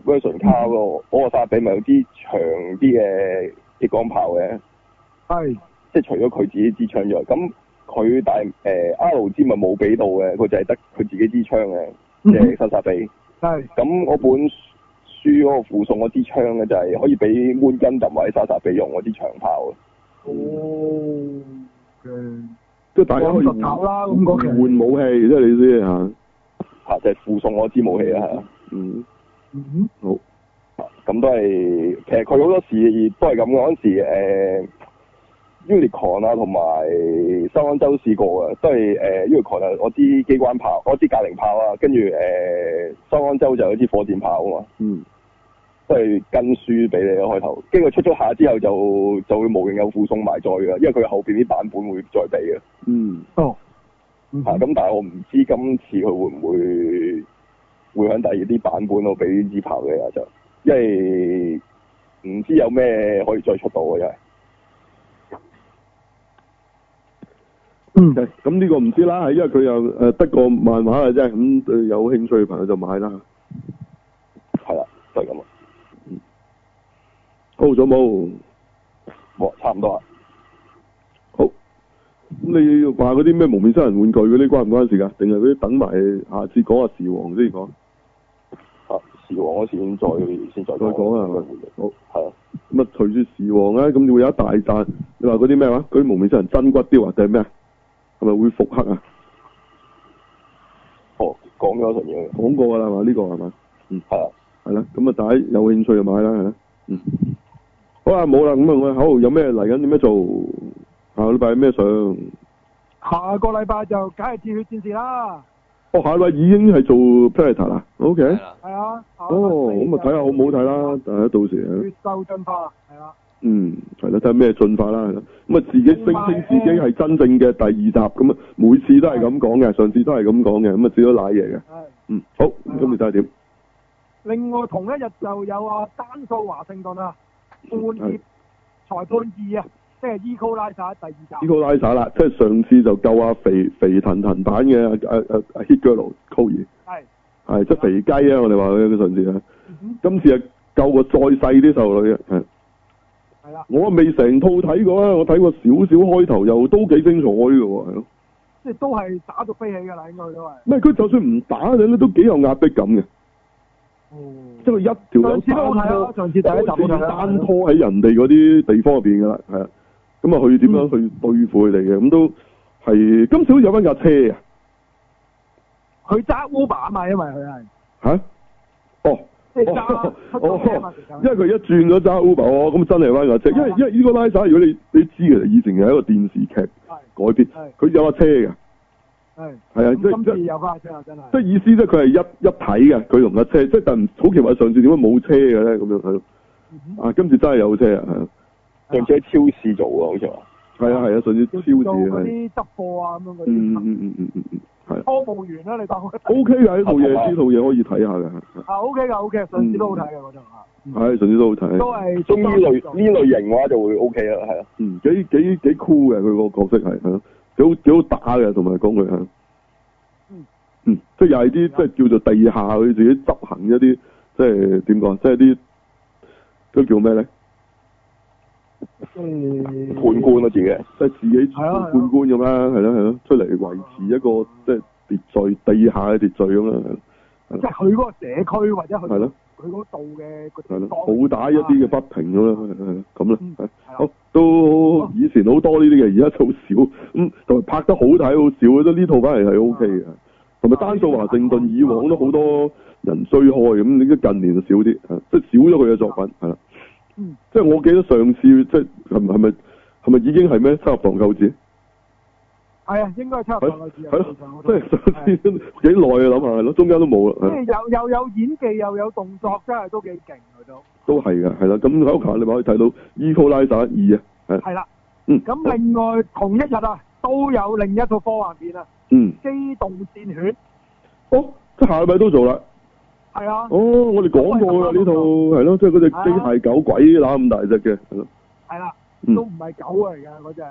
C: 個 version 卡嗰、個嗰個莎莎比，咪有支長啲嘅激光炮嘅，
D: 係
C: 即係除咗佢自己支槍之外，咁佢但係誒 R 支咪冇俾到嘅，佢就係得佢自己支槍嘅，即係莎莎比。
D: 係
C: 咁我本書嗰個附送嗰支槍咧，就係可以俾 Moon Gundam 或者莎莎比用嗰支長炮嘅。
D: 哦嘅，
A: 即係大家可以
D: 講實頭啦咁嗰期
A: 換武器，即係你知啊嚇。
C: 嚇啊就係、附送嗰支武器啊啦，
A: 嗯，
D: 嗯
A: 好，
C: 嚇啊咁都係呃其實佢好多時呃都係咁嘅。嗰陣時誒 Unicorn 啊，同埋收安州試過嘅，都係誒、呃 Unicorn 啊，我支機關炮，我支格靈炮啊，跟住誒收安州就有支火箭炮啊嘛，
A: 嗯，
C: 都係跟書俾你嘅開頭。跟住佢出咗下之後就就會無形有附送埋載嘅，因為佢後邊啲版本會再俾嘅。
A: 嗯，
D: 哦，嗯
C: 嚇，啊咁但係我唔知今次佢會唔會會喺第二啲版本度俾呢支炮嘅就，因為唔知有咩可以再出到嘅真係。
D: 嗯
A: OK，咁呢個唔知啦，因為佢又誒得個漫畫嘅啫，咁對有興趣嘅朋友就買啦。
C: 係啦，就係咁啦，啊
A: 好咗冇？
C: 好，差唔多啦。
D: 嗯
A: 好，咁你話嗰啲咩蒙面新人玩具嗰啲關唔關事㗎？定係嗰啲等埋下次講下時王先講？
C: 啊，時王嗰時先再先再
A: 再講啊，係嘛？好，
C: 係啊，
A: 咁啊隨住時王咧，咁會有一大扎。你話嗰啲咩話？嗰啲蒙面新人真骨雕啊，定係咩啊？係咪會復刻啊？
C: 哦，講咗一樣嘢，
A: 講過㗎啦係嘛？呢個係嘛？
C: 係啊，
A: 係啦，咁啊大家有興趣就買啦，係啦，嗯，好啊，冇啦，咁啊我哋好有咩嚟緊？點樣做？下個禮拜有咩上？哦，
D: 下個禮拜就梗係鐵血戰士啦，
A: 哦下個禮拜已經係做 Predator 啦，OK，
B: 係啦，
D: 係啊。下
A: 哦，
D: 個禮
A: 咁
D: 拜
A: 啊睇下好唔好睇啦，大家到時係啦
D: 越秀進化係啦，
A: 嗯，係啦，睇下咩進化啦，係啦，咁啊自己聲稱自己係真正嘅第二集咁啊，每次都係咁講嘅，上次都係咁講嘅，咁啊至咗賴嘢嘅，
D: 係。
A: 嗯，好，咁今次睇下點？
D: 另外同一日就有啊單數華盛頓啊，半
A: 係
D: 葉裁判二啊，即係 Eco 拉薩第二
A: 呢
D: 集。
A: 個拉撒啦，即係上次就救阿肥肥騰騰版嘅阿阿阿 Hit Girl Cody，
D: 係
A: 係即係肥雞啊！我哋話佢上次啊，
D: 嗯
A: 今次啊救個再細啲細路女啊，係
D: 係啦，
A: 我未成套睇過啊，我睇過少少開頭又都幾精彩嘅喎，係咯，
D: 即係都係打到飛起㗎啦，應該都係。
A: 咩佢就算唔打你咧都幾有壓迫感嘅，即係佢一條友
D: 上次都好睇啊上次第一集好睇啊
A: 開始單拖喺人哋嗰啲地方入邊㗎啦，係啊，咁啊佢點
D: 嗯
A: 樣去對付佢哋嘅咁都係今次好似有翻架車啊！
D: 佢揸 Uber 啊嘛，因為佢係
A: 吓？哦，
D: 即係揸出
A: 哦
D: 咗車啊嘛，其實啊
A: 因為佢一轉咗揸 Uber，哦，咁真係翻架車。因為因為呢個拉薩，如果你你知嘅，以前係一個電視劇
D: 係
A: 改編
D: 係，
A: 佢有架車嘅，
D: 係。
A: 係啊，即
D: 咁今次
A: 即
D: 有翻車啊，真
A: 即
D: 係。
A: 意思即係佢係一一體嘅，佢同架車，即係但唔好奇怪上次點解冇車嘅咧？咁樣係咯，
D: 嗯
A: 啊，今次真係有車啊，係啊，
C: 上次喺超市做啊，好似話。
A: 係啊，係啊，上次超
D: 要
A: 市
D: 做嗰
A: 係，
D: 啲執貨啊咁樣嗰
A: 嗯
D: 啲，
A: 嗯嗯嗯嗯嗯，係
D: 科務員啦，你當佢。
A: ，O K 嘅呢套嘢，呢套嘢可以睇下嘅，係
D: 啊 OK 㗎，OK，上次都好睇嘅嗰陣啊，
A: 係上次都好睇
D: 都，係
C: 中呢類
D: 嗯
C: 呢類型嘅話就會 O K 啦，係啊，
A: 嗯，幾幾幾 cool 嘅佢個角色係，係咯，幾好幾好打嘅，同埋講佢係。
D: 嗯
A: 嗯，即係又係啲即係叫做地下佢自己執行一啲，即係點講，即係啲都叫咩咧？
D: 誒
C: 判官咯自己。
D: 嗯
A: 即係自己
D: 係啊係啊
A: 判官咁啦，係咯係咯，出嚟維持一個即係秩序，地下嘅秩序咁啦，
D: 即係佢嗰個社區或者
A: 係
D: 佢
A: 咯
D: 佢嗰度嘅嗰
A: 係
D: 啲
A: 咯，
D: 當
A: 好打一啲嘅不平咁啦，係係咁啦
D: 嗯，
A: 啊係啊
D: 係啦
A: 好都以前好多呢啲嘅，而家就好少 *laughs* 咁，同埋拍得好睇好少，覺得呢套反而係 O K 嘅，啊同埋單數華盛頓以往都好多人衰開咁，你近年就少啲，係即係少咗佢嘅作品係啦。
D: 嗯
A: 即係我記得上次即係係咪係咪係咪已經係咩七合堂購置？
D: 係啊，應該係差
A: 係
D: 唔多
A: 咯
D: 類似啊，
A: 係
D: 正常
A: 咯
D: 嗰，
A: 即係
D: 度
A: 上次
D: 係
A: 幾耐啊諗下係咯，中間都冇啦，
D: 即
A: 係
D: 係又又有演技又有動作，真係都幾勁佢都
A: 都係嘅，係啦。咁喺下禮拜可以睇到《伊庫拉撒二》啊，係
D: 係啦。
A: 嗯
D: 咁另外同一日啊，都有另一套科幻片啊，
A: 嗯，
D: 《機動戰犬》
A: 哦，即係下禮拜都做啦。
D: 係啊，
A: 哦，我哋講過㗎呢套係咯，即係嗰隻機械狗鬼乸咁大隻嘅，係咯，
D: 係啦，
A: 嗯
D: 都唔係狗嚟㗎嗰只，係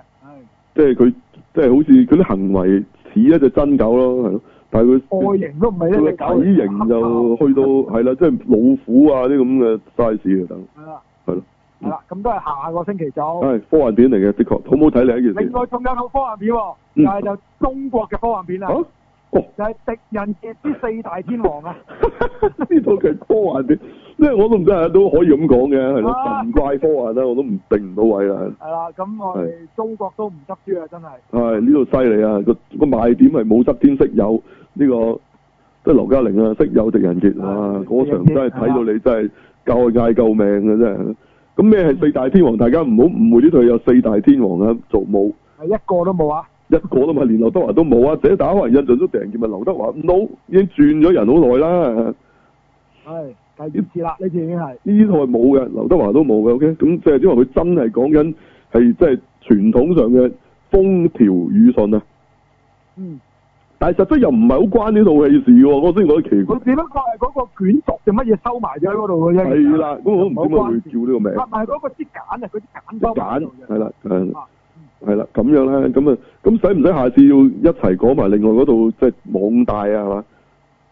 A: 即係佢即係好似佢啲行為似一隻真狗咯，係咯，但係佢
D: 外形都唔係
A: 佢
D: 哦一隻
A: 嘅
D: 狗嚟㗎，
A: 體型就去到係啦，即係老虎啊啲咁嘅 size 啊等，
D: 係啦
A: 係咯，
D: 係啦，咁都係下個星期做。
A: 係科幻片嚟嘅，的確好唔好睇另一件
D: 另
A: 事
D: 外仲有套科幻片喎，
A: 嗯
D: 就係就中國嘅科幻片
A: 嚇
D: 啦，
A: 哦。 *laughs*
D: 就係《敵人傑之四大天王》啊。
A: 呢套劇科幻啲，因為我都唔知係都可以咁講嘅，係咯，
D: 啊
A: 神怪科幻啦，我都唔定唔到位啊啦。
D: 係啦，咁我哋中國都唔執輸啊，真係。
A: 係呢度犀利啊！個個賣點係武則天識友呢個，即係劉嘉玲啊，識友狄仁傑啊，
D: 係
A: 嗰場真係睇到你真係救嗌救命嘅真係。咁咩係四大天王？大家唔好 *laughs* 誤會呢度有四大天王啊，做冇
D: 係一個都冇啊！
A: 一個都咪連劉德華都冇啊！者打可能印象中狄仁傑咪劉德華，no 已經轉咗人好耐啦。
D: 係第二次啦，呢次已經係
A: 呢套係冇嘅，劉德華都冇嘅。OK，咁即係因為佢真係講緊係即係傳統上嘅風調雨順啊。
D: 嗯，
A: 但係實質又唔係好關呢套戲事喎，我先覺得奇怪
D: 佢。只不過係嗰個卷軸定乜嘢收埋咗喺嗰度嘅啫。
A: 係啦，咁我唔知點解會叫呢個名
D: 其實，唔係嗰個支簡啊，嗰支簡收
A: 揀
D: 埋咗嘅
A: 係啦，係啦
D: 啊
A: 係啦，咁樣啦，咁啊，咁使唔使下次要一齊講埋另外嗰套即係網大啊，係嘛？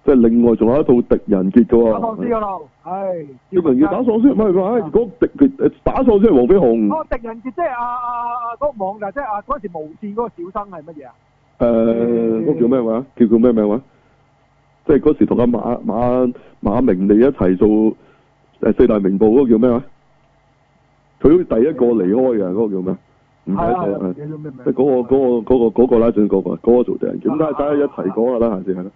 A: 即係另外仲有一套敵人傑嘅
D: 打喪屍
A: 喎，
D: 嗰度，係。
A: 敵人傑打喪屍，唔係唔係，嗰
D: 啊
A: 個敵誒打喪屍係黃飛鴻，
D: 嗰個敵人傑即係啊啊啊嗰個網就即係啊嗰陣時無線嗰個小生係乜嘢啊？
A: 誒呃嗰個叫咩話？叫叫咩名話？即係嗰時同阿馬馬馬明利一齊做誒四大名捕嗰個叫咩話？佢好似第一個離開嘅嗰個叫咩？唔記
D: 係
A: 得
D: 啊係
A: 咗
D: 啊，唔
A: 係
D: 記得咗咩名
A: 即係嗰個嗰個嗰個嗰個拉準嗰個嗰
D: 啊
A: 個做敵人，咁睇下睇下一齊講下啦，下次係啦，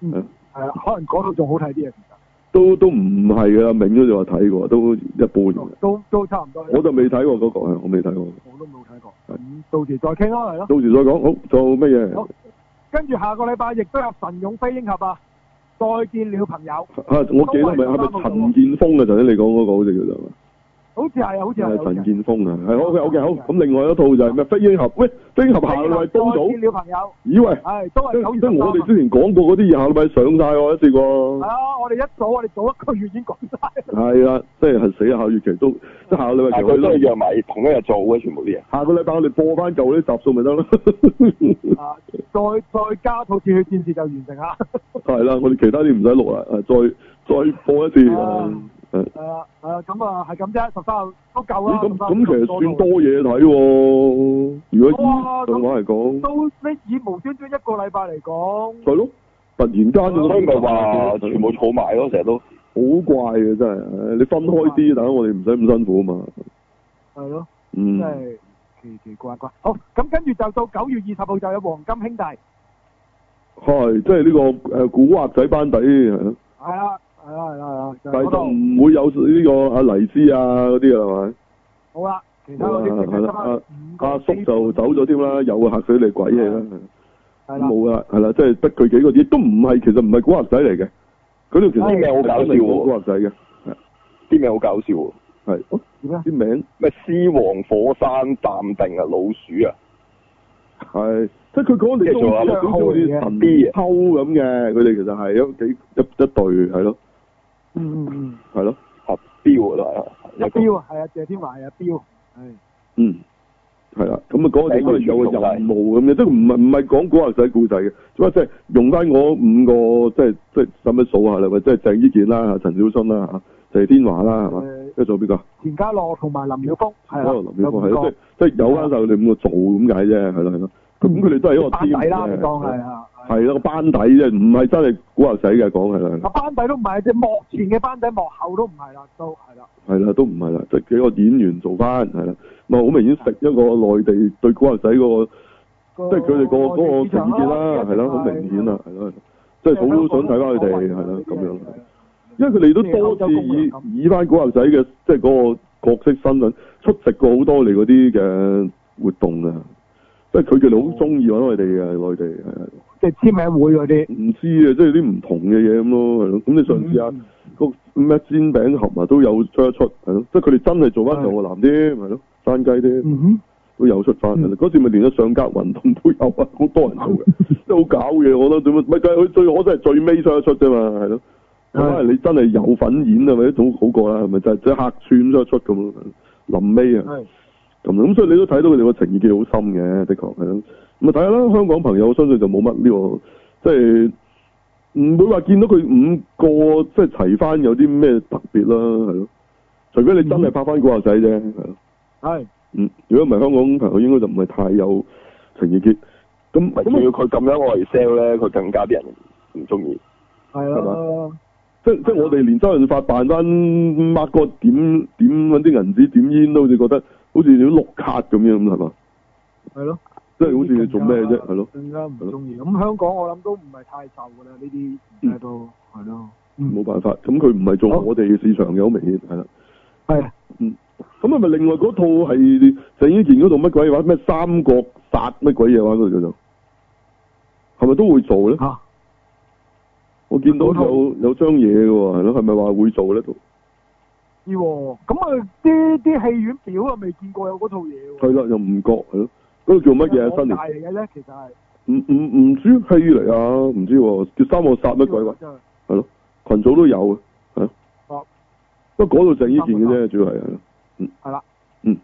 D: 嗯係啦，可能嗰度仲好睇啲啊，其實。
A: 都都唔係嘅，阿銘都就話睇過，都一般嘅。
D: 都都差唔多。
A: 我就未睇過嗰、個，係我未睇過。
D: 我都冇睇過。咁到時再傾啦，係咯。
A: 到時再講，好做乜嘢？
D: 好跟住下個禮拜亦都有神勇飛鷹俠啊！再見了朋友，
A: 啊！我記得咪係咪陳建峰啊？頭先你講嗰個好似叫做係嘛
D: 好似係，好似係，
A: 係呃
D: 好似
A: 陳
D: 係。
A: 建峰啊，係好 OK 好。咁另外一套就係咩飛鷹俠？喂，飛鷹俠下個禮拜都到
D: 再，見了朋友，
A: 以為
D: 係都係九
A: 即
D: 月
A: 即
D: 十
A: 我哋
D: 三
A: 之前講過嗰啲嘢下禮拜上晒喎，一次
D: 係
A: 過。
D: 啊！我哋一早我哋早一個月已經講晒。
A: 係啦，即係死啊下月期都即係下個禮拜
C: 但
A: 其
C: 係佢
A: 實
C: 都係
A: 我哋
C: 約埋同一日做嘅，全部啲嘢。
A: 下個禮拜我哋播翻舊啲集數咪得 *laughs* 咯。
D: 啊！再再加套《鐵血戰士》就完成啦。
A: 係啦，我哋其他啲唔使錄啦，啊再再播一次。
D: 啊
A: 係
D: 係啊係啊，咁啊係咁啫，十三號都夠啦。
A: 咦啊咁
D: 13號
A: 咁其啊實算
D: 到
A: 多嘢睇喎，如果以動畫嚟講。
D: 都呢以無端端一個禮拜嚟講，
A: 係咯，突然間
D: 嗯
C: 所以咪話全部儲埋咯，成日都。
A: 好怪嘅真係，唉你分開啲，等我哋唔使咁辛苦啊嘛。
D: 係咯，
A: 嗯
D: 真，係奇奇怪怪。好，咁跟住就到九月二十號就有黃金兄弟，係
A: 係即係呢個誒古惑仔班底，係咯
D: 啦係啦係啦係啦，就
A: 但
D: 係
A: 係
D: 嗰
A: 就
D: 度
A: 唔會有呢個阿黎姿啊嗰啲啊係咪？
D: 好啦。其他嗰啲淨
A: Ờ,
D: 係得翻五個
A: 阿叔就走咗添啦，有嚇死你鬼嘢啦，
D: 係啦，
A: 冇啦，係啦，即係得佢幾個啲，都唔係其實唔係古惑仔嚟嘅，佢哋其實
C: 啲名好搞笑
A: 係古
C: 喎，
A: 惑仔嘅，
C: 啲名好搞笑喎，
A: 係哦
D: 點咧？
A: 啲名
C: 咩獅王火山淡定啊，老鼠啊，
A: 係。即係佢講你都好似好似神偷咁嘅，佢哋其實係一幾一一隊係咯，
D: 嗯嗯嗯，
A: 係咯，
C: 合標啊，
D: 阿標啊，係啊，謝天華係阿標，係
A: 嗯，係啦，咁啊嗰個地方有個任務咁嘅，即係唔係唔係講古惑仔故仔嘅，只不過即係用翻我五個即係即係使唔使數下啦？咪即
D: 嗯
A: 係鄭伊健啦、陳小春啦、嚇謝天華啦，係嘛？
D: 誒
A: 跟住仲有邊個啊？
D: 田家樂同埋林曉峰，係啦，
A: 可能林曉峰係
D: 有五
A: 咯
D: 個嗯
A: 即係即係有翻晒佢哋五個做咁解啫，係咯係咯。咁佢哋都係一個
D: 班
A: team Ờ,
D: 底啦，
A: 嘅
D: 你當係啊。係
A: 係啦個班底啫，唔係真係古惑仔嘅講係啦係
D: 啊
A: 啦，
D: 班底都唔係，即係幕前嘅班底，幕後都唔係啦，都係啦，
A: 係啦都唔係啦，即係幾個演員做翻係啦，啊咪好明顯食一個內地對古惑仔嗰個。
D: 即
A: 哦即係佢哋個嗰個情結啦，係啦，好明顯啦，係咯，即係好想睇翻佢哋，係啦，咁樣啦，因為佢哋都多次以以翻古惑仔嘅即係嗰個角色身份出席過好多你嗰啲嘅活動啊，即係佢哋好中意揾我哋嘅內地係啊
D: 即係簽名會嗰啲。
A: 唔知啊，即係啲唔同嘅嘢咁咯，係咯，咁你上次啊
D: 嗯
A: 個咩煎餅盒啊都有出一出，係咯，即係佢哋真係做翻上個男添，係咯，山雞添。
D: 嗯
A: 都有出翻嘅啦。嗰次咪連咗上格運動都有啊，好多人做
D: *laughs*
A: 嘅，即係好搞嘢。我覺得做乜？咪就係佢最可真係最尾出一出啫嘛，係咯。
D: 係
A: 咁你真係有份演啊，咪都好過啦，係咪就係即係客串咗一出咁咯。臨尾啊
D: 哼，，係
A: 咁咁所以你都睇到佢哋個情意結好深嘅，的確係咯。咁啊睇下啦，香港朋友我相信就冇乜呢個，即係唔會話見到佢五個即係齊翻有啲咩特別啦，係咯。除非你真
D: 嗯
A: 係拍翻古惑仔啫，係咯。
D: 係
A: 嗯，如果唔係香港朋友，應該就唔係太有情意結。咁
C: 咪仲要
A: 咁啊
C: 佢咁樣我嚟 sell 咧，佢更加啲人唔中意。
D: 係啦，
A: 即即我哋連周潤發扮翻抹個點點揾啲銀紙點煙都好似覺得好似要碌卡咁樣咁係嘛？
D: 係咯，
A: 即係好似你做咩啫係咯，
D: 更加唔中意。咁香港我諗都唔係太受㗎啦，呢啲而家都係咯，
A: 冇辦法。咁佢唔係做
D: 好
A: 我哋嘅市場嘅，好明顯係啦。嗯
D: 係
A: 咁係咪另外嗰套係鄭伊健嗰套乜鬼話咩三國殺乜鬼嘢話嗰度叫做係咪都會做咧？
D: 嚇
A: 我見到
D: 嗰套
A: 有有張嘢嘅喎，係咯，係咪話會做咧？套
D: 依喎。咁啊，啲啲戲院表啊未見過有嗰套嘢
A: 係
D: 喎。
A: 啦，又唔覺係咯，嗰度叫乜嘢啊？新年
D: 大嚟嘅咧，其實係
A: 唔唔唔知戲嚟啊，唔知喎，叫三個殺乜鬼話，
D: 真係
A: 係咯，群組都有嘅，係咯。
D: 嗯哦
A: 不過嗰度鄭伊健嘅啫，主要係係咯，嗯，
D: 係啦，
A: 嗯，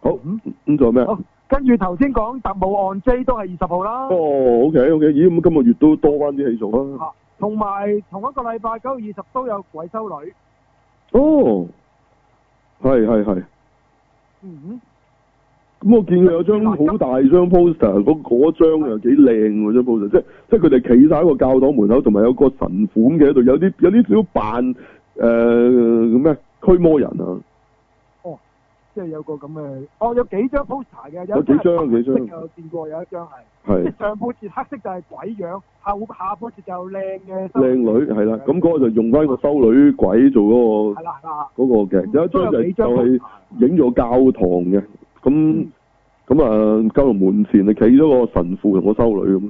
A: 好，
D: 嗯
A: 咁仲有咩啊？
D: 好，跟住頭先講特務案 J 都係二十號啦
A: 哦。，OK OK，咦，咁今個月都多翻啲戲做啦。
D: 啊同埋同一個禮拜九月二十都有鬼修女，
A: 哦，係係係，
D: 嗯
A: 咁我見佢有張好大張 poster，嗰嗰張又幾靚喎張 poster，即即係佢哋企晒喺個教堂門口，同埋有個神款嘅喺度，有啲有啲少扮誒咩驅魔人啊。
D: 即係有個咁嘅，哦有幾張 poster 嘅，
A: 有
D: 有
A: 幾張
D: 一係白色
A: 幾張 *laughs*
D: 嘅我見過有一張係，
A: 係
D: 即係上半截黑色就係鬼樣，後下半節就靚嘅收
A: 靚女係啦，咁嗰個就用翻個修女鬼做嗰、
D: 係啦係啦，
A: 個嗰、個嘅，嗯有一張嗯就係就係影咗教堂嘅，咁咁啊教堂門前就企咗個神父同個修女咁，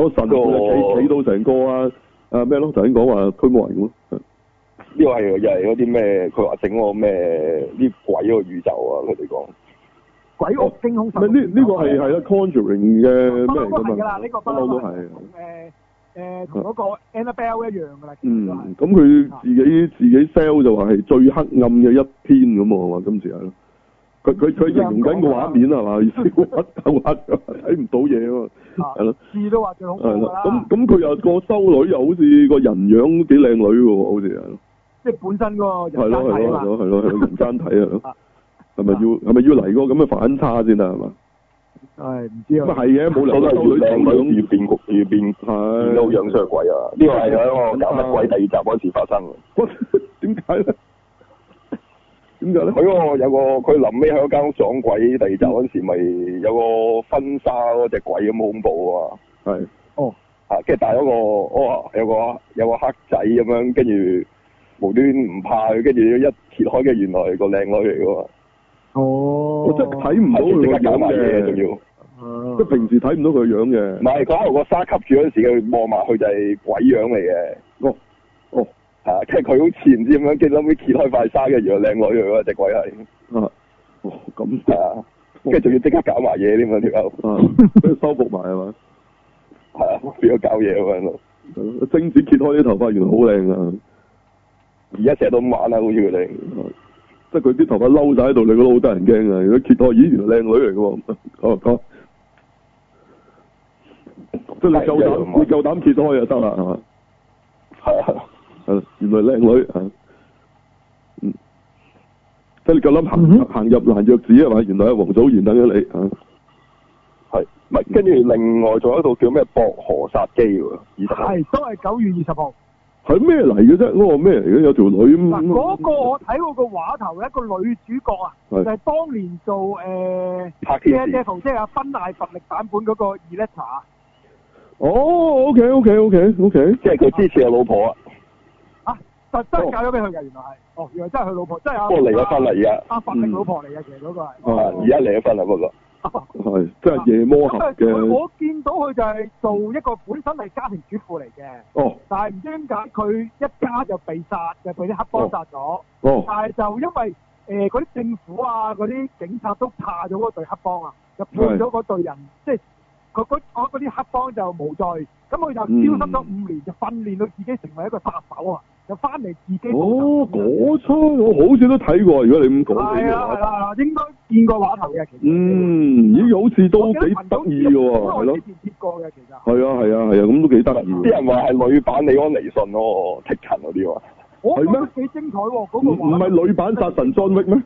A: 有個神父就企企到成個啊啊咩咯，頭先講話驅魔人咁咯，係
C: 呢個係又係嗰啲咩？佢話整個咩啲鬼個宇宙啊！佢哋講
D: 鬼屋驚空
A: 唔係呢呢個係係啦啊 Conjuring 嘅咩
D: 啊不
A: 嚟
D: 嬲都
A: 㗎
D: 係㗎啦，
A: 嘛
D: 呢個，
A: 不
D: 不
A: 嬲都
D: 嬲都
A: 係
D: 係。誒誒同嗰個 Annabelle 一樣㗎啦，其實都係
A: 嗯，咁佢自己自己 sell 就話係最黑暗嘅一篇咁喎，話今次係咯。佢佢佢形
D: 啊
A: 容緊個畫面係嘛，意思 *laughs* 好黑好黑，睇唔到嘢啊嘛，
D: 啊
A: 係咯
D: 字都話最恐怖
A: 係
D: 㗎
A: 啦。咁
D: 啦，
A: 咁佢又個修女又好似個人樣幾靚女喎，好似係咯。
D: 即係本身嗰個
A: 係
D: 人
A: 咯係
D: 身體
A: 咯係
D: 啊嘛，
A: 咯係咯係咯人間睇啊
D: *laughs* 啊，
A: 係咪要係咪要嚟個咁嘅反差先啊？係嘛？
D: 係唔知
A: 咁啊
D: 啊，
A: 係嘅，冇理由
C: 都
A: 個
C: 係
A: 修女嗯咁
C: 越靚女
A: 樣
C: 越變局越變變
A: 係
C: 到樣衰鬼啊！呢個係喺我搞乜鬼第二集嗰時發生嘅。
A: 我點解咧？點解咧？
C: 佢嗰個有個佢臨尾喺間屋撞鬼，第二集嗰時咪有個婚紗嗰只鬼咁恐怖啊！
A: 係
C: 啊，跟住但係嗰個哦有個有個黑仔咁樣，跟住無端唔怕佢，跟住一揭開嘅原來係個靚女嚟嘅喎，啊
D: 哦
A: 我真係睇唔到
C: 係即
A: 佢
C: 刻
A: 個
C: 搞
A: 樣
C: 埋嘢仲
A: 嘅。
C: 要，
A: 即係平時睇唔到佢個樣
C: 唔
A: 嘅。
C: 係佢喺度個沙吸住嗰陣時，佢望埋佢就係鬼樣嚟嘅，
A: 哦哦
C: 嚇、跟住佢好似唔知點樣，跟住後尾揭開塊沙嘅，原來靚女嚟嘅只鬼係，
A: 啊哦咁
C: 係啊，跟住仲要即刻搞埋嘢添啊條友，
A: 啊，俾佢收服埋係嘛？
C: 係啊，變咗搞嘢咁樣咯，
A: 係咯精子揭開啲頭髮，原來好靚啊！
C: 而家成日都咁玩啦，好似佢哋。
A: 啊即係佢啲頭髮嬲晒喺度，你覺得好得人驚啊！如果揭開，咦，原來靚女嚟嘅喎。講講，即係你夠膽，你夠膽揭開就得啦，係嘛？
C: 係啊，
A: 係咯呃原來靚女啊！嗯，即係你夠膽行行入蘭若寺係嘛？原來係王祖賢等緊你啊！
C: 係，唔係跟住另外仲有一套叫咩《薄荷殺機》喎，二十
D: 係都係九月二十號。
A: 係咩嚟嘅啫？嗰個咩嚟嘅？有條女咁。
D: 嗱，嗰個我睇過個畫頭咧，個女主角啊，就
A: 係
D: 係當年做誒
C: 拍
D: d
C: 天
D: e
C: 使
D: d e v 即係阿芬艾佛力版本嗰個 Electra，啊
A: 哦，OK，OK，OK，OK，
C: 即係佢之前嘅老婆啊，
D: 就真係嫁咗俾佢嘅，原來係，哦，原來真係佢老婆，真係阿
C: 不過離咗婚啦而家，
D: 阿佛力老婆嚟嘅，其實嗰個係。
A: 哦
C: 啊而家離咗婚啦不過，
A: 係，即係夜魔俠
D: 咁佢
A: 嘅。
D: 我見到佢就係做一個本身係家庭主婦嚟嘅，
A: 哦，
D: 但係唔知點解佢一家就被殺，就俾啲黑幫殺咗，
A: 哦，
D: 但係就因為誒嗰啲政府啊、嗰啲警察都怕咗嗰隊黑幫啊，就判咗嗰隊人，即係嗰嗰嗰嗰啲黑幫就無罪，咁佢就消失咗五年，就訓練到自己成為一個殺手啊，就翻嚟自己
A: 哦，嗰出我好似都睇過，如果你咁講起
D: 係
A: 嘅
D: 啊係
A: 話，
D: 啦，應該見過畫頭嘅其實。
A: 嗯，咦，好似都幾得意嘅喎，係
D: 我
A: 咯
D: 之，前貼過嘅其實。
A: 係啊，係啊，係啊，咁都幾得意
C: 啲
A: 喎。
C: 人話哎係女版李安妮信咯，剔勤嗰啲話，
D: 我覺
A: 係
D: 得
A: 咩
D: 幾精彩喎，嗰
A: 唔
D: 個
A: 唔
D: 畫
A: 係女版殺神 John Wick 咩？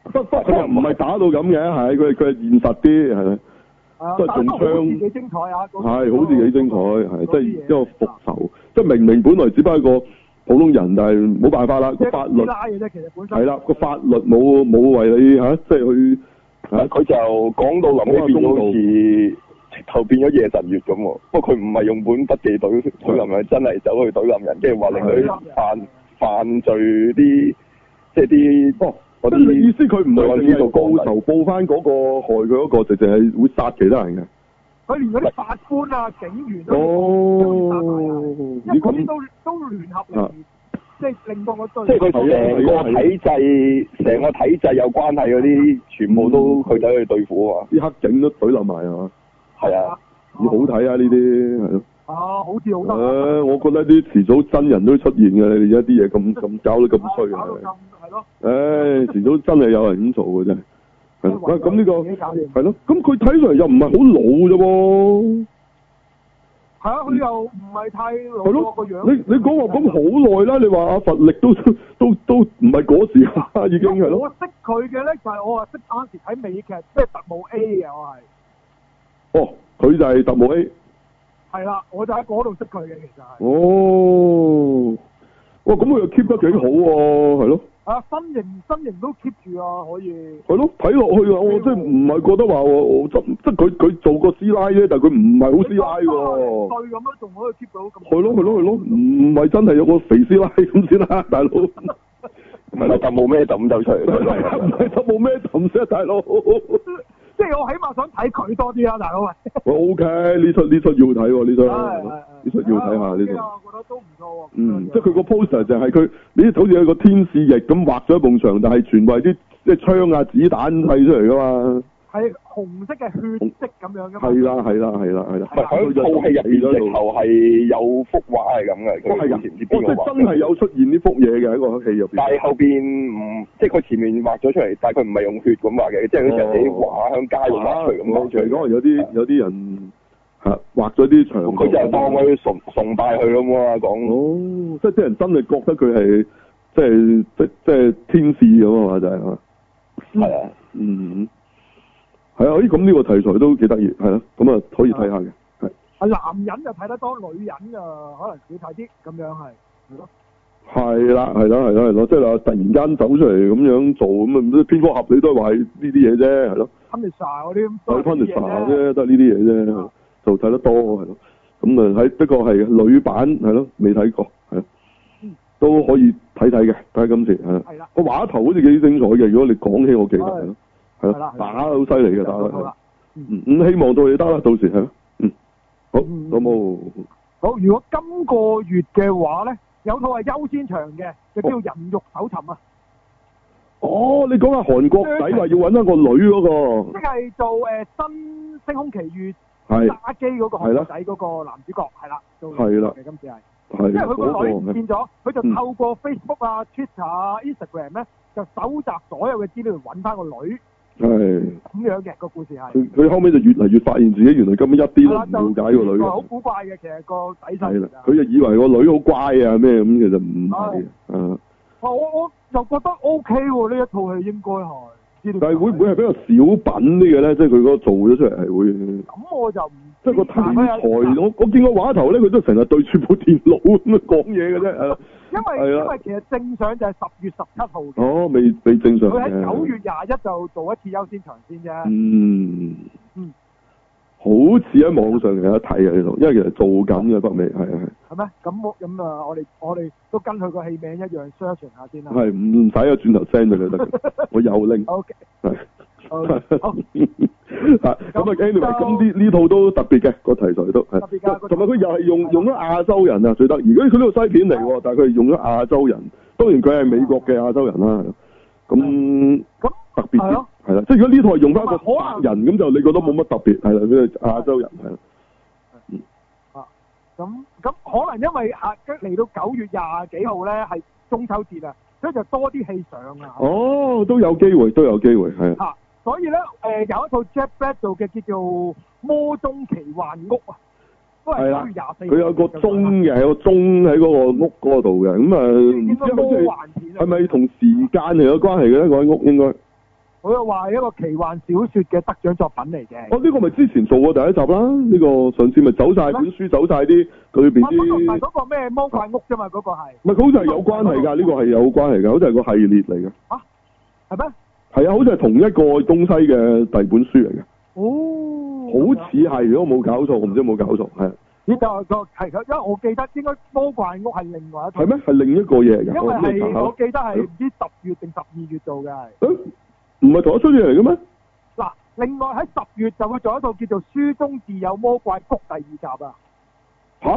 A: *laughs* 佢又唔係打到咁嘅，係佢佢係現實啲，係咪
D: 啊
A: 都係中槍
D: 但都好似幾精彩啊！嗰個
A: 係，好似幾精彩，係即係一個復
D: 嗰
A: 仇，即係明明本來只不過一個普通人，但係冇辦法啦，
D: 啲嘢
A: 個法律
D: 即係拉嘅啫，其實本身
A: 係啦，個法律冇冇為你嚇、即係去嚇
C: 佢就講到臨尾變咗好似直頭變咗夜神月咁喎，不過佢唔係用本筆記懟懟冧人，真係走去懟冧人，跟住話令佢犯犯罪啲即係啲
A: 哦，
C: 嗰
A: 即係你意
C: 啲
A: 思佢唔係
C: 對
A: 淨
C: 呢
A: 係
C: 度
A: 報仇報翻嗰個害佢嗰、個，就淨係會殺其他人嘅。
D: 佢連嗰啲法官啊、警員啊，
A: 哦，
D: 因為
A: 咦
D: 嗰啲
A: 咁
D: 都都聯合
A: 啊
D: 嚟，即係令到我對
C: 即係佢成個體制、成個體制有關係嗰啲，全部都佢走去對付啊嘛。
A: 啲黑警都懟冧埋係嘛？
C: 係啊，
A: 咦，好睇啊呢啲係咯。
D: 啊，好似好
A: 誒、
D: 得
A: 我覺得啲遲早真人都出現嘅，你哋而家啲嘢
D: *laughs*
A: 咁咁搞得咁衰
D: 搞到
A: 啊！
D: 咁係咯，
A: 唉、遲早真係有人咁做嘅真係。係咯喂咁呢、
D: 自己搞掂
A: 個係咯，咁佢睇上嚟又唔係好老啫喎。
D: 係啊，佢又唔係太老
A: 係
D: 喎
A: 咯
D: 個，樣。
A: 你你講話咁好耐啦，你話阿佛力都 *laughs* 都都唔係嗰時啦，已經係
D: 我
A: 咯。
D: 識佢嘅咧，就係我啊識嗰陣時睇美劇，即係特務 A 嘅我係。
A: 哦，佢就係特務 A。
D: 係啦，我就喺嗰度識佢嘅，其實係。
A: 哦哦，哇，咁佢又 keep 得幾好喎，係咯。
D: 啊身形身形都 keep 住啊，可以。
A: 係咯，睇落去啊，我真係唔係覺得話我我真即係佢佢做個師奶啫，但係佢唔係好師奶喎。
D: 對咁樣仲可以 keep 到咁。
A: 係咯係咯係咯，唔係真係有個肥師奶咁先啦， *laughs* 大佬。
C: 唔係就冇咩抌走
A: *laughs*
C: 出
A: 唔係
C: 嚟。
A: 就冇咩氹啫，大佬。
D: 即係我起碼想睇佢多啲啊，
A: *laughs*
D: 大佬喂。
A: 喂，OK，呢出呢出要睇喎，呢出
D: 係係
A: 呢出要睇啊下呢出。
D: 啊我覺得都唔錯喎。
A: 嗯，即係佢個 poster 就係佢，你好似有個天使翼咁畫咗一埲牆，但係全部係啲即係槍啊、子彈砌出嚟噶嘛。
D: 係紅色嘅血色咁樣噶嘛。
A: 係啦，係啦，係啦，係啊啦。
C: 唔係喺套戲入邊，直頭係有幅畫係咁嘅，
A: 哦，係
C: 佢
A: 㗎，
C: 以前唔知
A: 哦，
C: 邊
A: 即
C: 個
A: 係
C: 畫
A: 真係有出現呢幅嘢嘅喺個戲入
C: 但係
A: 邊。
C: 後邊唔即係佢前面畫咗出嚟，但係佢唔係用血咁畫嘅，即係佢成日啲畫響街度畫出嚟咁
A: 啊
C: 啊
A: 我
C: 畫出
A: 除
C: 嚟。
A: 講有啲有啲人嚇畫咗啲牆。啊
C: 佢就係當佢崇崇拜佢咁啊，講
A: 哦，即係啲人真係覺得佢係即係即即係天使咁啊嘛，就係嘛。
C: 係啊，
A: 嗯，係啊，咦，咁呢個題材都幾得意，係啦，咁啊可以睇下嘅，係
D: 係男人就睇得多，女人啊可能少睇啲咁樣係。係咯
A: 係啦，係啦，係啦，係咯，即係話突然間走出嚟咁樣做，咁啊蝙蝠俠你都係話係呢啲嘢啫，係咯，
D: Punisher 嗰啲
A: 睇
D: 咁多
A: p u n
D: 啲
A: i s h e
D: 嘢
A: 啫，得呢啲嘢啫，就睇得多係咯，咁啊喺不過係女版係咯，未睇過係咯
D: 嗯，
A: 都可以睇睇嘅，睇下今次係啦，
D: 係啦，
A: 個畫頭好似幾精彩嘅，如果你講起我記得係咯，係
D: 係
A: 咯
D: 哦啦，
A: 打得好犀利嘅打
D: 就
A: 得
D: 好啦。
A: 嗯，咁希望到你得啦，到時係咯，嗯，好，
D: 嗯
A: 咁冇？
D: 好，如果今個月嘅話咧，有套係優先場嘅，就叫《人肉搜尋》啊，
A: 哦，你講下韓國仔話要揾翻個女嗰
D: 即係做誒新《星空奇遇》
A: 個，嗯係
D: 打機嗰個韓國仔嗰個男主角，係啦，做男主角嘅今次係，
A: 係
D: 因為佢個
A: 嗰
D: 女
A: 個係
D: 變咗，佢就透過 Facebook 啊、Twitter 啊、Instagram 咧，就搜集所有嘅資料嚟揾翻個女
A: 係
D: 咁樣嘅個故事係。
A: 佢佢後尾就越嚟越發現自己原來根本一啲
D: 係啦，就
A: 都唔了解個女
D: 好
A: 嘅，
D: 古怪嘅，其實個底細
A: 係
D: 嚟
A: 啦
D: 㗎。，
A: 佢就以為個女好乖啊咩咁，其實唔係嘅，
D: 哦
A: 啊，
D: 我我我就覺得 O K 喎，呢一套戲應該係。資料
A: 但係會唔會係比較小品啲嘅咧？即係佢嗰個做咗出嚟係會。
D: 咁我就唔
A: 即係個題
D: 但係
A: 材，
D: 啊佢有
A: 我我見個畫頭咧，佢都成日對住部電腦咁樣講嘢嘅啫。啊
D: *laughs*
A: 係啦
D: 因為
A: 係啦
D: 因為其實正常就係十月十七號嘅，
A: 哦，未未正常
D: 佢
A: 嘅。
D: 喺九月廿一就做一次優先場先啫。
A: 嗯
D: 嗯，
A: 好似喺網上有得睇啊呢度，因為其實做緊嘅北美係係
D: 係咩？咁我咁啊，我哋我哋都跟佢個戲名一樣 search 下先啦。
A: 係唔唔使啊，轉頭 send 俾你得嘅，我有拎
D: O K，
A: 係。 *laughs*
D: 好好
A: 啊咁啊，anyway，
D: 就
A: 咁呢呢套都特別嘅個題材都係
D: 特別㗎，
A: 同埋佢又係
D: 係
A: 用
D: 啦
A: 用咗亞洲人啊最得意，佢佢呢個西片嚟喎，但係佢係用咗亞洲人，當然佢係美國嘅亞洲人啦，咁
D: 咁
A: 特別
D: 係
A: 啲
D: 咯
A: 係啦，即係如果呢套係用翻一個白
D: 同埋可能
A: 人咁就你覺得冇乜特別係啦，佢係亞洲人係啦，
D: 咁咁可能因為下跟嚟到九月廿幾號咧係中秋節啊，所以就多啲戲上啊。
A: 哦都有機會都有機會係啊。
D: 嚇，所以咧誒有一套 Jack Black 做嘅叫做《魔中奇幻屋》啊，都
A: 係
D: 係
A: 啦
D: 九月廿四。
A: 佢有個鐘嘅，有個鐘喺嗰個屋嗰度嘅，咁啊唔
D: 應該
A: 知係咪
D: 魔幻片啊
A: 係咪同時間係有關係嘅咧？嗰間屋應該，哦
D: 佢又話係一個奇幻小説嘅得獎作品嚟嘅。
A: 哦呢、個咪之前做過第一集啦，呢、個上次咪走晒本書，走晒啲佢裏邊
D: 啊嗰個唔
A: 啲，
D: 係嗰個咩魔怪屋啫嘛，嗰個係
A: 唔係佢好似係有關係㗎，呢、個係有關係㗎，好似係個系列嚟嘅，
D: 係咩？
A: 係啊，好似係同一個東西嘅第二本書嚟嘅，
D: 哦，
A: 好似係，如果冇搞錯，我唔知有冇搞錯，係啊
D: 呢就個係因為我記得應該魔怪屋係另外一套
A: 係，咩？係另一個嘢嚟
D: 因
A: 㗎，我
D: 為
A: 咁你查
D: 係我
A: 下
D: 記得係唔知十月定十二月做嘅係。
A: 誒嗯唔係同一出嘢嚟嘅咩？
D: 嗱，另外喺十月就會做一套叫做《書中自有魔怪谷》第二集啊，
A: 吓？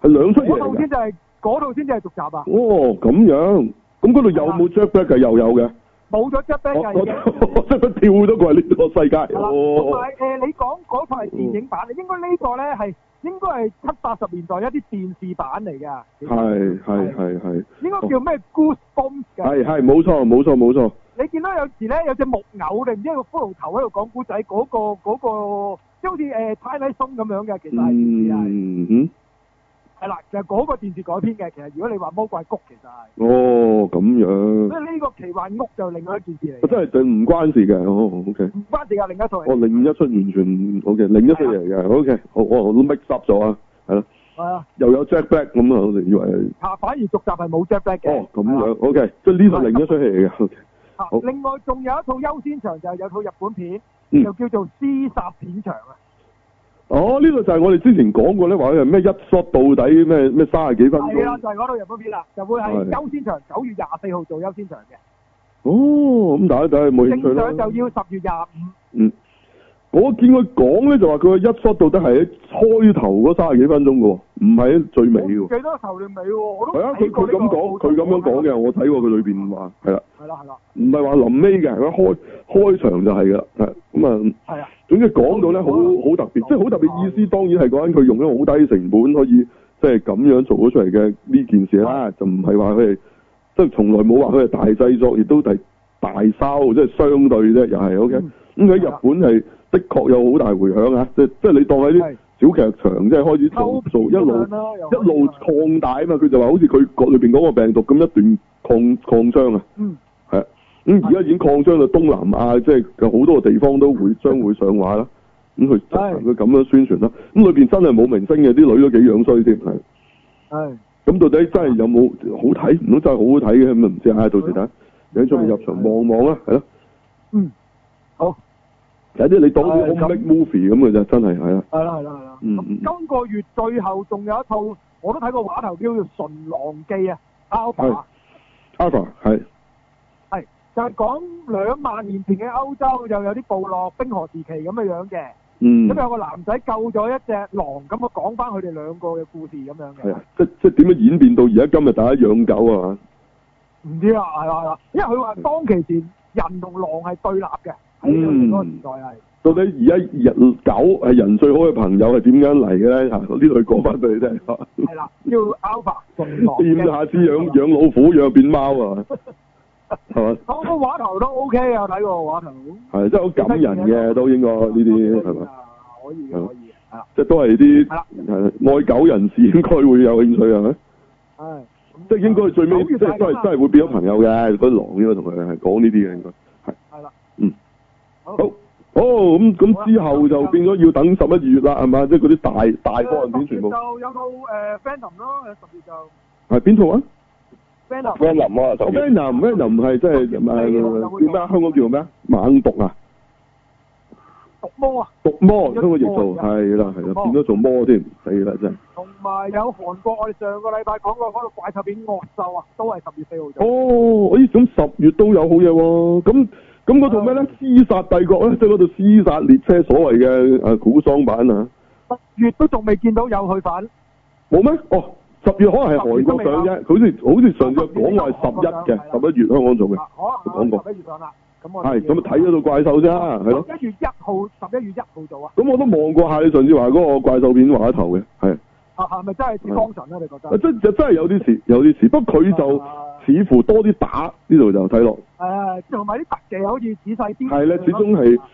A: 係兩出嘢嚟
D: 嗰套
A: 㗎
D: 先。就係嗰套先至係續集啊，
A: 哦，咁樣，咁嗰度有冇 Jack Black 嘅？又有嘅，
D: 冇咗 Jack
A: 我
D: Black
A: 我
D: 嘅。
A: 我真係跳咗過去呢個世界。
D: 係啦，同
A: 哦
D: 埋，誒，你講嗰套係電影版，應該呢個咧係應該係七八十年代一啲電視版嚟㗎，
A: 係係係係
D: 應該叫咩 Goosebumps 嘅。
A: 係係冇錯冇錯冇錯，
D: 你見到有時咧有隻木偶定唔知有個骷髏頭喺度講古仔，嗰、個嗰、個即係好似誒泰拉松咁樣嘅，其實係電視係
A: 嗯嗯，
D: 係啦，就係、嗰個電視改編嘅。其實如果你話魔怪谷，其實係
A: 哦咁樣，
D: 所以呢個奇幻屋就另外一件事嚟
A: 哦真
D: 嘅，
A: 係就唔關事嘅，哦 OK，
D: 唔關事㗎，另一套嚟
A: 哦
D: 嘅。
A: 另一出完全 OK，另一出嘢嚟嘅，OK，好我我都 mix up 咗啊，係啦，
D: 係啊，
A: 又有 Jack Black 咁啊，我哋以為係
D: 嚇反而續集係冇 Jack Black 嘅。
A: 哦咁
D: 係啊
A: 樣，OK，即係呢度另一出戲嚟嘅，
D: 啊
A: 好
D: 另外仲有一套優先場就係有套日本片，
A: 嗯
D: 就叫做《屍殺片場》啊。
A: 哦，呢度就係我哋之前講過咧，話佢係咩一 shot 到底，咩咩三十幾分
D: 係啊啦，
A: 鐘。
D: 就係嗰套日本片啦，就會係
A: 係
D: 優先場九月廿四號做優先場嘅，
A: 哦，咁大家睇下有冇興趣
D: 正常就
A: 啦。
D: 要十月廿五。
A: 嗯，我見佢講咧就話佢個一 shot 到底係喺開頭嗰三十幾分鐘嘅喎，唔係喺最尾
D: 我
A: 嘅
D: 唔
A: 喎。
D: 記得頭定尾喎，我都
A: 係啊，佢
D: 睇過
A: 佢
D: 呢個
A: 咁講，佢咁樣講。嘅，我睇過佢裏邊話係啦，
D: 係啦係啦，
A: 唔係話臨尾嘅，佢開開場就係㗎啦，係咁啊。
D: 係啊，
A: 總之講到咧，好
D: 嗯
A: 好特別，即係好特別意思。當然係講緊佢用咗好低成本可以即係咁樣做咗出嚟嘅呢件事
D: 嗯
A: 啦，就唔係話佢係即係從來冇話佢係大製作，亦都係大收，即係相對啫，又係 OK。咁
D: 嗯
A: 喺日本係的確有好大迴響啊！即即係你當喺啲
D: 係
A: 小劇場，即係開始做
D: 溝
A: 做一路
D: 片咁樣啦又
A: 一路擴大啊嘛。佢就話好似佢國裏邊嗰個病毒咁一段擴擴張啊。
D: 嗯
A: 係啊，咁而家已經擴張到東南亞，即係有好多個地方都會將會上畫啦。咁佢就
D: 係
A: 佢咁樣宣傳啦。咁裏邊真係冇明星嘅，啲女都幾樣衰添。係
D: 係
A: 咁到底真係有冇好睇？唔通真係好好睇嘅咁啊？唔知啊，到時睇下有興趣咪入場望望啦，係咯。
D: 嗯好
A: 有啲你當啲
D: 係咁
A: home make movie 咁嘅啫，真係係啊啦。
D: 係啦係啦係啦。
A: 嗯
D: 咁
A: 嗯
D: 今個月最後仲有一套我都睇過畫頭叫做《純狼記》啊，Alpha
A: 係 Alpha 係
D: 係就係講兩萬年前嘅歐洲就有啲部落冰河時期咁嘅樣嘅。
A: 嗯
D: 咁有個男仔救咗一隻狼，咁我講翻佢哋兩個嘅故事咁樣
A: 係
D: 嘅
A: 啊，，即即點樣演變到而家今日大家養狗啊嘛？
D: 唔知啊，係啦係啦，因為佢話當其時人同狼係對立嘅，喺佢哋嗰個時代係，
A: 到底而家人狗係人最好嘅朋友係點樣嚟嘅咧？啊，呢度講翻俾你聽。
D: 係啦，叫 Alpha
A: *laughs*
D: 純狼
A: 掂
D: 嘅。
A: 下先養養老虎，養變貓啊，
D: *laughs*
A: 係嘛？
D: 我個畫頭都 OK 啊，睇過畫頭。
A: 係真係好感人嘅，都應該
D: 哦
A: 哦呢啲係嘛？？
D: 可以嘅，可以嘅，係啊啦，
A: 即係都係啲
D: 係啦
A: 係愛狗人士 *laughs* 應該會有興趣係咪？
D: 唉，啊
A: 即係應該最尾
D: 九月
A: 即係都係
D: 大㗎嘛
A: 真係會變咗朋友嘅，嗰啲狼應該同佢係講呢啲嘅應該係
D: 係啦，
A: 嗯
D: 好
A: 好。哦，咁
D: 好啊
A: 咁
D: 啦
A: 之後就變咗要等十一二月啦，係嘛？即係嗰啲大大科幻
D: 啊
A: 片全部
D: 就有套誒 Phantom 咯，十月就
A: 係邊套啊
D: Phantom。
C: Van 林啊，就
A: Venom，Venom 係即係誒叫咩啊？香港叫做咩啊？猛毒啊！
D: 毒魔啊，哦
A: 毒魔，香港亦做係啦係啦，
D: 毒魔
A: 變咗做魔添，死啦真係。
D: 同埋有韓國，我哋上個禮拜講過嗰套怪獸片《惡獸》啊，都係十月四號做。
A: 哦，咦，咁十月都有好嘢喎、咁咁嗰套咩咧？
D: 啊
A: 屍殺帝國 *laughs* 咧，即係嗰套屍殺列車所謂嘅誒古裝版啊，
D: 十月都仲未見到有佢份，
A: 冇咩？哦，十月可能係韓國上啫，好似好似上次講話係十一嘅，十一月香港做嘅，
D: 啊可
A: 講
D: 能
A: 過
D: 十一月啊上啦。咁我
A: 係咁啊睇咗套怪獸啫，係咯。
D: 一月一號，十一月一號做啊。
A: 咁我都望過下你上次話嗰個怪獸片畫頭嘅，係
D: 啊，係咪真係似光神咧？你覺
A: 啊
D: 得？
A: 真就真係有啲事，有啲事，不過佢就
D: 啊
A: 似乎多啲打呢度就睇落。
D: 誒，同埋啲特技好似仔細啲。
A: 係咧始終係
D: 啊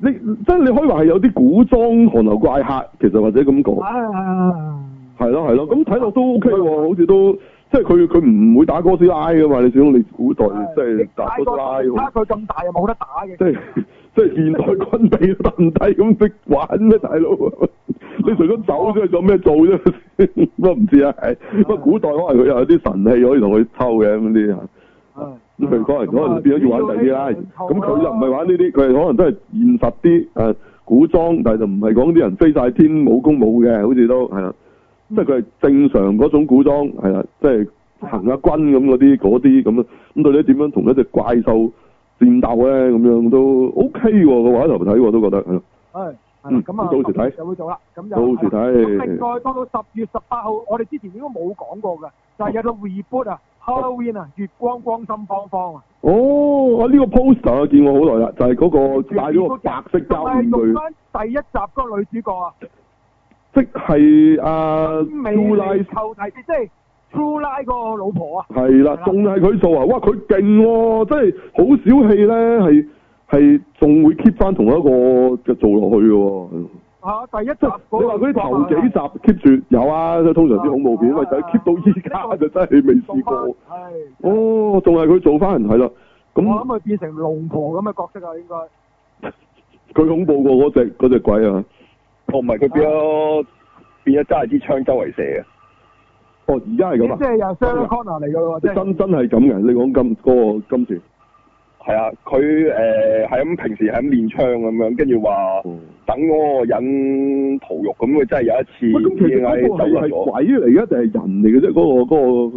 A: 你即係你可以話係有啲古裝韓流怪客，其實或者咁講，
D: 啊，
A: 係咯係咯，咁睇落都 OK 喎，好似都即係佢佢唔會打哥斯拉噶嘛，你始終你古代即係打哥斯拉
D: 差
A: 咁，
D: 佢咁大又冇得打嘅。
A: 即係 *laughs* 即係現代軍備都得唔低咁識玩咩大 *laughs* 佬？你除咗走咗去做咩做啫？ *laughs* 都唔知啊，係不過古代可能佢又有啲神器可以同佢抽嘅咁啲啊。
D: 係
A: 咁佢可能可能變咗啊要玩第二啲啦，咁佢就唔係玩呢啲，佢係可能都係現實啲誒、呃古裝，但係就唔係講啲人飛晒天武功冇嘅，好似都係啦，即係佢係正常嗰種古裝係啦，即係行下軍咁嗰啲嗰啲咁啊，咁到底點樣同一隻怪獸戰鬥咧？咁樣都 OK 喎，個畫頭睇我都覺得係咯，啊
D: 係。
A: 嗯
D: 咁啊，
A: 咁到時睇
D: 就會做啦。咁就
A: 到時睇
D: 咁另外到到十月十八號，我哋之前應該冇講過㗎，就係有個 reboot 啊，Halloween à. 啊，月光光心慌慌啊，
A: 哦，我、呢、個 poster 我見過好耐啦，就係、嗰個戴咗個白色膠面
D: 同埋用
A: 具，
D: 翻第一集嗰個女主角啊，
A: 即係啊阿
D: 美
A: 朱拉
D: 麗寇弟子，即係 True Lie 個老婆啊。
A: 係啦，仲係佢做啊！哇，佢勁喎，真係好少戲咧，係係仲會 keep 翻同一個嘅做落去嘅喎。
D: 啊！第一集
A: 即係你話嗰啲頭幾
D: 集
A: 集 keep 住有啊，即係通常啲恐怖片，喂，但係 keep 到依家就真係未試過。
D: 係
A: 哦，仲係佢做翻人係啦，
D: 我諗
A: 咁
D: 佢變啊成龍婆咁嘅角色啊，應該
A: 佢恐怖過嗰只嗰只鬼啊！
C: 哦，唔係佢變咗變咗揸支槍周圍射啊嘅。
A: 哦，而家係咁
D: 即
A: 啊！
D: 係由 Sarah Connor 嚟㗎咯，即
A: 真
D: 係
A: 真係咁嘅，你講今嗰個今次，
C: 係啊，佢誒係咁平時係咁練槍咁樣，跟住話
A: 哦
C: 等嗰個人逃獄，咁佢真係有一次
A: 喂，咁其實嗰個
C: 走
A: 係係
C: 甩咗。
A: 鬼嚟嘅定係人嚟嘅啫？嗰個嗰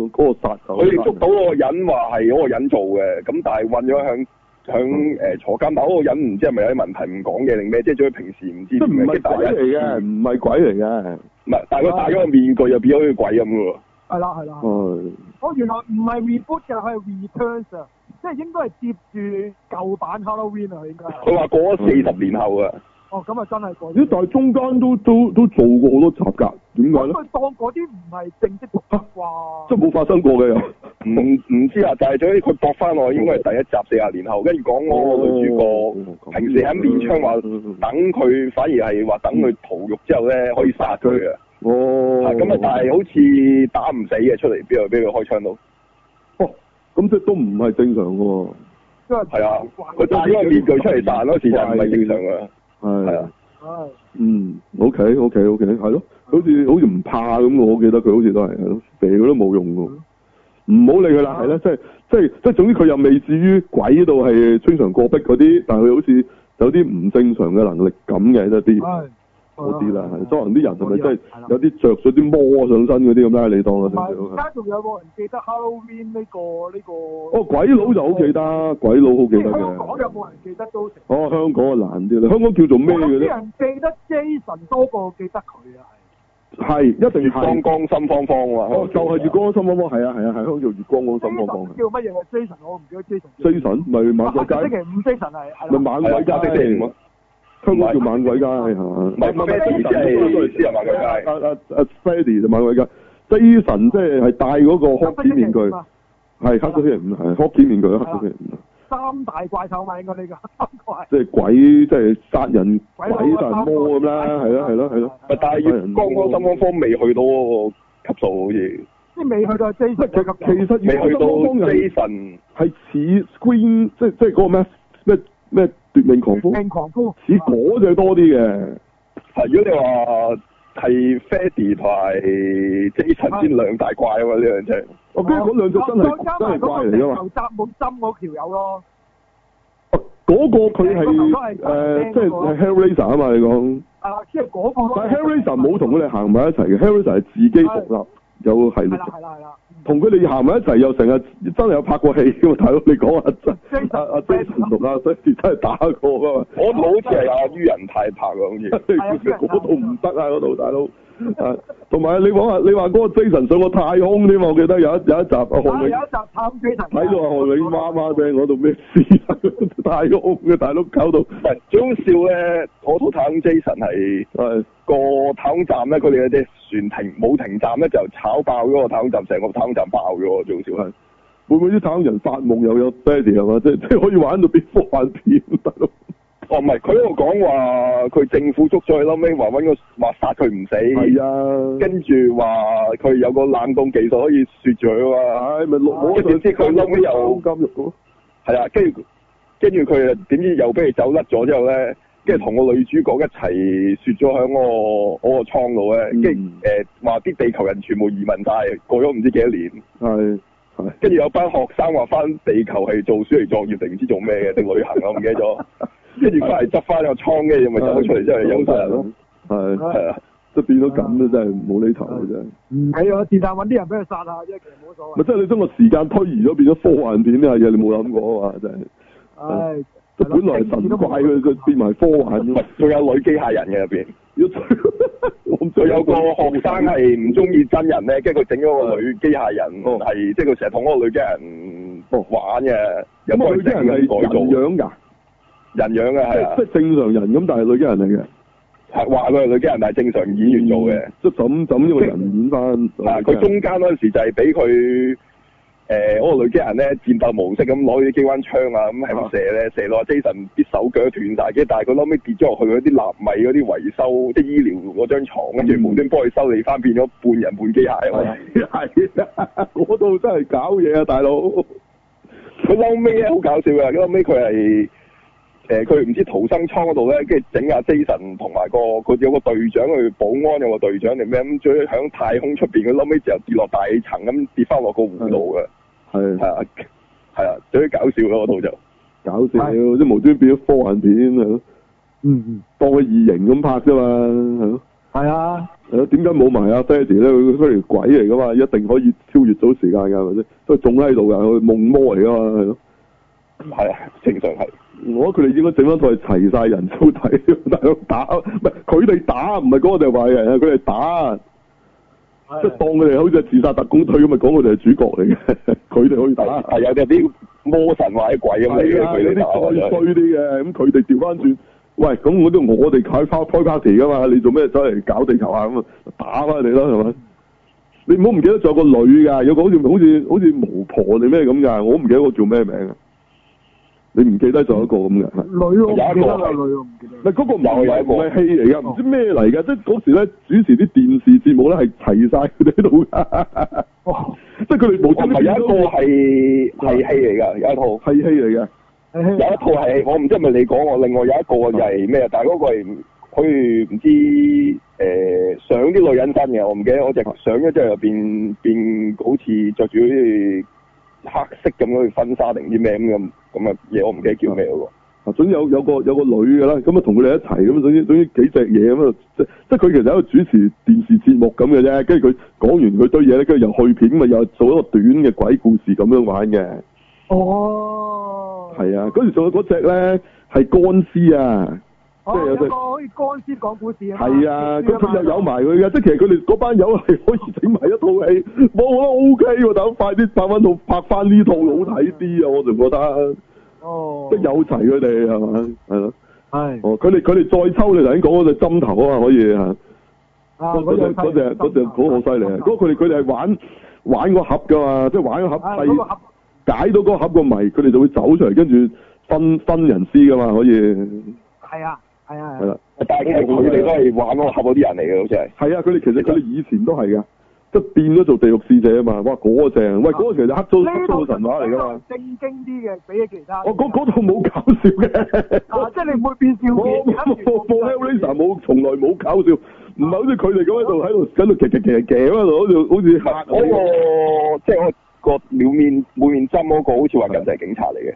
A: 個嗰個殺手，
C: 佢哋捉到嗰個人話係嗰個人做嘅，咁但係韞咗
A: 嗯
C: 響響誒坐監，但嗰個人唔知係咪有啲問題唔講嘅定咩，即係佢平時唔知
A: 即係
C: 點
A: 唔
C: 嘅，
A: 係
C: 跟住但
A: 鬼
C: 係有一
A: 嚟嘅，啊
C: 次
A: 唔係鬼嚟嘅。
C: 唔係，但係佢戴咗個面具又變咗好似鬼咁嘅喎。
D: 係啦係啦。
A: 哦，
D: 我原來唔係 reboot 嘅，佢係 returns 啊，即係應該係接住舊版 Halloween 啊，佢應該係。
C: 佢話過
A: 嗯
C: 咗四十年後啊，
D: 哦，咁啊真係
A: 咦？
D: 嗰啲。
A: 但係中間都都都做過好多集㗎，點解
D: 咁
A: 咧？
D: 佢當嗰啲唔係正式復
A: 啊
D: 刻啩？
A: 即係冇發生過嘅又。
C: 唔唔知啊，但係總之佢搏翻我應該係第一集四十年後，跟住講嗰個女主
A: 哦嗯
C: 角。平
A: 啊
C: 時喺面窗話等佢，反而係話等佢逃獄之後咧，可以殺佢嘅。
A: 哦，
C: 啊咁啊，但係好似打唔死嘅出嚟，邊度俾佢開槍到？
A: 哦，咁即係都唔係正常嘅喎，
D: 即係
C: 係啊，佢戴咗個面具出嚟彈嗰時就唔係正常嘅。係
A: 係
C: 啊，
D: 唉
A: 嗯，OK OK OK，係咯，好似好似唔怕咁喎，我記得佢好似都係，係咯，射佢都冇用嘅喎，唔好理佢
D: 啊
A: 啦，係啦，即係即係即係總之佢又未至於鬼到係穿牆過壁嗰啲，但係佢好似有啲唔正常嘅能力咁嘅，得啲
D: 唉
A: 嗰啲啦，
D: 啊
A: 係，可能啲人係咪真係
D: 係啦
A: 有啲着咗啲魔上身嗰啲咁啦？你當
D: 同
A: 啊
D: 埋
A: 少少
D: 而
A: 係
D: 家仲有冇人記得 Halloween 呢個呢個？
A: 哦，鬼佬就好記得，鬼佬好記
D: 即
A: 得
D: 係香港有
A: 嘅。
D: 冇人記得都成？
A: 哦，香港啊難啲啦，香港叫做咩
D: 我
A: 嘅
D: 諗啲
A: 咧？
D: 人記得 Jason 多過記得佢啊，
A: 係一定
C: 月光
A: 係。
C: 光心慌慌啊！
A: 哦，就係月光心慌慌，係啊係啊係，香港叫月光光
D: 係。
A: 心慌慌
D: Jason。叫乜嘢啊？Jason 我唔記得 Jason 叫乜嘢。
A: Jason 咪猛鬼
D: 啊
A: 街，
D: 星期五 Jason 係係
A: 咪
D: 啦。
A: 猛
C: 係啊，
A: 鬼
C: 加啲
A: 街
C: 唔。
A: 香港叫猛鬼街係嘛？
C: 唔係唔係咩？即係私人話佢街
A: 阿阿阿 Freddy 就猛鬼街，Jason 即係係戴嗰個 h o
D: 黑
A: c 面具，
D: 色嘅啊嘛
A: 係黑色星期五係 h o c 面具，黑色星期五。
D: 三大怪獸嘛，應該呢個三怪。
A: 即係鬼，即係殺人鬼
D: 鬼佬
A: 殺人魔咁啦，係咯係咯係咯。
C: 但係月光光心啊慌慌未去到嗰個級數，好似
D: 即係未去到 Jason
A: 喂，其
D: 咁
A: 其實
C: 未去
A: 月
C: 到
A: 光光人
C: Jason
A: 係似 Screen，即係即係嗰個咩咩咩奪命狂夫，
D: 勁狂夫。
A: 似嗰只多啲嘅。
C: 係如果你話係 Freddy 同埋 Jason 先兩大怪啊嘛，呢兩隻。
A: 我跟住嗰兩隻真
D: 哦再
A: 係
D: 加
A: 真
D: 埋
A: 係
D: 嗰個
A: 怪嚟噶
D: 石
A: 嘛哦
D: 頭。扎冇針嗰條友咯，
A: 嗰個佢係
D: 石頭都
A: 誒，
D: 係
A: 即係係 Hellraiser 啊嘛，你講。
D: 啊，即係嗰個咯。
A: 但係 Hellraiser 冇同佢哋行埋一齊嘅，Hellraiser 係自己獨立有系列
D: 係啦
A: 嘅。
D: 係啦係啦。嗯
A: 同佢哋行埋一齊又成日真係有拍過戲㗎嘛，大佬你講啊真
D: Jason
A: 阿阿 Jason 同阿 Freddy 真係打過噶嘛。
C: 我好似係阿于人太拍嘅，
D: 啊
A: *laughs*
C: 好似
A: 嗰度唔得啊！嗰度大佬，啊，同埋你講啊，你話嗰個 Jason 上過太空添嘛？我記得有一有一集啊，
D: 啊有
A: 韓
D: 一集
A: 永
D: 探 Jason
A: 睇到啊，韓永媽媽聲嗰度咩事啊？ *laughs* 太空嘅大佬搞到
C: 唔係最好笑咧。我套太空 Jason 係
A: 係
C: 個太空站咧，佢哋有隻船停冇停站咧，就炒爆咗個太空站，成個太空站爆咗喎，最好笑係。
A: 會唔會啲太空人發夢又有 Daddy 係嘛？即即係可以 *laughs* 玩到變科幻片，大佬
C: 哦，唔係佢喺度講話，佢政府捉咗佢，後尾話揾個話殺佢唔
A: 係
C: 死，
A: 啊，
C: 跟住話佢有個冷凍技術可以雪住佢啊嘛。
A: 唉咪攞攞
C: 跟住即係佢嬲尾又
A: 監獄咯，
C: 係啊，跟住跟住佢啊，點知又俾佢走甩咗之後咧，跟住同個女主角一齊雪咗喺我我個倉度咧，跟住
A: 嗯
C: 誒話啲地球人全部移民晒，過咗唔知幾多年，
A: 係係
C: 跟住有班學生話翻地球係做暑期作業定唔知做咩嘅，定旅行啊，唔記得
A: *laughs*
C: 咗。跟住佢係執翻個倉，跟住咪走咗出嚟，之後有晒人咯，，
A: 係
C: 係啊，
A: 即係變咗咁啊！真係冇厘頭啊！真係。
D: 唔睇我是但揾啲人俾佢殺下，因為其實冇所
A: 咪
D: 謂。
A: 即係你將個時間推移咗變咗科幻片呢下嘢，你冇諗過啊嘛！真係，
D: 唉，
A: 即係本來係神怪佢佢變埋科幻
C: 唔係
A: 咁。
C: 仲有女機械人嘅入邊， *laughs*
A: 如果我唔
C: 佢有個學生啊係唔中意真人咧，跟住佢整咗個女機械人
A: 哦
C: 係即係佢成日同嗰個女機械人玩嘅，有
A: 咁啊，女
C: 改
A: 機
C: 整
A: 人係
C: 改造
A: 人樣㗎，
C: 人樣嘅係啊
A: 即係，正常人咁，但係女機人嚟嘅。
C: 係話佢係女機人，但係正常演員做嘅。
A: 即係咁咁呢個人演翻。
C: 啊！佢中間嗰陣時就係俾佢誒嗰個女機人咧戰鬥模式咁攞啲機關槍啊咁係咁射咧，射到阿 Jason 啲手腳都斷晒嘅，但係佢後尾跌咗落去嗰啲納米嗰啲維修即係醫療嗰張床，跟住無端幫佢修理翻，變咗半人半機械啊
A: 嗯
C: 嘛。
A: 係啊， *laughs* 嗰度真係搞嘢啊，大佬！
C: 佢後尾咧好搞笑嘅，佢後尾佢係誒佢唔知逃生艙嗰度咧，跟住整下 Jason 同埋個佢有個隊長，佢保安有個隊長定咩咁，最尾響太空出邊，佢後尾就跌落大氣層咁跌翻落個湖度嘅，
A: 係
C: 係啊係啊，最搞笑咯嗰套就
A: 搞笑，即係無端變咗科幻片係咯，
D: 嗯嗯，
A: 當佢異形咁拍啫嘛，係咯。
D: 系啊，
A: 係咯，點解冇埋阿 Freddy 咧？佢雖然鬼嚟噶嘛，一定可以超越到時間㗎，係咪先？所以仲喺度㗎，佢夢魔嚟噶嘛，係咯。
C: 係啊，正常係
A: 我覺得佢哋應該整翻套係齊晒人操睇，大佬 *laughs* 打，唔係佢哋打，唔係嗰個哋壞人啊，佢哋打，即係當佢哋好似係自殺特工隊咁，咪講佢哋係主角嚟 *laughs* 嘅，佢哋可以打。
C: 係係有啲魔神或者鬼咁嚟嘅
A: 啊係啊，
C: 佢
A: 有
C: 哋打
A: 啲再
C: 真係
A: 衰啲嘅，咁佢哋調翻轉，喂，咁我都我哋開花開 party 噶嘛，你做咩走嚟搞地球啊？咁啊，打翻你啦，係咪？你唔好唔記得仲有個女㗎，有個好似好似好似巫婆定咩咁㗎，我唔記得個叫咩名啊。你唔記得仲有一個咁嘅，係
D: 女我唔記得
C: 有
D: 啦，
C: 一個
D: 女我唔
C: 嗯
D: 記得
A: 咪
D: 啦。
A: 嗰個唔
C: 有有
A: 係
C: 一個
A: 唔係戲嚟
C: 哦
A: 㗎，唔知咩嚟㗎，即係嗰時咧主持啲電視節目咧係齊晒佢哋喺度㗎， *laughs*
D: 哦，
A: 即係佢哋無
C: 我
A: 端
C: 唔哦係
A: 端
C: 有一個啊係係戲嚟㗎，有一套。
A: 係戲嚟嘅，
D: 有
C: 有一套係我唔知係咪你講我，另外有一個就係咩，但係嗰個係佢唔知誒、呃上啲女人身嘅，我唔記得我隻上咗之後又變變好似着住好似黑色咁樣嘅婚紗定啲咩咁咁咁嘅嘢，我唔記得叫咩嗰個。
A: 啊，總之有有個有個女嘅啦，咁啊同佢哋一齊咁，總之總之幾隻嘢咁啊，即即係佢其實喺度主持電視節目咁嘅啫，跟住佢講完佢堆嘢咧，跟住又去片咪啊又做一個短嘅鬼故事咁樣玩嘅，
D: 哦，
A: 係啊，嗰時仲有嗰只咧係乾屍啊，
D: 哦，
A: 即係有隻
D: 個好似乾尸講故事啊嘛。
A: 係
D: *laughs*
A: 啊，
D: 僵
A: 咁
D: 屍嘛
A: 佢又有埋佢嘅，即係其實佢哋嗰班友係可以整埋一套戲， *laughs* 我覺得 O K 喎，大佬快啲拍翻套拍翻呢套好睇啲啊，我就覺得
D: 哦，
A: 即係有齊佢哋係咪？係咯，
D: 係
A: 哦，佢哋佢哋再抽你頭先講嗰隻針頭啊嘛，可以嚇。
D: 啊，
A: 嗰
D: 隻
A: 隻嗰隻嗰隻好好犀利啊！嗰個佢哋佢哋係玩玩個盒噶嘛，即係玩個盒
D: 啊，
A: 細
D: 嗰個盒
A: 解到嗰個盒個謎，佢哋就會走出嚟，跟住分分人屍噶嘛，可以係
D: 係啊，係啊，係啊
A: 啦。
C: 但係其實佢哋都係玩嗰個盒嗰啲人嚟嘅，好似係。
A: 係啊，佢哋其實佢哋以前都係噶，即係變咗做地獄使者啊嘛！哇，嗰、個正，
C: 啊
A: 喂，嗰、個其實黑糟黑
D: 呢
A: 糟
D: 度
A: 神話嚟噶嘛！
D: 正經啲嘅，比起其他。
C: 啊
A: 我嗰嗰套冇搞笑嘅。
D: 啊，即係你唔會變
A: *laughs*
D: 笑
A: 我
D: 片，
A: 我我我 h e l l r a i s e r 冇，從來冇搞笑，唔係好似佢哋咁喺度
C: 啊
A: 喺度喺度夾夾夾夾喺度，好似好似嚇
C: 嗰、
A: 你咁
C: 個即係我個表面滿面針嗰個，好似話近就係警察嚟嘅。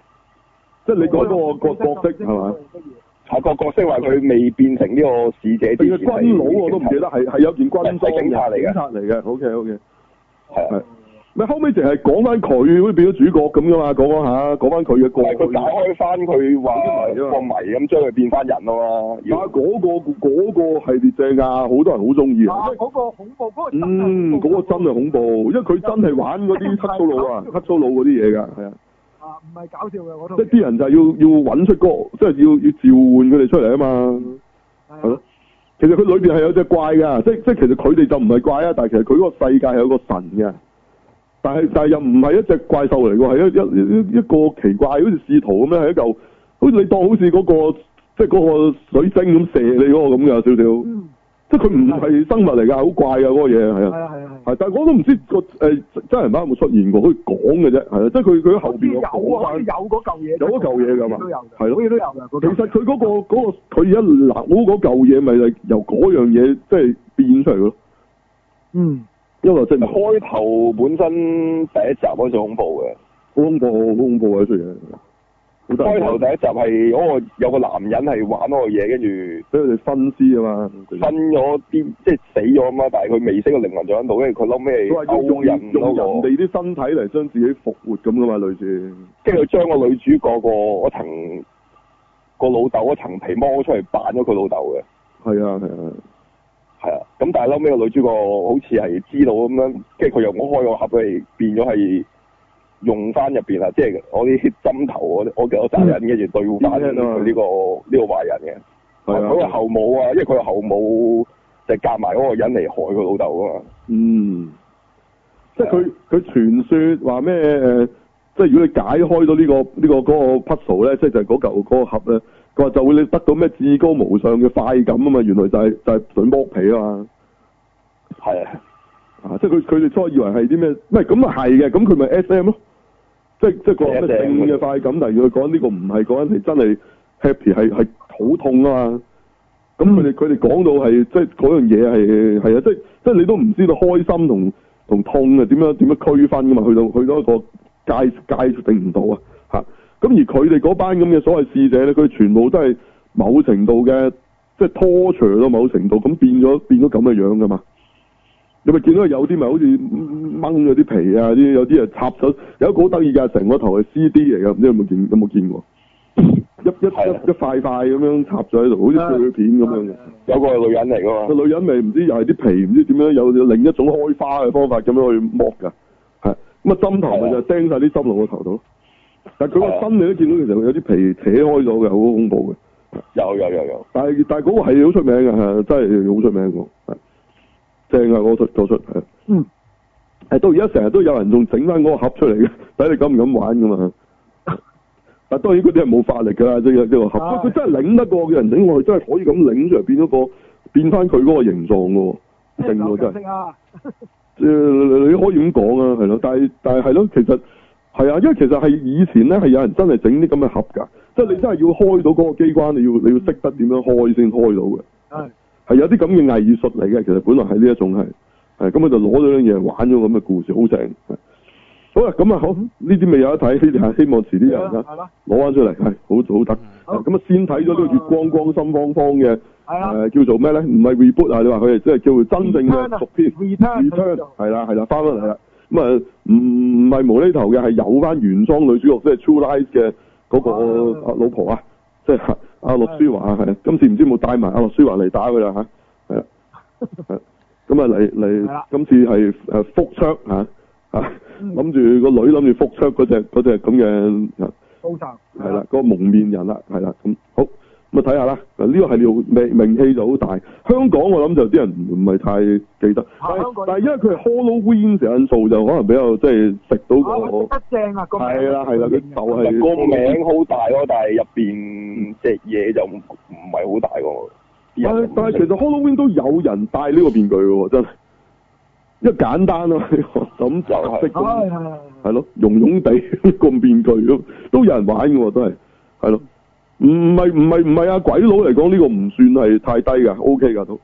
A: 即係你講嗰個個角色係嘛？？
C: 啊，個角色話佢未變成呢個使者之
A: 定
C: 前
A: 係
C: 係
A: 軍佬我都唔記得，係係有件軍裝
C: 係警察嚟嘅
A: 警察嚟嘅，OK OK。
C: 係啊
A: 係咪後尾淨係講翻佢，好似變咗主角咁噶嘛？講講下，講翻佢嘅
C: 唔
A: 過
C: 係佢
A: 去。
C: 打開翻佢話
A: 啲謎啊嘛
C: 個謎咁，將佢變翻人啊嘛。要
A: 啊，嗰、個嗰、個系列正㗎，好多人好中意啊
D: 啊！！嗰個恐怖，嗰個真係
A: 嗯，嗰、個真係恐怖，因為佢真係玩嗰啲黑粗佬啊、黑粗佬嗰啲嘢㗎，係啊，
D: 啊，唔係搞笑嘅嗰套
A: 即係啲人就係要要揾出個，即係要要召喚佢哋出嚟啊嘛。係
D: 係
A: 咯。其實佢裏邊係有隻怪㗎，即即其實佢哋就唔係怪啊，但係其實佢嗰個世界係有個神嘅，但係但係又唔係一隻怪獸嚟㗎，係一一一一個奇怪，好似試圖咁咧，係一嚿好似你當好似嗰、個即係嗰個水晶咁射你嗰個咁㗎少少，
D: 嗯，
A: 即係佢唔係生物嚟㗎，好怪㗎嗰、個嘢係
D: 係
A: 啊。
D: 啊係啊係啊。
A: 係，但係我都唔知個誒、真人版有冇出現過，佢講嘅啫，係啊，即係佢佢喺後
D: 好似
A: 邊
D: 有
A: 有講
D: 啊，好
A: 返
D: 似有嗰嚿嘢，
A: 有嗰嚿嘢㗎嘛
D: 都有，
A: 係咯
D: 好似都有㗎。嗰
A: 其
D: 嚿
A: 實佢嗰、個嗰、個佢而家扭嗰嚿嘢，咪係由嗰樣嘢即係變出嚟咯。
D: 嗯，
A: 因為即係好
C: 開頭本身第一集嗰陣恐怖嘅，
A: 恐怖，好恐怖啊！出嘢，好得
C: 開
A: 人
C: 頭第
A: 驚
C: 一集係嗰個有個男人係玩嗰個嘢，跟住
A: 俾佢哋分屍啊嘛。佢哋
C: 分咗啲即係死咗啊嘛，但係佢未識個靈魂在喺度，跟住佢嬲尾
A: 佢話要
C: 勾
A: 用
C: 人
A: 用人
C: 嗰個，
A: 哋啲身體嚟將自己復活咁噶嘛，類似
C: 跟住佢將個女主角個嗰層個老豆嗰層皮剝出嚟扮咗佢老豆嘅。
A: 係啊係啊，
C: 係啊，咁但係嬲尾個女主角好似係知道咁樣，跟住佢又開個盒嚟變咗係用翻入邊啊，即係我啲針頭我我我責任，跟住對付翻佢呢個呢個壞人嘅。
A: 嗯係
C: 佢個
A: 啊，
C: 後母啊，因為佢個後母就夾埋嗰個人嚟害佢老豆啊嘛。
A: 嗯，
C: 啊
A: 即係佢佢傳說話咩誒？即係如果你解開咗呢、個呢、個嗰、個 puzzle 咧，即係就係嗰嚿嗰個盒咧，佢話就會你得到咩至高無上嘅快感啊嘛，原來就係、就係、想剝皮啊嘛。
C: 係啊，
A: 啊！即係佢佢哋初以為係啲咩？唔係咁啊係嘅，咁佢咪 S M 咯，即係即係講咩
C: SM
A: 性嘅快感。但係如果講呢個唔係講緊係真係 Happy 係係好痛啊嘛。咁佢哋佢哋講到係即係嗰樣嘢係係啊，即係即係你都唔知道開心同同痛啊點樣點樣區分噶嘛？去到去到一個界界定唔到啊嚇。咁而佢哋嗰班咁嘅所謂使者咧，佢全部都係某程度嘅即係拖長到某程度，咁變咗變咗咁嘅樣噶嘛。你咪見到有啲咪好似掹咗啲皮啊，啲有啲啊插咗，有一個好得意㗎，成個頭係 CD 嚟㗎，唔知有冇見有冇見過？ *coughs* 一一
C: 係啊
A: 一一塊塊咁樣插咗喺度，好似碎片咁樣
D: 啊
A: 嘅。
C: 有個係女人嚟噶
A: 個
C: 嘛，
A: 女人咪唔知又係啲皮，唔知點樣有有另一種開花嘅方法咁樣去剝㗎，係咁啊針頭咪就釘晒啲針落個頭度咯。但係佢
C: 係
A: 個
C: 啊
A: 身你都見到其實佢有啲皮扯開咗嘅，好恐怖嘅。
C: 有有有有，
A: 但係但係嗰個係好出名嘅，係真係好出名嘅，係正啊嗰出嗰出係。
D: 嗯，
A: 係到而家成日都有人仲整翻嗰個盒出嚟嘅， *laughs* 睇你敢唔敢玩噶嘛？ *laughs* 但當然嗰啲係冇法力㗎啦，即係呢個盒，
D: 唉
A: 佢真係擰得過嘅人整落去，真係可以咁擰出嚟變咗個變翻佢嗰個形狀㗎喎，正喎真係。
D: 識啊，
A: 誒、你可以咁講啊，係咯，但係但係係咯，其實係啊，因為其實係以前咧係有人真係整啲咁嘅盒㗎，即係你真係要開到嗰個機關，你要你要識得點樣開先開到嘅。
D: 係
A: 係有啲咁嘅藝術嚟嘅，其實本來係呢一種係，係咁佢就攞咗樣嘢玩咗咁嘅故事，好正。係好啦，咁啊好，呢啲未有得睇，呢啲係希望遲啲有人啦
D: 係啦，
A: 攞翻出嚟，係好好
D: 好
A: 得。咁啊先睇咗呢個月光光心慌慌嘅，
D: 係啊
A: 誒、
D: 啦
A: 叫做咩咧？唔係 reboot 啊，你話佢係即係叫做真正嘅續篇
D: Return 啊
A: return，
D: Return
A: 係啦係啦，翻返嚟啦。咁啊唔唔係無厘頭嘅，係有翻原裝女主角，即係 True Lies 嘅嗰個
D: 啊
A: 啊老婆啊，即係阿阿陸舒華啊，係今次唔知有冇帶埋阿陸舒華嚟打佢啦嚇。咁啊嚟
D: 係
A: 嚟
D: 啦，嗯
A: 今次呃係誒復出嚇嚇，諗啊住個女諗住復出嗰只嗰只咁嘅啊
D: 報仇
A: 係啦，嗰個蒙面人啦，係啦，咁好咁啊睇下啦。嗱呢個系列名名氣就好大，香港我諗就啲人唔唔係太記得，
D: 啊
A: 但
D: 香
A: 係
D: 港
A: 但係因為佢係 Halloween 時間做就可能比較即係食到
D: 啊
A: 個
D: 食得正啊，個名
A: 係啦係啦，佢就
C: 個
A: 係嗯
C: 名好大咯，但係入邊隻嘢就唔唔係好大個。
D: 啊
C: 啲
A: 但係
C: 人就唔
A: 但係
C: 識
A: 其實 Halloween 都有人戴呢個面具嘅喎，真係，因為簡單咯，就啊咁
C: 又係
A: 白色咁
D: 唉係
A: 係咯，融融地 *laughs* 個面具咁，都有人玩嘅喎，都係係咯，唔係唔係唔係啊！鬼佬嚟講呢個唔算係太低㗎，OK 㗎都，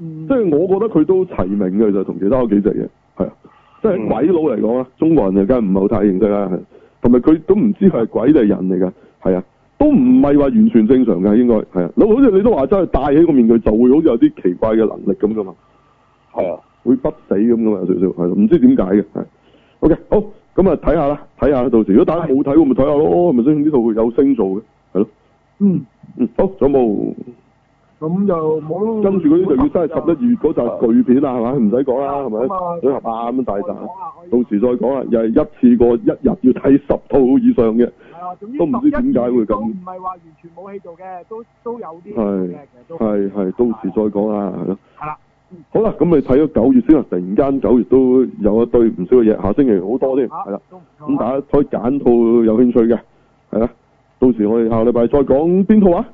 D: 嗯
A: 即係我覺得佢都齊名嘅，就同其他嗰幾隻嘢係啊，即係
C: 嗯
A: 鬼佬嚟講啊，中國人就梗係唔係好太認識啦，係同埋佢都唔知佢係鬼定係人嚟㗎，係啊，都唔係話完全正常㗎，應該係啊，好似你都話真係戴起個面具就會好似有啲奇怪嘅能力咁㗎嘛。
C: 係啊，
A: 會不死咁噶嘛，有少少係咯唔知點解嘅係。OK，好咁啊，睇下啦，睇下啦到時如果大家冇睇過咪睇下咯，係哦咪先？呢度有星做嘅，係咯，
D: 嗯
A: 嗯，好，仲有冇？
D: 咁就冇
A: 跟住嗰啲就要真係十一月嗰集巨片啦，係咪？唔使講啦，係咪？
D: 咁啊
A: 組合啊咁大集，
D: 集
A: 到時再講啊啦，又係一次過一日要睇十套以上嘅，
D: 係啊，總之
A: 都唔知點解會咁
D: 都唔係話完全冇戲做嘅，都都有啲
A: 係
D: 嘅，其實都
A: 係係，到時再講啦，係咯。
D: 係啦，
A: 好啦，咁你睇咗九月先啦，突然間九月都有一堆唔少嘅嘢，下星期好多添，係啦。
D: 都唔錯啊
A: 咁大家可以揀套有興趣嘅，係啦。到時我哋下禮拜再講邊套啊？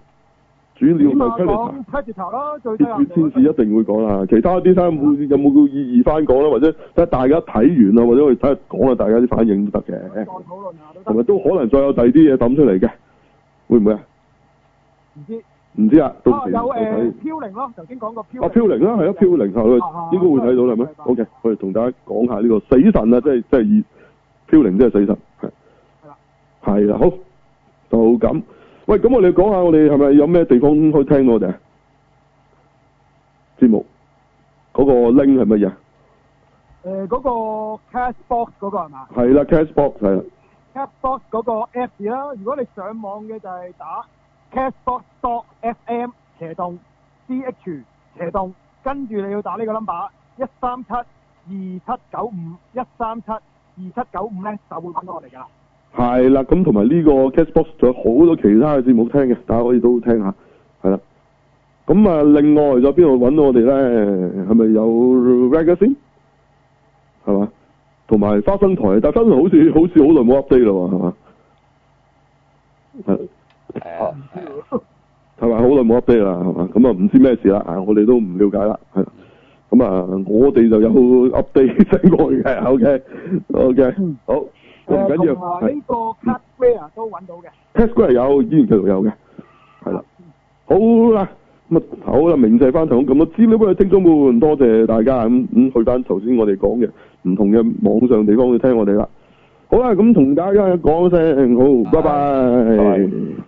A: 主要就
D: 咁
A: 係
D: 啊
A: Predator
D: 講 Predator 啦，最低
A: 鐵血天使一定會講啦。其他啲睇下冇有冇
D: 嗯
A: 個意義翻講啦，或者睇下大家睇完啊，或者我哋睇下講下大家啲反應都得
D: 再
A: 嘅。
D: 討論下都得
A: 同，埋都可能再有第二啲嘢抌出嚟嘅，會唔會啊？
D: 唔知
A: 唔知啊，到
D: 啊
A: 時
D: 有
A: 再睇
D: 誒。飄零咯，頭先講過飄
A: 啊，飄零啦，係啊，飄零後
D: 啊
A: 應該會睇到啦，係咪
D: 啊啊
A: ？OK，我哋同大家講下呢個死神啊，即係即係以飄零即係死神，係
D: 係啦
A: 係啦，好就咁。喂，咁我哋講下我哋係咪有咩地方可以聽到我哋啊節目？嗰個 link 係乜嘢啊？
D: 誒嗰個 Castbox 嗰個係嘛
A: 係啦，Cashbox 係啦，
D: ？Castbox 嗰個 Apps 啦，如果你上網嘅就係打 Castbox dot FM 斜洞 CH 斜洞，跟住你要打呢個 number 一三七二七九五一三七二七九五咧就會揾到我哋㗎啦。
A: 係啦。咁同埋呢個 Cashbox 仲有好多其他嘅節目聽嘅，大家可以都聽下，係啦。咁啊，另外就邊度揾到我哋咧？係咪有 Rag 先？係嘛？同埋花生台，但花生台好似好似好耐冇 update 啦喎，係嘛？係
B: 係啊，係啊
A: 係咪好耐冇 update 啦？係嘛？咁啊唔知咩事啦，啊我哋都唔了解啦，係啦。咁啊，我哋就有 update 醒過嘅，OK，OK，、
D: 嗯
A: 好，咁唔緊要
D: 啊誒同埋
A: 係
D: 呢個 Castware 都揾到嘅。
A: ，test square 有，依然繼續有嘅，好啦，咁啊好啦，明細翻頭咁多資料俾聽眾們，多謝大家咁咁、去翻頭先我哋講嘅唔同嘅網上地方去聽我哋啦。好啦，咁同大家講聲好，拜拜。
C: 拜拜